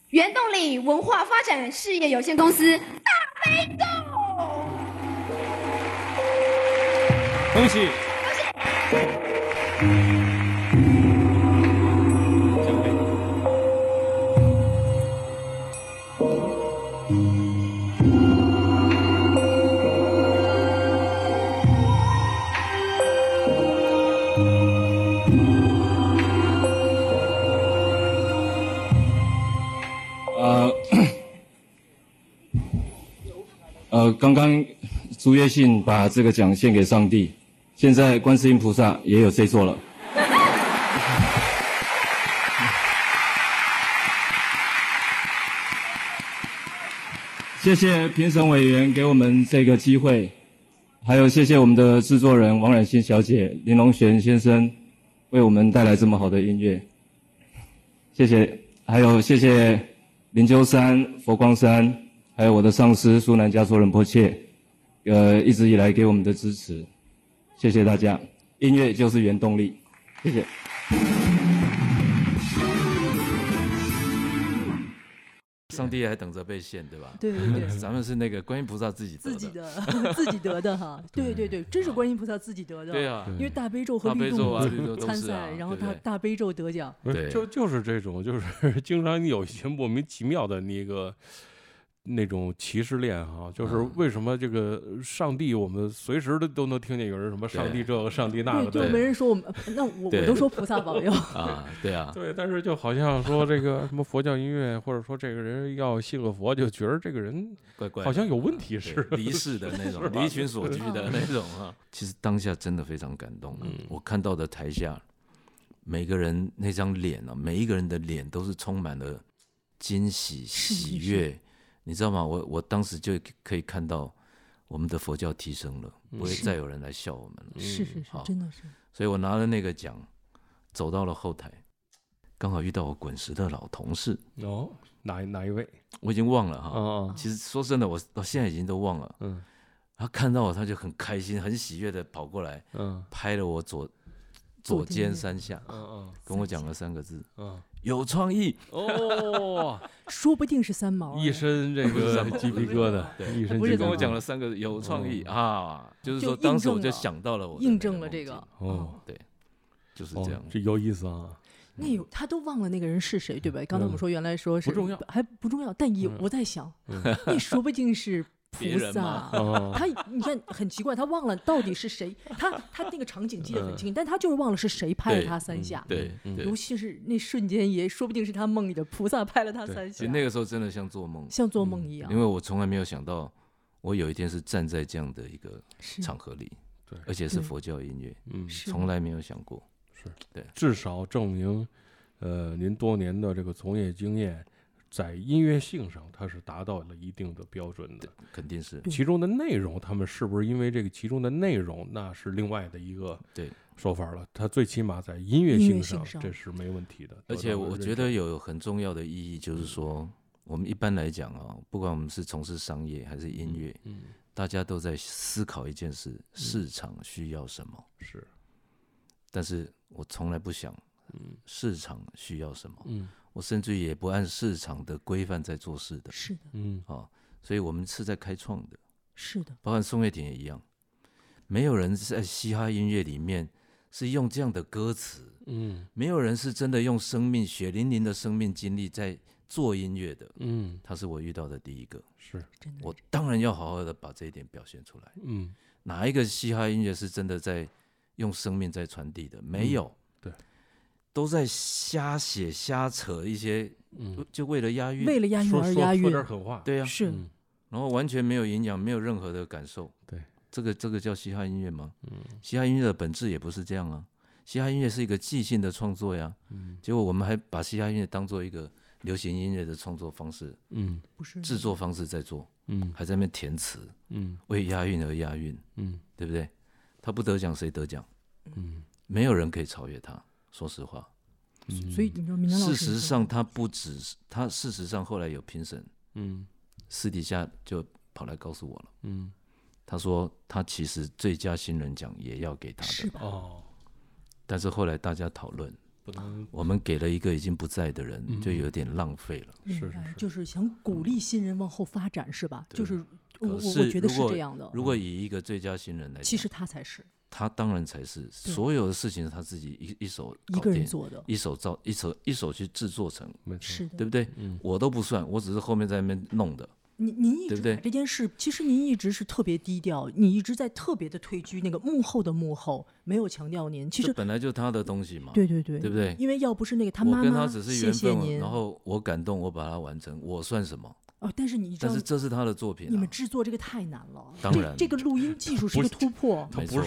[SPEAKER 14] 原动力文化发展事业有限公司大悲咒。
[SPEAKER 16] 恭喜！
[SPEAKER 17] 呃，呃，刚刚朱月信把这个奖献给上帝，现在观世音菩萨也有这座了。谢谢评审委员给我们这个机会，还有谢谢我们的制作人王冉欣小姐、林龙玄先生，为我们带来这么好的音乐。谢谢，还有谢谢灵鹫山、佛光山，还有我的上师苏南加措仁波切，呃，一直以来给我们的支持，谢谢大家。音乐就是原动力，谢谢。
[SPEAKER 3] 上帝还等着被献，对吧？
[SPEAKER 4] 对对对
[SPEAKER 3] 咱们是那个观音菩萨自己得
[SPEAKER 4] 自己
[SPEAKER 3] 的。
[SPEAKER 4] 的自己得的哈，对对对，真是观音菩萨自己得的。
[SPEAKER 3] 对啊
[SPEAKER 4] 因为大悲咒和
[SPEAKER 3] 大悲
[SPEAKER 4] 绿
[SPEAKER 3] 咒
[SPEAKER 4] 度
[SPEAKER 3] 啊绿度都
[SPEAKER 4] 参
[SPEAKER 3] 是啊
[SPEAKER 4] 赛，然后
[SPEAKER 3] 对不
[SPEAKER 4] 大
[SPEAKER 3] 对
[SPEAKER 4] 大悲咒得奖。
[SPEAKER 2] 不是就 就是这种，就是 经常有一些莫名其妙的那个那种歧视链哈，就是
[SPEAKER 3] 嗯
[SPEAKER 2] 为什么这个上帝，我们随时的都能听见有人什么上帝这个上帝那个
[SPEAKER 4] 对，
[SPEAKER 2] 的，
[SPEAKER 4] 就没人说我们，呃那我我
[SPEAKER 2] 对
[SPEAKER 4] 都说菩萨保佑。
[SPEAKER 3] 啊，对啊，
[SPEAKER 2] 对，但是就好像说这个什么佛教音乐，或者说这个人要信个佛，就觉得这个人
[SPEAKER 3] 怪怪的
[SPEAKER 2] 好像有问题
[SPEAKER 3] 对
[SPEAKER 2] 似的，
[SPEAKER 3] 离世的那
[SPEAKER 2] 是
[SPEAKER 3] 种，
[SPEAKER 2] 吧
[SPEAKER 3] 离群所居的那种啊。嗯 其实当下真的非常感动、啊，我看到的台下每个人那张脸啊，每一个人的脸都是充满了惊喜、喜悦，你知道吗？我我当时就可以看到我们的佛教提升了，
[SPEAKER 4] 嗯
[SPEAKER 3] 不会
[SPEAKER 4] 是
[SPEAKER 3] 再有人来笑我们了。
[SPEAKER 4] 是是是
[SPEAKER 3] 好，
[SPEAKER 4] 真的是。
[SPEAKER 3] 所以我拿了那个奖，走到了后台，刚好遇到我滚石的老同事。
[SPEAKER 2] 哦，哪哪一位？哦
[SPEAKER 3] 我已经忘了哈。其实说真的，我我现在已经都忘了。
[SPEAKER 2] 嗯，
[SPEAKER 3] 他看到我，他就很开心、很喜悦的跑过来，
[SPEAKER 2] 嗯，
[SPEAKER 3] 拍了我左
[SPEAKER 2] 左
[SPEAKER 3] 左
[SPEAKER 2] 肩
[SPEAKER 3] 肩三下，
[SPEAKER 2] 嗯嗯，
[SPEAKER 3] 跟我讲了三个字，
[SPEAKER 2] 嗯，
[SPEAKER 3] 有创 意
[SPEAKER 2] 哦，
[SPEAKER 4] 说不定是三毛哎。
[SPEAKER 2] 一身这
[SPEAKER 3] 不是
[SPEAKER 2] 个
[SPEAKER 3] 三毛
[SPEAKER 2] 鸡皮疙瘩，
[SPEAKER 3] 对，
[SPEAKER 2] 一身
[SPEAKER 3] 不
[SPEAKER 2] 鸡皮
[SPEAKER 3] 是跟我
[SPEAKER 2] 疙瘩哦
[SPEAKER 3] 讲了三个字有创意啊，就是
[SPEAKER 4] 就
[SPEAKER 3] 说
[SPEAKER 4] 印
[SPEAKER 3] 当时我
[SPEAKER 4] 证
[SPEAKER 3] 就
[SPEAKER 4] 了
[SPEAKER 3] 想到了我的
[SPEAKER 4] 印证了这个。
[SPEAKER 2] 哦，
[SPEAKER 3] 啊对，就是
[SPEAKER 2] 哦
[SPEAKER 3] 这样，
[SPEAKER 2] 这有意思啊。
[SPEAKER 4] 那有他都忘了那个人是谁，对吧？刚才我们
[SPEAKER 2] 嗯
[SPEAKER 4] 说原来说是
[SPEAKER 2] 不重要
[SPEAKER 4] 还不重要，但也我在想， 那说不定是
[SPEAKER 3] 嗯别
[SPEAKER 4] 菩
[SPEAKER 3] 人
[SPEAKER 4] 萨啊
[SPEAKER 3] 嘛。
[SPEAKER 2] 哦
[SPEAKER 4] 他你看很奇怪，他忘了到底是谁，他他那个场景记得很清，但他就是忘了是谁拍了
[SPEAKER 3] 嗯对嗯
[SPEAKER 4] 他三下。嗯
[SPEAKER 3] 对对
[SPEAKER 4] 尤其是那瞬间，也说不定是他梦里的菩萨拍了他
[SPEAKER 3] 对，嗯
[SPEAKER 4] 三
[SPEAKER 3] 其
[SPEAKER 4] 下
[SPEAKER 3] 实，那个时候真的像做梦，
[SPEAKER 4] 像做梦一样
[SPEAKER 3] 因。为我从来没有想到，我有一天是站在这样的一个
[SPEAKER 4] 是
[SPEAKER 3] 场合里，
[SPEAKER 2] 对
[SPEAKER 3] 而且是
[SPEAKER 2] 对
[SPEAKER 3] 佛教音乐，
[SPEAKER 2] 嗯是
[SPEAKER 3] 从来没有想过，
[SPEAKER 2] 是
[SPEAKER 3] 对，
[SPEAKER 2] 至少证明，呃，您多年的这个从业经验，在音乐性上它是达到了一定的标准的，
[SPEAKER 3] 肯定是
[SPEAKER 2] 其中的内容，他们是不是因为这个其中的内容，那是另外的一个
[SPEAKER 3] 对
[SPEAKER 2] 说法了。它最起码在音乐
[SPEAKER 3] 音
[SPEAKER 2] 性
[SPEAKER 3] 乐
[SPEAKER 2] 上
[SPEAKER 3] 性，上
[SPEAKER 2] 这是没问题的。
[SPEAKER 3] 而且我觉
[SPEAKER 2] 得，
[SPEAKER 3] 得有很重要的意义，
[SPEAKER 2] 嗯
[SPEAKER 3] 就是说，我们一般来讲啊，不管我们是从事商业还是音乐，
[SPEAKER 2] 嗯，
[SPEAKER 3] 大家都在思考一件事：市场需要什么？
[SPEAKER 2] 是，
[SPEAKER 3] 但是我从来不想，市场需要什么？
[SPEAKER 2] 嗯，
[SPEAKER 3] 我甚至也不按市场的规范在做事的。
[SPEAKER 4] 是的，
[SPEAKER 2] 嗯，
[SPEAKER 3] 啊，所以我们是在开创的。
[SPEAKER 4] 是的，
[SPEAKER 3] 包含宋岳庭也一样，没有人是在嘻哈音乐里面是用这样的歌词，
[SPEAKER 2] 嗯，
[SPEAKER 3] 没有人是真的用生命血淋淋的生命经历在做音乐的，
[SPEAKER 2] 嗯，
[SPEAKER 3] 他是我遇到的第一个，
[SPEAKER 2] 是
[SPEAKER 4] 真
[SPEAKER 3] 的，我当然要好好的把这一点表现出来，
[SPEAKER 2] 嗯，
[SPEAKER 3] 哪一个嘻哈音乐是真的在用生命在传递的？没有，
[SPEAKER 2] 嗯对，
[SPEAKER 3] 都在瞎写瞎扯一些，
[SPEAKER 2] 嗯，
[SPEAKER 3] 就为了押韵，
[SPEAKER 4] 为了押韵说而说押说韵点
[SPEAKER 2] 狠话
[SPEAKER 3] 对呀、
[SPEAKER 4] 是
[SPEAKER 2] 嗯
[SPEAKER 3] 然后完全没有营养，没有任何的感受。
[SPEAKER 2] 对，
[SPEAKER 3] 这个这个叫嘻哈音乐吗？
[SPEAKER 2] 嗯，
[SPEAKER 3] 嘻哈音乐的本质也不是这样啊。嘻哈音乐是一个即兴的创作呀。
[SPEAKER 2] 嗯，
[SPEAKER 3] 结果我们还把嘻哈音乐当做一个流行音乐的创作方式，
[SPEAKER 2] 嗯，
[SPEAKER 4] 不是
[SPEAKER 3] 制作方式在做，
[SPEAKER 2] 嗯，
[SPEAKER 3] 还在那边填词，
[SPEAKER 2] 嗯，
[SPEAKER 3] 为押韵而押韵，
[SPEAKER 2] 嗯，
[SPEAKER 3] 对不对？他不得奖谁得奖？
[SPEAKER 2] 嗯，
[SPEAKER 3] 没有人可以超越他，说实话。
[SPEAKER 2] 嗯
[SPEAKER 4] 所以你说明兰老
[SPEAKER 3] 事
[SPEAKER 4] 师，
[SPEAKER 3] 实上，他不只是他，事实上后来有评审，
[SPEAKER 2] 嗯，
[SPEAKER 3] 私底下就跑来告诉我了，
[SPEAKER 2] 嗯，
[SPEAKER 3] 他说他其实最佳新人奖也要给他
[SPEAKER 4] 是
[SPEAKER 3] 的，
[SPEAKER 4] 吧？
[SPEAKER 2] 哦，
[SPEAKER 3] 但是后来大家讨论，
[SPEAKER 2] 不能
[SPEAKER 3] 我们给了一个已经不在的人，
[SPEAKER 2] 嗯
[SPEAKER 3] 就有点浪费了。
[SPEAKER 4] 明白嗯就是想鼓励新人往后发展，是吧？就是我
[SPEAKER 3] 嗯可
[SPEAKER 4] 我
[SPEAKER 3] 是
[SPEAKER 4] 我觉得
[SPEAKER 3] 如
[SPEAKER 4] 是
[SPEAKER 3] 果
[SPEAKER 4] 这样的。
[SPEAKER 3] 如果以一个最佳新人来讲，
[SPEAKER 4] 其实他才是
[SPEAKER 3] 他当然才是
[SPEAKER 4] 对
[SPEAKER 3] 所有的事情是他自己一一手
[SPEAKER 4] 一
[SPEAKER 3] 搞
[SPEAKER 4] 个人
[SPEAKER 3] 定
[SPEAKER 4] 做的
[SPEAKER 3] 一手造一手一手去制作成，
[SPEAKER 2] 没错
[SPEAKER 4] 是的嗯
[SPEAKER 3] 对不对？我都不算，我只是后面在那边弄的。
[SPEAKER 4] 您您一直
[SPEAKER 3] 对不对
[SPEAKER 4] 把这件事，其实您一直是特别低调，你一直在特别的退居那个幕后的幕后，没有强调您。其
[SPEAKER 3] 这
[SPEAKER 4] 实
[SPEAKER 3] 本来就他的东西嘛，
[SPEAKER 4] 对对对，
[SPEAKER 3] 对不对？
[SPEAKER 4] 因为要不是那个他
[SPEAKER 3] 我
[SPEAKER 4] 妈
[SPEAKER 3] 跟
[SPEAKER 4] 妈，
[SPEAKER 3] 他只是缘
[SPEAKER 4] 谢谢
[SPEAKER 3] 分，
[SPEAKER 4] 您。
[SPEAKER 3] 然后我感动，我把它完成，我算什么？
[SPEAKER 4] 哦，但是你知
[SPEAKER 3] 但
[SPEAKER 4] 道
[SPEAKER 3] 是，这是他的作品、啊，
[SPEAKER 4] 你们制作这个太难了，
[SPEAKER 3] 当
[SPEAKER 4] 这
[SPEAKER 3] 然
[SPEAKER 4] 这个录音技术是一个突破，
[SPEAKER 3] 没错，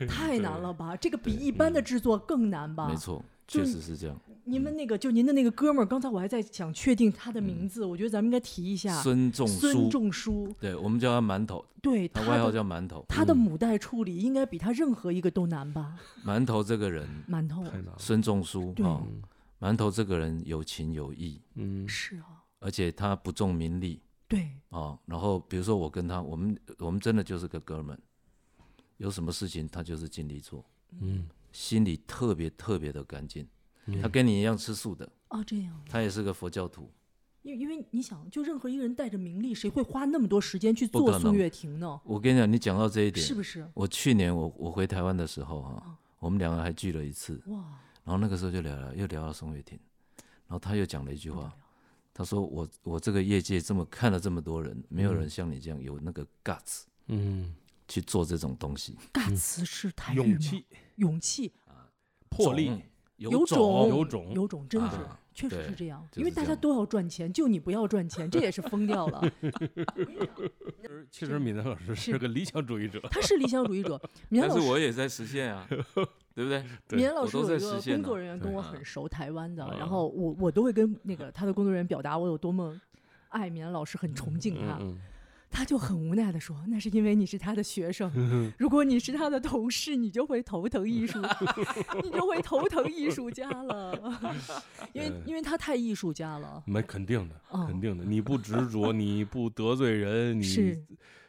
[SPEAKER 3] 嗯
[SPEAKER 4] 太难了吧？这个比一般的制作更难吧？
[SPEAKER 3] 没错，
[SPEAKER 4] 就
[SPEAKER 3] 确实是嗯这样。
[SPEAKER 4] 您们那个就您的那个哥们儿，刚才我还在想确定他的名字，我觉得咱们应该提一下
[SPEAKER 3] 嗯孙仲书
[SPEAKER 4] 孙仲书，
[SPEAKER 3] 对我们叫他馒头，
[SPEAKER 4] 对
[SPEAKER 3] 他
[SPEAKER 4] 他
[SPEAKER 3] 外号
[SPEAKER 4] 的
[SPEAKER 3] 叫馒头。嗯
[SPEAKER 4] 他的母带处理应该比他任何一个都难吧？
[SPEAKER 3] 馒头这个人，
[SPEAKER 4] 馒头
[SPEAKER 3] 孙仲书
[SPEAKER 4] 对
[SPEAKER 3] 哦，馒头这个人有情有义，
[SPEAKER 2] 嗯，
[SPEAKER 4] 是啊，
[SPEAKER 3] 而且他不重名利，
[SPEAKER 4] 对
[SPEAKER 3] 哦，然后比如说我跟他，我们我们真的就是个哥们，有什么事情他就是尽力做，
[SPEAKER 2] 嗯，
[SPEAKER 3] 心里特别特别的干净。
[SPEAKER 2] 嗯
[SPEAKER 3] 他跟你一样吃素的，
[SPEAKER 4] 哦这样，
[SPEAKER 3] 他也是个佛教徒，
[SPEAKER 4] 因为因为你想，就任何一个人带着名利，谁会花那么多时间去
[SPEAKER 3] 不
[SPEAKER 4] 做
[SPEAKER 3] 可
[SPEAKER 4] 宋
[SPEAKER 3] 能
[SPEAKER 4] 岳庭呢？
[SPEAKER 3] 我跟你讲，你讲到这一点，
[SPEAKER 4] 是不是嗯
[SPEAKER 3] 我去年我我回台湾的时候哈、我们两个还聚了一次，
[SPEAKER 4] 哇，
[SPEAKER 3] 然后那个时候就聊了，又聊到宋岳庭，然后他又讲了一句话，他说我我这个业界这么看了这么多
[SPEAKER 4] 嗯
[SPEAKER 3] 人，没有人像你这样有那个 guts，
[SPEAKER 2] 嗯，
[SPEAKER 3] 去做这种东西，
[SPEAKER 4] 尬词是台语
[SPEAKER 3] 勇
[SPEAKER 4] 吗
[SPEAKER 3] 气，
[SPEAKER 4] 勇气，
[SPEAKER 2] 魄力
[SPEAKER 3] 啊有
[SPEAKER 4] 有
[SPEAKER 3] 种
[SPEAKER 4] 有
[SPEAKER 2] 种
[SPEAKER 4] 有种，真的是
[SPEAKER 3] 啊，
[SPEAKER 4] 确实
[SPEAKER 3] 对
[SPEAKER 4] 是这样，
[SPEAKER 3] 就是
[SPEAKER 4] 因为大家都要赚钱，就你不要赚钱， 这也是疯掉 了。
[SPEAKER 2] 其实闽南老师是个理想主义者，
[SPEAKER 4] 他是理想主义 者，闽南
[SPEAKER 3] 但
[SPEAKER 4] 老
[SPEAKER 3] 是我
[SPEAKER 4] 师。
[SPEAKER 3] 也在实现啊，对 不对？
[SPEAKER 4] 闽南老
[SPEAKER 3] 我
[SPEAKER 4] 师
[SPEAKER 3] 都
[SPEAKER 4] 有
[SPEAKER 3] 在
[SPEAKER 4] 一个
[SPEAKER 3] 实现
[SPEAKER 4] 工
[SPEAKER 3] 啊
[SPEAKER 4] 作人员跟我很
[SPEAKER 3] 啊
[SPEAKER 4] 熟，台湾的，
[SPEAKER 3] 啊
[SPEAKER 4] 然后我我都会跟那个他的工作人员表达我有多么爱闽南老师，很崇敬他。
[SPEAKER 2] 嗯
[SPEAKER 4] 他就很无奈的说：“那是因为你是他的学生，如果你是他的同事，你就会头疼艺术，你就会头疼艺术家了， 因为因为他太艺术家了。
[SPEAKER 2] 没肯定的，
[SPEAKER 4] 哦
[SPEAKER 2] 肯定的，你不执着，你不得罪人，你
[SPEAKER 4] 是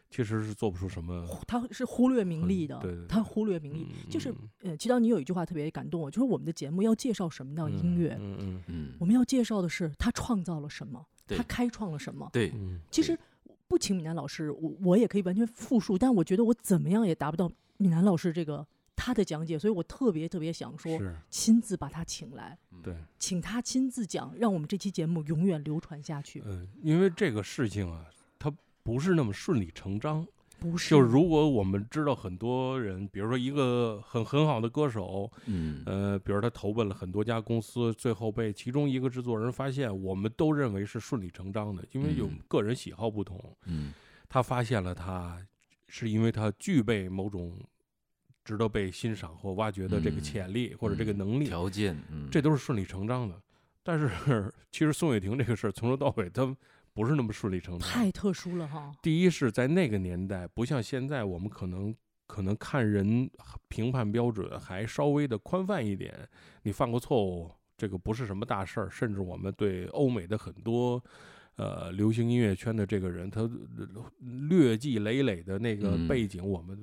[SPEAKER 2] 确实是做不出什么。
[SPEAKER 4] 他是忽略名利的，
[SPEAKER 2] 对对对
[SPEAKER 4] 他忽略名利，就是呃，其实你有一句话特别感动我，就是我们的节目要介绍什么叫音乐，
[SPEAKER 2] 嗯嗯
[SPEAKER 3] 嗯，
[SPEAKER 4] 我们要介绍的是他创造了什么，
[SPEAKER 3] 对
[SPEAKER 4] 他开创了什么。
[SPEAKER 3] 对，
[SPEAKER 2] 嗯
[SPEAKER 4] 其实不请闽南老师，我我也可以完全复述，但我觉得我怎么样也达不到闽南老师这个他的讲解，所以我特别特别想说
[SPEAKER 2] 是，
[SPEAKER 4] 亲自把他请来，
[SPEAKER 3] 嗯
[SPEAKER 2] 对，
[SPEAKER 4] 请他亲自讲，让我们这期节目永远流传下去。
[SPEAKER 2] 嗯，因为这个事情啊，它不是那么顺理成章。
[SPEAKER 4] 不是
[SPEAKER 2] 就是如果我们知道很多人，比如说一个很很好的歌手，
[SPEAKER 3] 嗯，
[SPEAKER 2] 呃，比如他投奔了很多家公司，最后被其中一个制作人发现，我们都认为是顺理成章的，因为有
[SPEAKER 3] 嗯
[SPEAKER 2] 个人喜好不同。
[SPEAKER 3] 嗯，
[SPEAKER 2] 他发现了他，是因为他具备某种值得被欣赏或挖掘的这个
[SPEAKER 3] 嗯
[SPEAKER 2] 潜力、或者这个能力、
[SPEAKER 3] 条件，嗯，
[SPEAKER 2] 这都是顺理成章的。但是 其实宋雪婷这个事儿从头到尾，她不是那么顺理成章。
[SPEAKER 4] 太特殊了哈，
[SPEAKER 2] 第一是在那个年代，不像现在，我们可能可能看人评判标准还稍微的宽泛一点。你犯过错误，这个不是什么大事儿。甚至我们对欧美的很多呃流行音乐圈的这个人，他劣迹累累的那个
[SPEAKER 3] 嗯
[SPEAKER 2] 背景，我们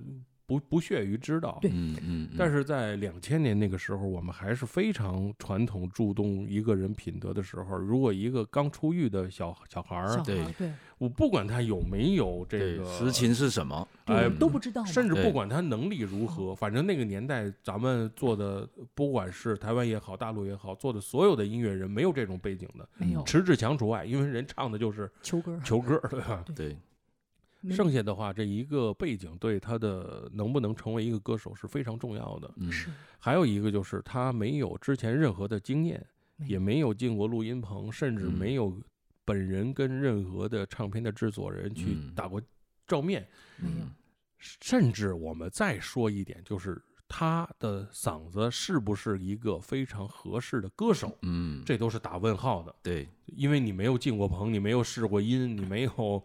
[SPEAKER 2] 不不屑于知道。
[SPEAKER 4] 对
[SPEAKER 3] 嗯嗯，
[SPEAKER 2] 但是在两千年那个时候，我们还是非常传统注重一个人品德的时候。如果一个刚出狱的小小孩
[SPEAKER 4] 小
[SPEAKER 2] 儿，
[SPEAKER 4] 孩对对
[SPEAKER 2] 我不管他有没有这
[SPEAKER 3] 对
[SPEAKER 2] 个
[SPEAKER 3] 实情是什么？嗯
[SPEAKER 4] 对
[SPEAKER 2] 哎
[SPEAKER 4] 我们都不知道嘛
[SPEAKER 2] 甚至不
[SPEAKER 3] 对
[SPEAKER 2] 管他能力如何，反正那个年代咱们做的，不管是台湾也好，大陆也好，做的所有的音乐人，没有这种背景的，
[SPEAKER 4] 没有
[SPEAKER 2] 迟志强除外，因为人唱的就是
[SPEAKER 4] 球歌
[SPEAKER 2] 球歌，对 吧？
[SPEAKER 3] 对。
[SPEAKER 4] 没
[SPEAKER 2] 剩下的话，这一个背景对他的能不能成为一个歌手是非常重要的。
[SPEAKER 3] 嗯
[SPEAKER 4] 是
[SPEAKER 2] 还有一个就是他没有之前任何的经验，
[SPEAKER 4] 没有
[SPEAKER 2] 也没有进过录音棚，甚
[SPEAKER 3] 嗯
[SPEAKER 2] 至没有本人跟任何的唱片的制作人去打过照面。
[SPEAKER 3] 嗯，
[SPEAKER 2] 甚至我们再说一点，就是他的嗓子是不是一个非常合适的歌手？
[SPEAKER 3] 嗯，
[SPEAKER 2] 这都是打问号的。
[SPEAKER 3] 对，
[SPEAKER 2] 因为你没有进过棚，你没有试过 音，你没有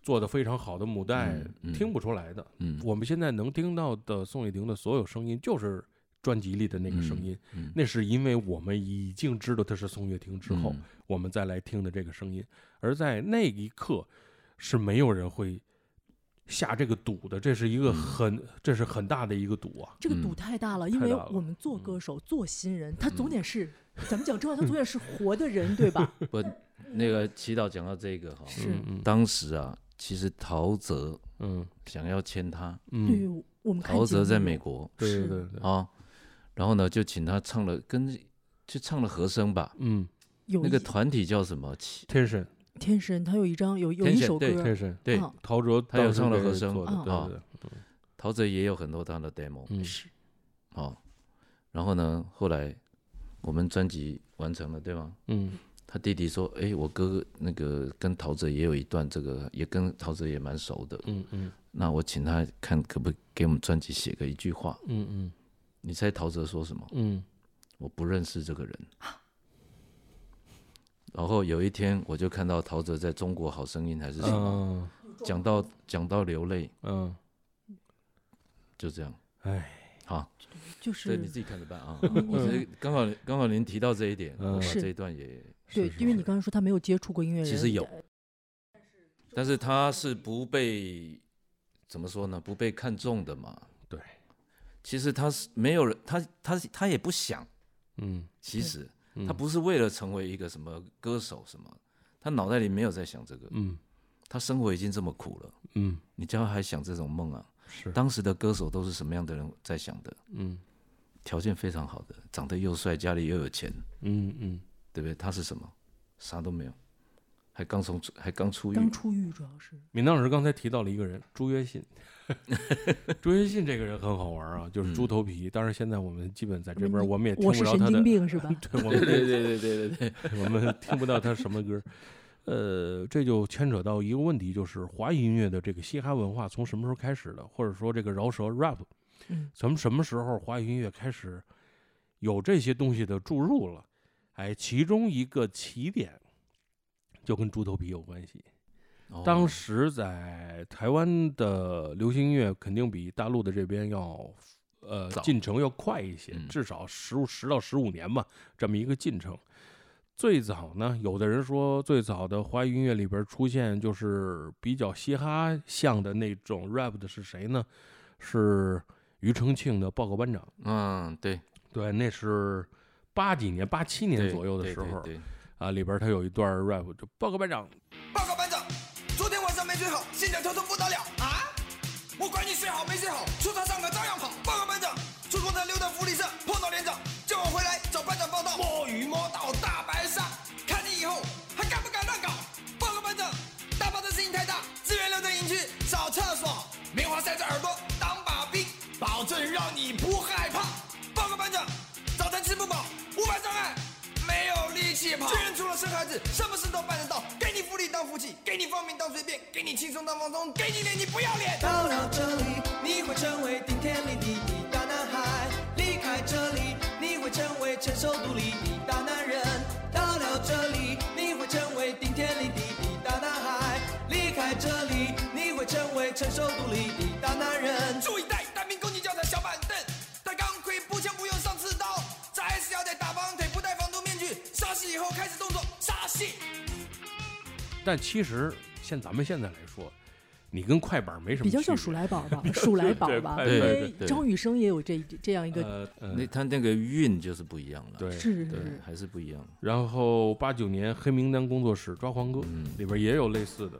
[SPEAKER 2] 做的非常好的母带，
[SPEAKER 3] 嗯嗯
[SPEAKER 2] 听不出来的。
[SPEAKER 3] 嗯
[SPEAKER 2] 我们现在能听到的宋雨婷的所有声音，就是专辑里的那个声音。
[SPEAKER 3] 嗯嗯
[SPEAKER 2] 那是因为我们已经知道她是宋岳庭之后，
[SPEAKER 3] 嗯
[SPEAKER 2] 我们再来听的这个声音。而在那一刻，是没有人会下这个赌的，这是一
[SPEAKER 3] 嗯
[SPEAKER 2] 个很、这是很大的一个赌啊。
[SPEAKER 4] 这个赌太大了，因
[SPEAKER 2] 太
[SPEAKER 4] 为
[SPEAKER 2] 大了嗯
[SPEAKER 4] 我们做歌手、做新人，他总得是，咱们讲这话，他总得是活的人，对 吧？
[SPEAKER 3] 不，那个祈祷讲到这个哈，
[SPEAKER 4] 是嗯嗯
[SPEAKER 3] 当时啊，其实陶喆
[SPEAKER 2] 嗯
[SPEAKER 3] 想要签他，
[SPEAKER 4] 对我们看
[SPEAKER 3] 陶
[SPEAKER 4] 节
[SPEAKER 3] 喆在
[SPEAKER 4] 目
[SPEAKER 3] 美国，
[SPEAKER 2] 对
[SPEAKER 4] 是
[SPEAKER 2] 对对
[SPEAKER 3] 啊，然后呢就请他唱了跟就唱了和声吧，
[SPEAKER 2] 嗯，
[SPEAKER 4] 有
[SPEAKER 3] 那
[SPEAKER 4] 一
[SPEAKER 3] 个团体叫什么？
[SPEAKER 2] 天神，
[SPEAKER 4] 天神他有一张有有一首歌，
[SPEAKER 3] 对对
[SPEAKER 4] 嗯，
[SPEAKER 2] 陶喆
[SPEAKER 3] 他有
[SPEAKER 2] 当时
[SPEAKER 3] 唱了
[SPEAKER 2] 给
[SPEAKER 3] 和声
[SPEAKER 2] 做的
[SPEAKER 3] 啊，
[SPEAKER 2] 对对
[SPEAKER 3] 陶喆也有很多他的 demo，
[SPEAKER 2] 嗯
[SPEAKER 4] 是，
[SPEAKER 3] 好，哦然后呢，后来我们专辑完成了，对吗？
[SPEAKER 2] 嗯，
[SPEAKER 3] 他弟弟说，哎，我哥哥那个跟陶喆也有一段这个，也跟陶喆也蛮熟的，
[SPEAKER 2] 嗯嗯
[SPEAKER 3] 那我请他看可不可以给我们专辑写个一句话，
[SPEAKER 2] 嗯嗯
[SPEAKER 3] 你猜陶喆说什么？
[SPEAKER 2] 嗯，
[SPEAKER 3] 我不认识这个人。然后有一天，我就看到陶喆在《中国好声音》还是什么，讲到讲到流泪，
[SPEAKER 2] 嗯，
[SPEAKER 3] 就这样，
[SPEAKER 2] 哎，
[SPEAKER 3] 好，
[SPEAKER 4] 就是
[SPEAKER 3] 对你自己看着办 啊。
[SPEAKER 4] 嗯
[SPEAKER 3] 我这刚好刚好您提到这一点，
[SPEAKER 2] 嗯
[SPEAKER 3] 我把
[SPEAKER 4] 是
[SPEAKER 3] 这一段也，
[SPEAKER 4] 对，因为你刚才说他没有接触过音乐人，
[SPEAKER 3] 其实有但是他是不被怎么说呢？不被看中的嘛。
[SPEAKER 2] 对，
[SPEAKER 3] 其实他是没有人，他他他也不想，
[SPEAKER 2] 嗯，
[SPEAKER 3] 其实
[SPEAKER 2] 嗯
[SPEAKER 3] 他不是为了成为一个什么歌手什么，他脑袋里没有在想这个，
[SPEAKER 2] 嗯，
[SPEAKER 3] 他生活已经这么苦了，
[SPEAKER 2] 嗯，
[SPEAKER 3] 你叫他还想这种梦啊？
[SPEAKER 2] 是
[SPEAKER 3] 当时的歌手都是什么样的人在想的？
[SPEAKER 2] 嗯，
[SPEAKER 3] 条件非常好的，长得又帅，家里又有钱，
[SPEAKER 2] 嗯嗯，
[SPEAKER 3] 对不对？他是什么？啥都没有，还刚从还刚出狱，
[SPEAKER 4] 刚出狱主要是
[SPEAKER 2] 闵嗯当老师刚才提到了一个人，朱约信。 朱约信这个人很好玩啊，就是
[SPEAKER 3] 嗯
[SPEAKER 2] 猪头皮。当然，现在我们基本在这边，
[SPEAKER 4] 嗯
[SPEAKER 2] 我们也听
[SPEAKER 4] 我
[SPEAKER 2] 不
[SPEAKER 4] 是
[SPEAKER 2] 着
[SPEAKER 4] 神
[SPEAKER 2] 他的。
[SPEAKER 4] 经病是吧
[SPEAKER 2] 对，我 们
[SPEAKER 3] 对对对对对对
[SPEAKER 2] 我们听不到他什么歌。呃，这就牵扯到一个问题，就是华语音乐的这个嘻哈文化从什么时候开始的，或者说这个饶舌 rap，
[SPEAKER 4] 嗯
[SPEAKER 2] 从什么时候华语音乐开始有这些东西的注入了？哎，其中一个起点就跟猪头皮有关系。
[SPEAKER 3] 哦
[SPEAKER 2] 当时在台湾的流行音乐肯定比大陆的这边要呃
[SPEAKER 3] 早嗯
[SPEAKER 2] 进程要快一些，至少十五十到十五年吧，这么一个进程。最早呢，有的人说最早的华语音乐里边出现就是比较嘻哈像的那种 rap 的是谁呢？是庾澄庆的《报告班长》。
[SPEAKER 3] 嗯，对
[SPEAKER 2] 对，那是八几年、八七年
[SPEAKER 3] 对
[SPEAKER 2] 左右的
[SPEAKER 3] 对
[SPEAKER 2] 时
[SPEAKER 3] 对
[SPEAKER 2] 候
[SPEAKER 3] 对
[SPEAKER 2] 啊，里边他有一段 rap 就报告班长，
[SPEAKER 18] 报告班长，昨天晚上没睡好，现在头痛不得了啊！我管你睡好没睡好，出操上课照样跑。报告班长，出工程溜到福利社，碰到连长，叫我回来找班长报道。摸鱼摸到大白鲨，看你以后还敢不敢乱搞？报告班长，大炮的事情太大，资源留在营区找厕所，棉花塞着耳朵当把兵，保证让你不害怕。报告班长，早餐吃不饱，无法障碍。没有力气跑。军人除了生孩子，什么事都办得到。给你福利当福气，给你方便当随便，给你轻松当放松，给你脸你不要脸。
[SPEAKER 5] 到了这里，你会成为顶天立地的大男孩；离开这里，你会成为成熟独立的大男人。到了这里，你会成为顶天立地的大男孩；离开这里，你会成为成熟独立的大男人。
[SPEAKER 18] 注意带单兵工具教材小板凳，带钢盔步枪不用上刺刀，扎 S 腰带打绑腿不戴防毒面具，杀死以后开始动作杀戏。
[SPEAKER 2] 但其实现咱们现在来说，你跟快板没什么
[SPEAKER 4] 比较像
[SPEAKER 2] 区
[SPEAKER 4] 鼠来宝 吧，鼠来宝吧，
[SPEAKER 2] 对
[SPEAKER 4] 因
[SPEAKER 2] 对
[SPEAKER 4] 为
[SPEAKER 2] 对对
[SPEAKER 4] 张雨生也有这这样一个
[SPEAKER 2] 嗯
[SPEAKER 3] 那他那个韵就是不一样了，
[SPEAKER 2] 呃对
[SPEAKER 4] 是
[SPEAKER 3] 对
[SPEAKER 4] 是，
[SPEAKER 3] 还是不一样。
[SPEAKER 2] 别然后八九年黑名单工作室抓狂哥、
[SPEAKER 3] 嗯
[SPEAKER 2] 里边也有类似的，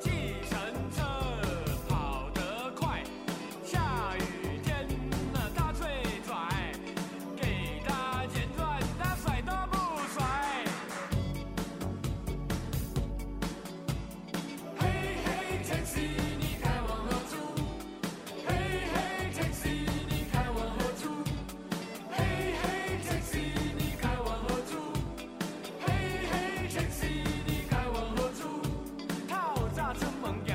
[SPEAKER 5] 计程车跑得快，下雨天那大吹拽，给他钱赚，他甩都不甩。嘿嘿，taxi，你开往何处？嘿嘿，taxi，你开往何处？嘿嘿，taxi，你开往何处？嘿嘿，taxi，你开往何处？他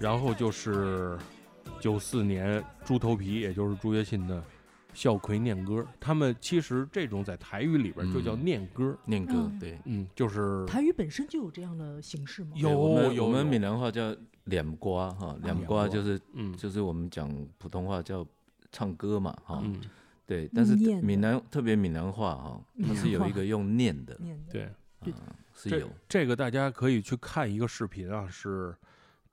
[SPEAKER 2] 然后就是九四年猪头皮，也就是朱约信的《笑魁念歌》，他们其实这种在台语里边就叫念歌，
[SPEAKER 3] 念歌
[SPEAKER 4] 嗯
[SPEAKER 3] 对，
[SPEAKER 2] 嗯，就是
[SPEAKER 4] 台语本身就有这样的形式吗？
[SPEAKER 3] 对我们
[SPEAKER 2] 有
[SPEAKER 3] 我们
[SPEAKER 2] 有啊
[SPEAKER 3] 闽南话叫两瓜哈，两瓜就是
[SPEAKER 2] 嗯，
[SPEAKER 3] 就是我们讲普通话叫唱歌嘛哈
[SPEAKER 2] 嗯，
[SPEAKER 3] 对，但是
[SPEAKER 4] 念的
[SPEAKER 3] 闽南特别闽南话哈，它是有一个用念的，
[SPEAKER 4] 念的
[SPEAKER 2] 对，
[SPEAKER 3] 啊是
[SPEAKER 2] 这
[SPEAKER 3] 有，
[SPEAKER 2] 这个大家可以去看一个视频啊，是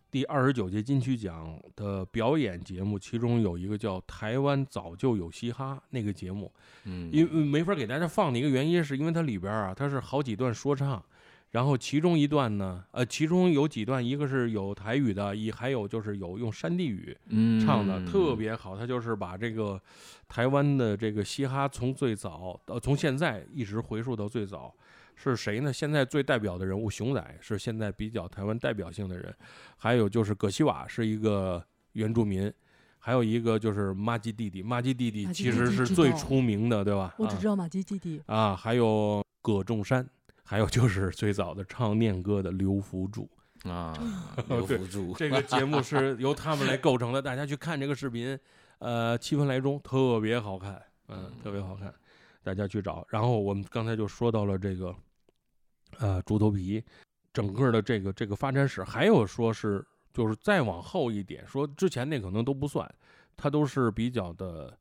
[SPEAKER 2] 第二十九届金曲奖的表演节目，其中有一个叫《台湾早就有嘻哈》那个节目，
[SPEAKER 3] 嗯
[SPEAKER 2] 因为没法给大家放的一个原因，是因为它里边啊，它是好几段说唱，然后其中一段呢，呃，其中有几段，一个是有台语的，一还有就是有用山地语
[SPEAKER 3] 嗯
[SPEAKER 2] 唱的，特别好。他就是把这个台湾的这个嘻哈从最早呃从现在一直回溯到最早。是谁呢？现在最代表的人物熊仔是现在比较台湾代表性的人，还有就是葛西瓦是一个原住民，还有一个就是马吉弟弟，马吉弟弟
[SPEAKER 4] 马吉
[SPEAKER 2] 其实
[SPEAKER 4] 弟弟
[SPEAKER 2] 是
[SPEAKER 4] 知
[SPEAKER 2] 最
[SPEAKER 4] 道
[SPEAKER 2] 出名的，对
[SPEAKER 4] 哦
[SPEAKER 2] 吧？
[SPEAKER 4] 我只
[SPEAKER 2] 啊
[SPEAKER 4] 知道马基基地。
[SPEAKER 2] 啊，还有葛仲山，还有就是最早的唱念歌的刘福柱
[SPEAKER 3] 啊
[SPEAKER 2] 对
[SPEAKER 3] 刘福柱
[SPEAKER 2] 这个节目 是由他们来构成的，大家去看这个视频，呃，七分来钟，特别好看，嗯，特别好看，大家去找。然后我们刚才就说到了这个，呃，猪头皮，整个的这个这个发展史，还有说是就是再往后一点，说之前那可能都不算，它都是比较的。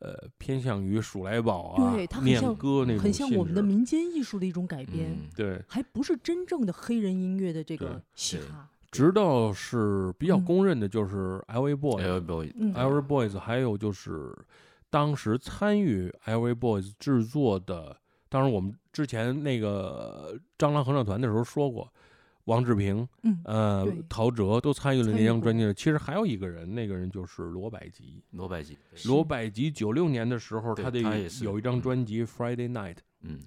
[SPEAKER 2] 呃，偏向于数来宝啊，
[SPEAKER 4] 对，它很
[SPEAKER 2] 念
[SPEAKER 4] 像
[SPEAKER 2] 歌那种性质，嗯
[SPEAKER 4] 很像我们的民间艺术的一种改编，
[SPEAKER 2] 对，
[SPEAKER 4] 还不是真正的黑人音乐的这个嘻哈。
[SPEAKER 2] 直到是比较公认的就是 L A Boys、L A
[SPEAKER 4] 嗯
[SPEAKER 2] Boys、Boys，还有就是当时参与 L A Boys 制作的，当然我们之前那个蟑螂合唱团的时候说过，王志平，
[SPEAKER 4] 嗯
[SPEAKER 2] 呃
[SPEAKER 4] 对，
[SPEAKER 2] 陶喆都参与了
[SPEAKER 4] 参
[SPEAKER 2] 那
[SPEAKER 4] 与
[SPEAKER 2] 张
[SPEAKER 4] 过
[SPEAKER 2] 专辑的。其实还有一个人，那个人就是罗百吉。
[SPEAKER 3] 罗百吉，
[SPEAKER 2] 罗百吉九六年的时候，
[SPEAKER 3] 对
[SPEAKER 2] 他的
[SPEAKER 3] 他也是
[SPEAKER 2] 有一张专辑《Friday Night》，
[SPEAKER 3] 嗯，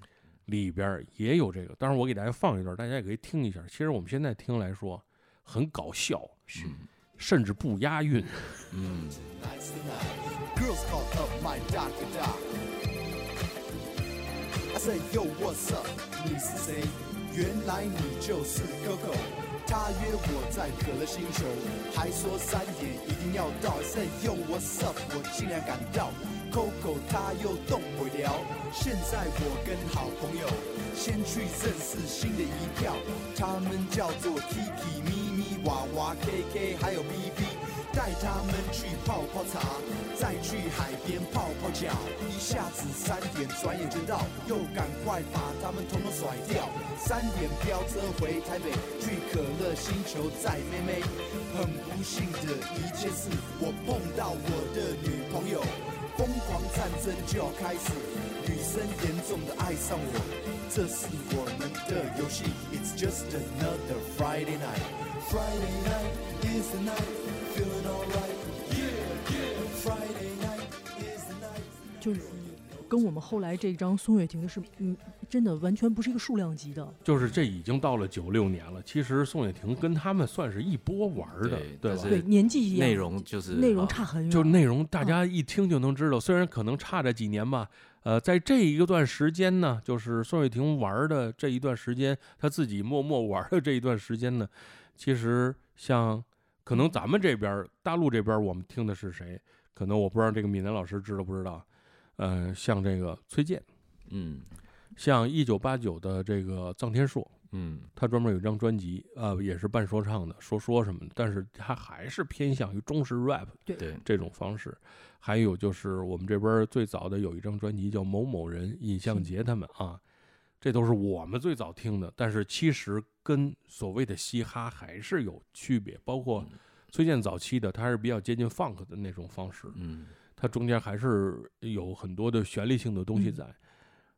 [SPEAKER 2] 里边儿也有这个。当然，我给大家放一段，大家也可以听一下。其实我们现在听来说很搞笑，是甚至不押韵，
[SPEAKER 3] 嗯，
[SPEAKER 19] Tonight's the night. Girls called up my doctor doc. I said, Yo, what's up？你是谁？原来你就是 Coco。他约我在可乐星球，还说三点一定要到。I said, Yo, what's up？我竟然赶到。Coco 他又动不了。现在我跟好朋友先去认识新的一票，他们叫做 Kiki、咪咪、娃娃、KK，还有 BB。带他们去泡泡茶，再去海边泡泡脚。一下子三点，转眼就到，又赶快把他们统统甩掉。三点飙车回台北，去可乐星球载妹妹。很不幸的一件事，我碰到我的女朋友，疯狂战争就要开始，女生严重的爱上我。这是我们的游戏，It's just another Friday night。Friday night is the night, feeling alright. Yeah, yeah. Friday night is the night.
[SPEAKER 4] 就是跟我们后来这张孙伟霆的是，嗯，真的完全不是一个数量级的。
[SPEAKER 2] 就是这已经到了九六年了。其实宋雪婷跟他们算是一波玩儿的，对
[SPEAKER 3] 但
[SPEAKER 2] 吧？
[SPEAKER 3] 是
[SPEAKER 4] 对年纪一样
[SPEAKER 3] 内容就是
[SPEAKER 4] 内容差很远嗯
[SPEAKER 2] 就内容大家一听就能知道，虽然可能差着几年吧。呃，在这一段时间呢，就是宋雪婷玩儿的这一段时间，她自己默默玩儿的这一段时间呢，其实像可能咱们这边儿大陆这边儿我们听的是谁，可能我不知道这个闽南老师知道不知道。呃，像这个崔健，
[SPEAKER 3] 嗯，
[SPEAKER 2] 像一九八九的这个臧天朔，
[SPEAKER 3] 嗯，
[SPEAKER 2] 他专门有一张专辑，呃，也是半说唱的，说说什么的，但是他还是偏向于中式 rap
[SPEAKER 4] 对对
[SPEAKER 2] 这种方式。还有就是我们这边最早的有一张专辑叫某某人尹相杰他们啊，这都是我们最早听的，但是其实跟所谓的嘻哈还是有区别，包括
[SPEAKER 3] 嗯
[SPEAKER 2] 崔健早期的，他是比较接近 funk 的那种方式，
[SPEAKER 3] 嗯，
[SPEAKER 2] 它中间还是有很多的旋律性的东西
[SPEAKER 4] 嗯
[SPEAKER 2] 在，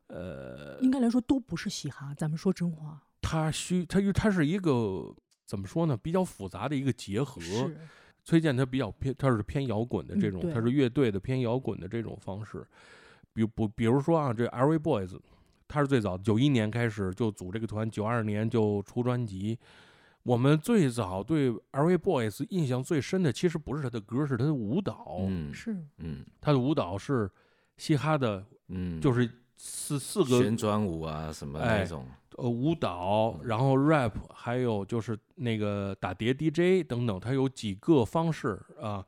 [SPEAKER 2] 呃，
[SPEAKER 4] 应该来说都不是嘻哈，咱们说真话。
[SPEAKER 2] 它需它它是一个怎么说呢？比较复杂的一个结合。
[SPEAKER 4] 是
[SPEAKER 2] 崔健他比较偏，他是偏摇滚的
[SPEAKER 4] 嗯
[SPEAKER 2] 这种，
[SPEAKER 4] 对
[SPEAKER 2] 他是乐队的偏摇滚的这种方式。比如不，比如说啊，这 L A Boys，他是最早九一年开始就组这个团，九二年就出专辑。我们最早对 L A Boys 印象最深的，其实不是他的歌，是他的舞蹈。
[SPEAKER 3] 嗯，
[SPEAKER 4] 是，
[SPEAKER 3] 嗯，
[SPEAKER 2] 他的舞蹈是嘻哈的，
[SPEAKER 3] 嗯
[SPEAKER 2] 就是四四个
[SPEAKER 3] 旋转舞啊什么那
[SPEAKER 2] 哎
[SPEAKER 3] 种，嗯
[SPEAKER 2] 呃舞蹈，然后 rap，还有就是那个打碟 DJ 等等，他有几个方式啊。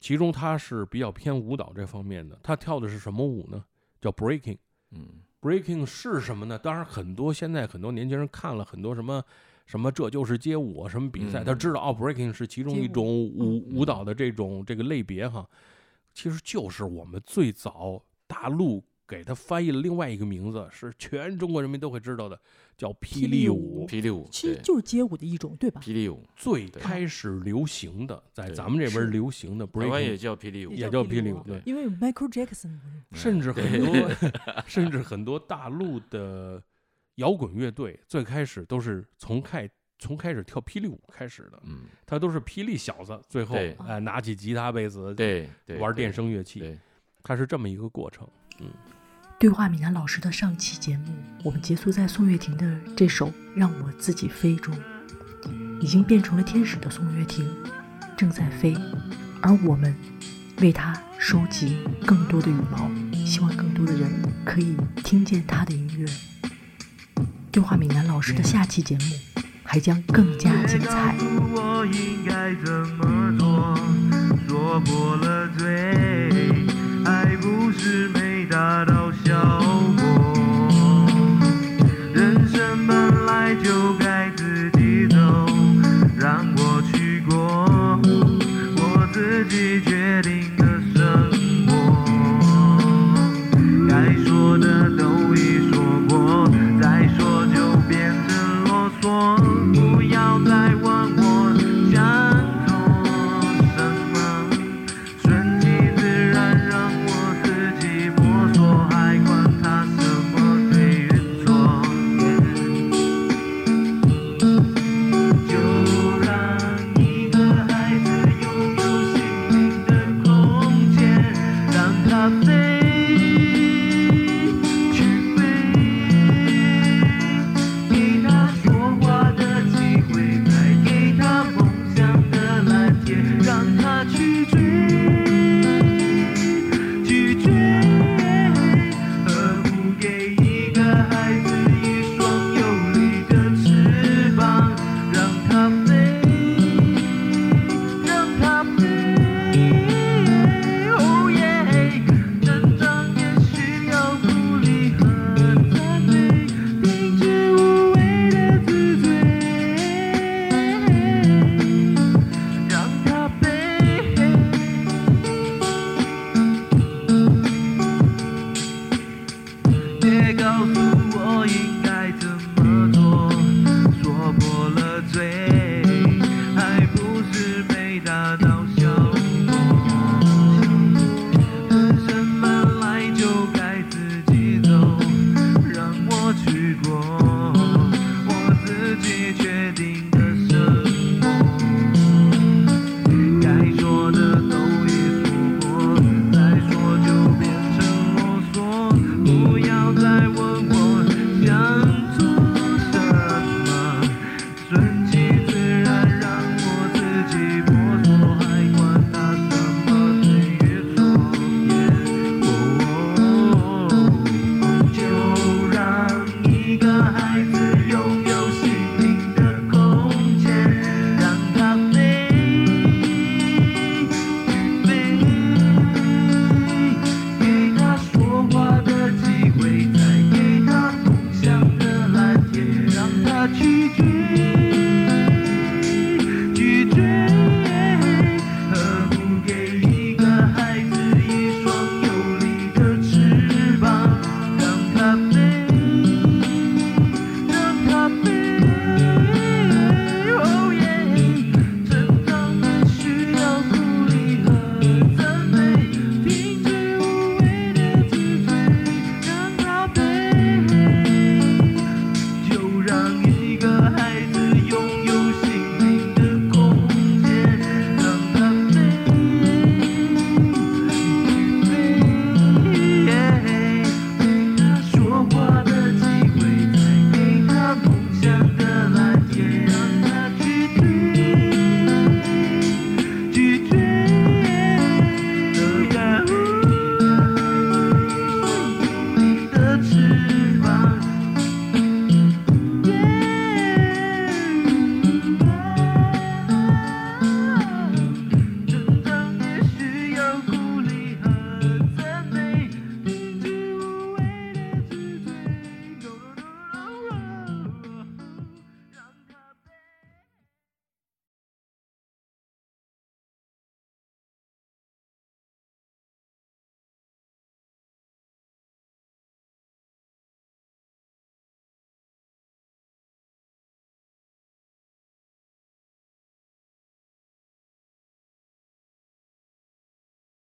[SPEAKER 2] 其中他是比较偏舞蹈这方面的，他跳的是什么舞呢？叫 breaking。
[SPEAKER 3] 嗯
[SPEAKER 2] breaking 是什么呢？当然，很多现在很多年轻人看了很多什么什么这就是街舞啊，什么比赛，
[SPEAKER 3] 嗯
[SPEAKER 2] 他知道哦，breaking 是其中一种舞舞蹈的这种这个类别哈，其实就是我们最早大陆给它翻译了另外一个名字，是全中国人民都会知道的，叫霹雳舞。
[SPEAKER 3] 霹雳舞
[SPEAKER 20] 其实就是街舞的一种，对吧？
[SPEAKER 3] 霹雳舞
[SPEAKER 2] 最开始流行的，在
[SPEAKER 3] 对
[SPEAKER 2] 咱们这边
[SPEAKER 3] 是
[SPEAKER 2] 流行的 breaking，
[SPEAKER 3] 台湾也叫霹雳舞
[SPEAKER 2] 也叫霹雳舞，对。
[SPEAKER 20] 因为 Michael Jackson
[SPEAKER 2] 甚至很多， 甚至很多大陆的摇滚乐队最开始都是从开从开始跳霹雳舞开始的，
[SPEAKER 3] 嗯，
[SPEAKER 2] 他都是霹雳小子，最后
[SPEAKER 3] 对
[SPEAKER 2] 哎拿起吉他、贝斯，
[SPEAKER 3] 对对
[SPEAKER 2] 玩
[SPEAKER 3] 对
[SPEAKER 2] 电声乐器，它是这么一个过程，嗯，
[SPEAKER 4] 对话闽南老师的上期节目，我们结束在宋岳庭的这首《让我自己飞》中，已经变成了天使的宋岳庭正在飞，而我们为他收集更多的羽毛，希望更多的人可以听见他的音乐。对话闽南老师的下期节目还将更加精彩。
[SPEAKER 8] 我应该怎么做？做过了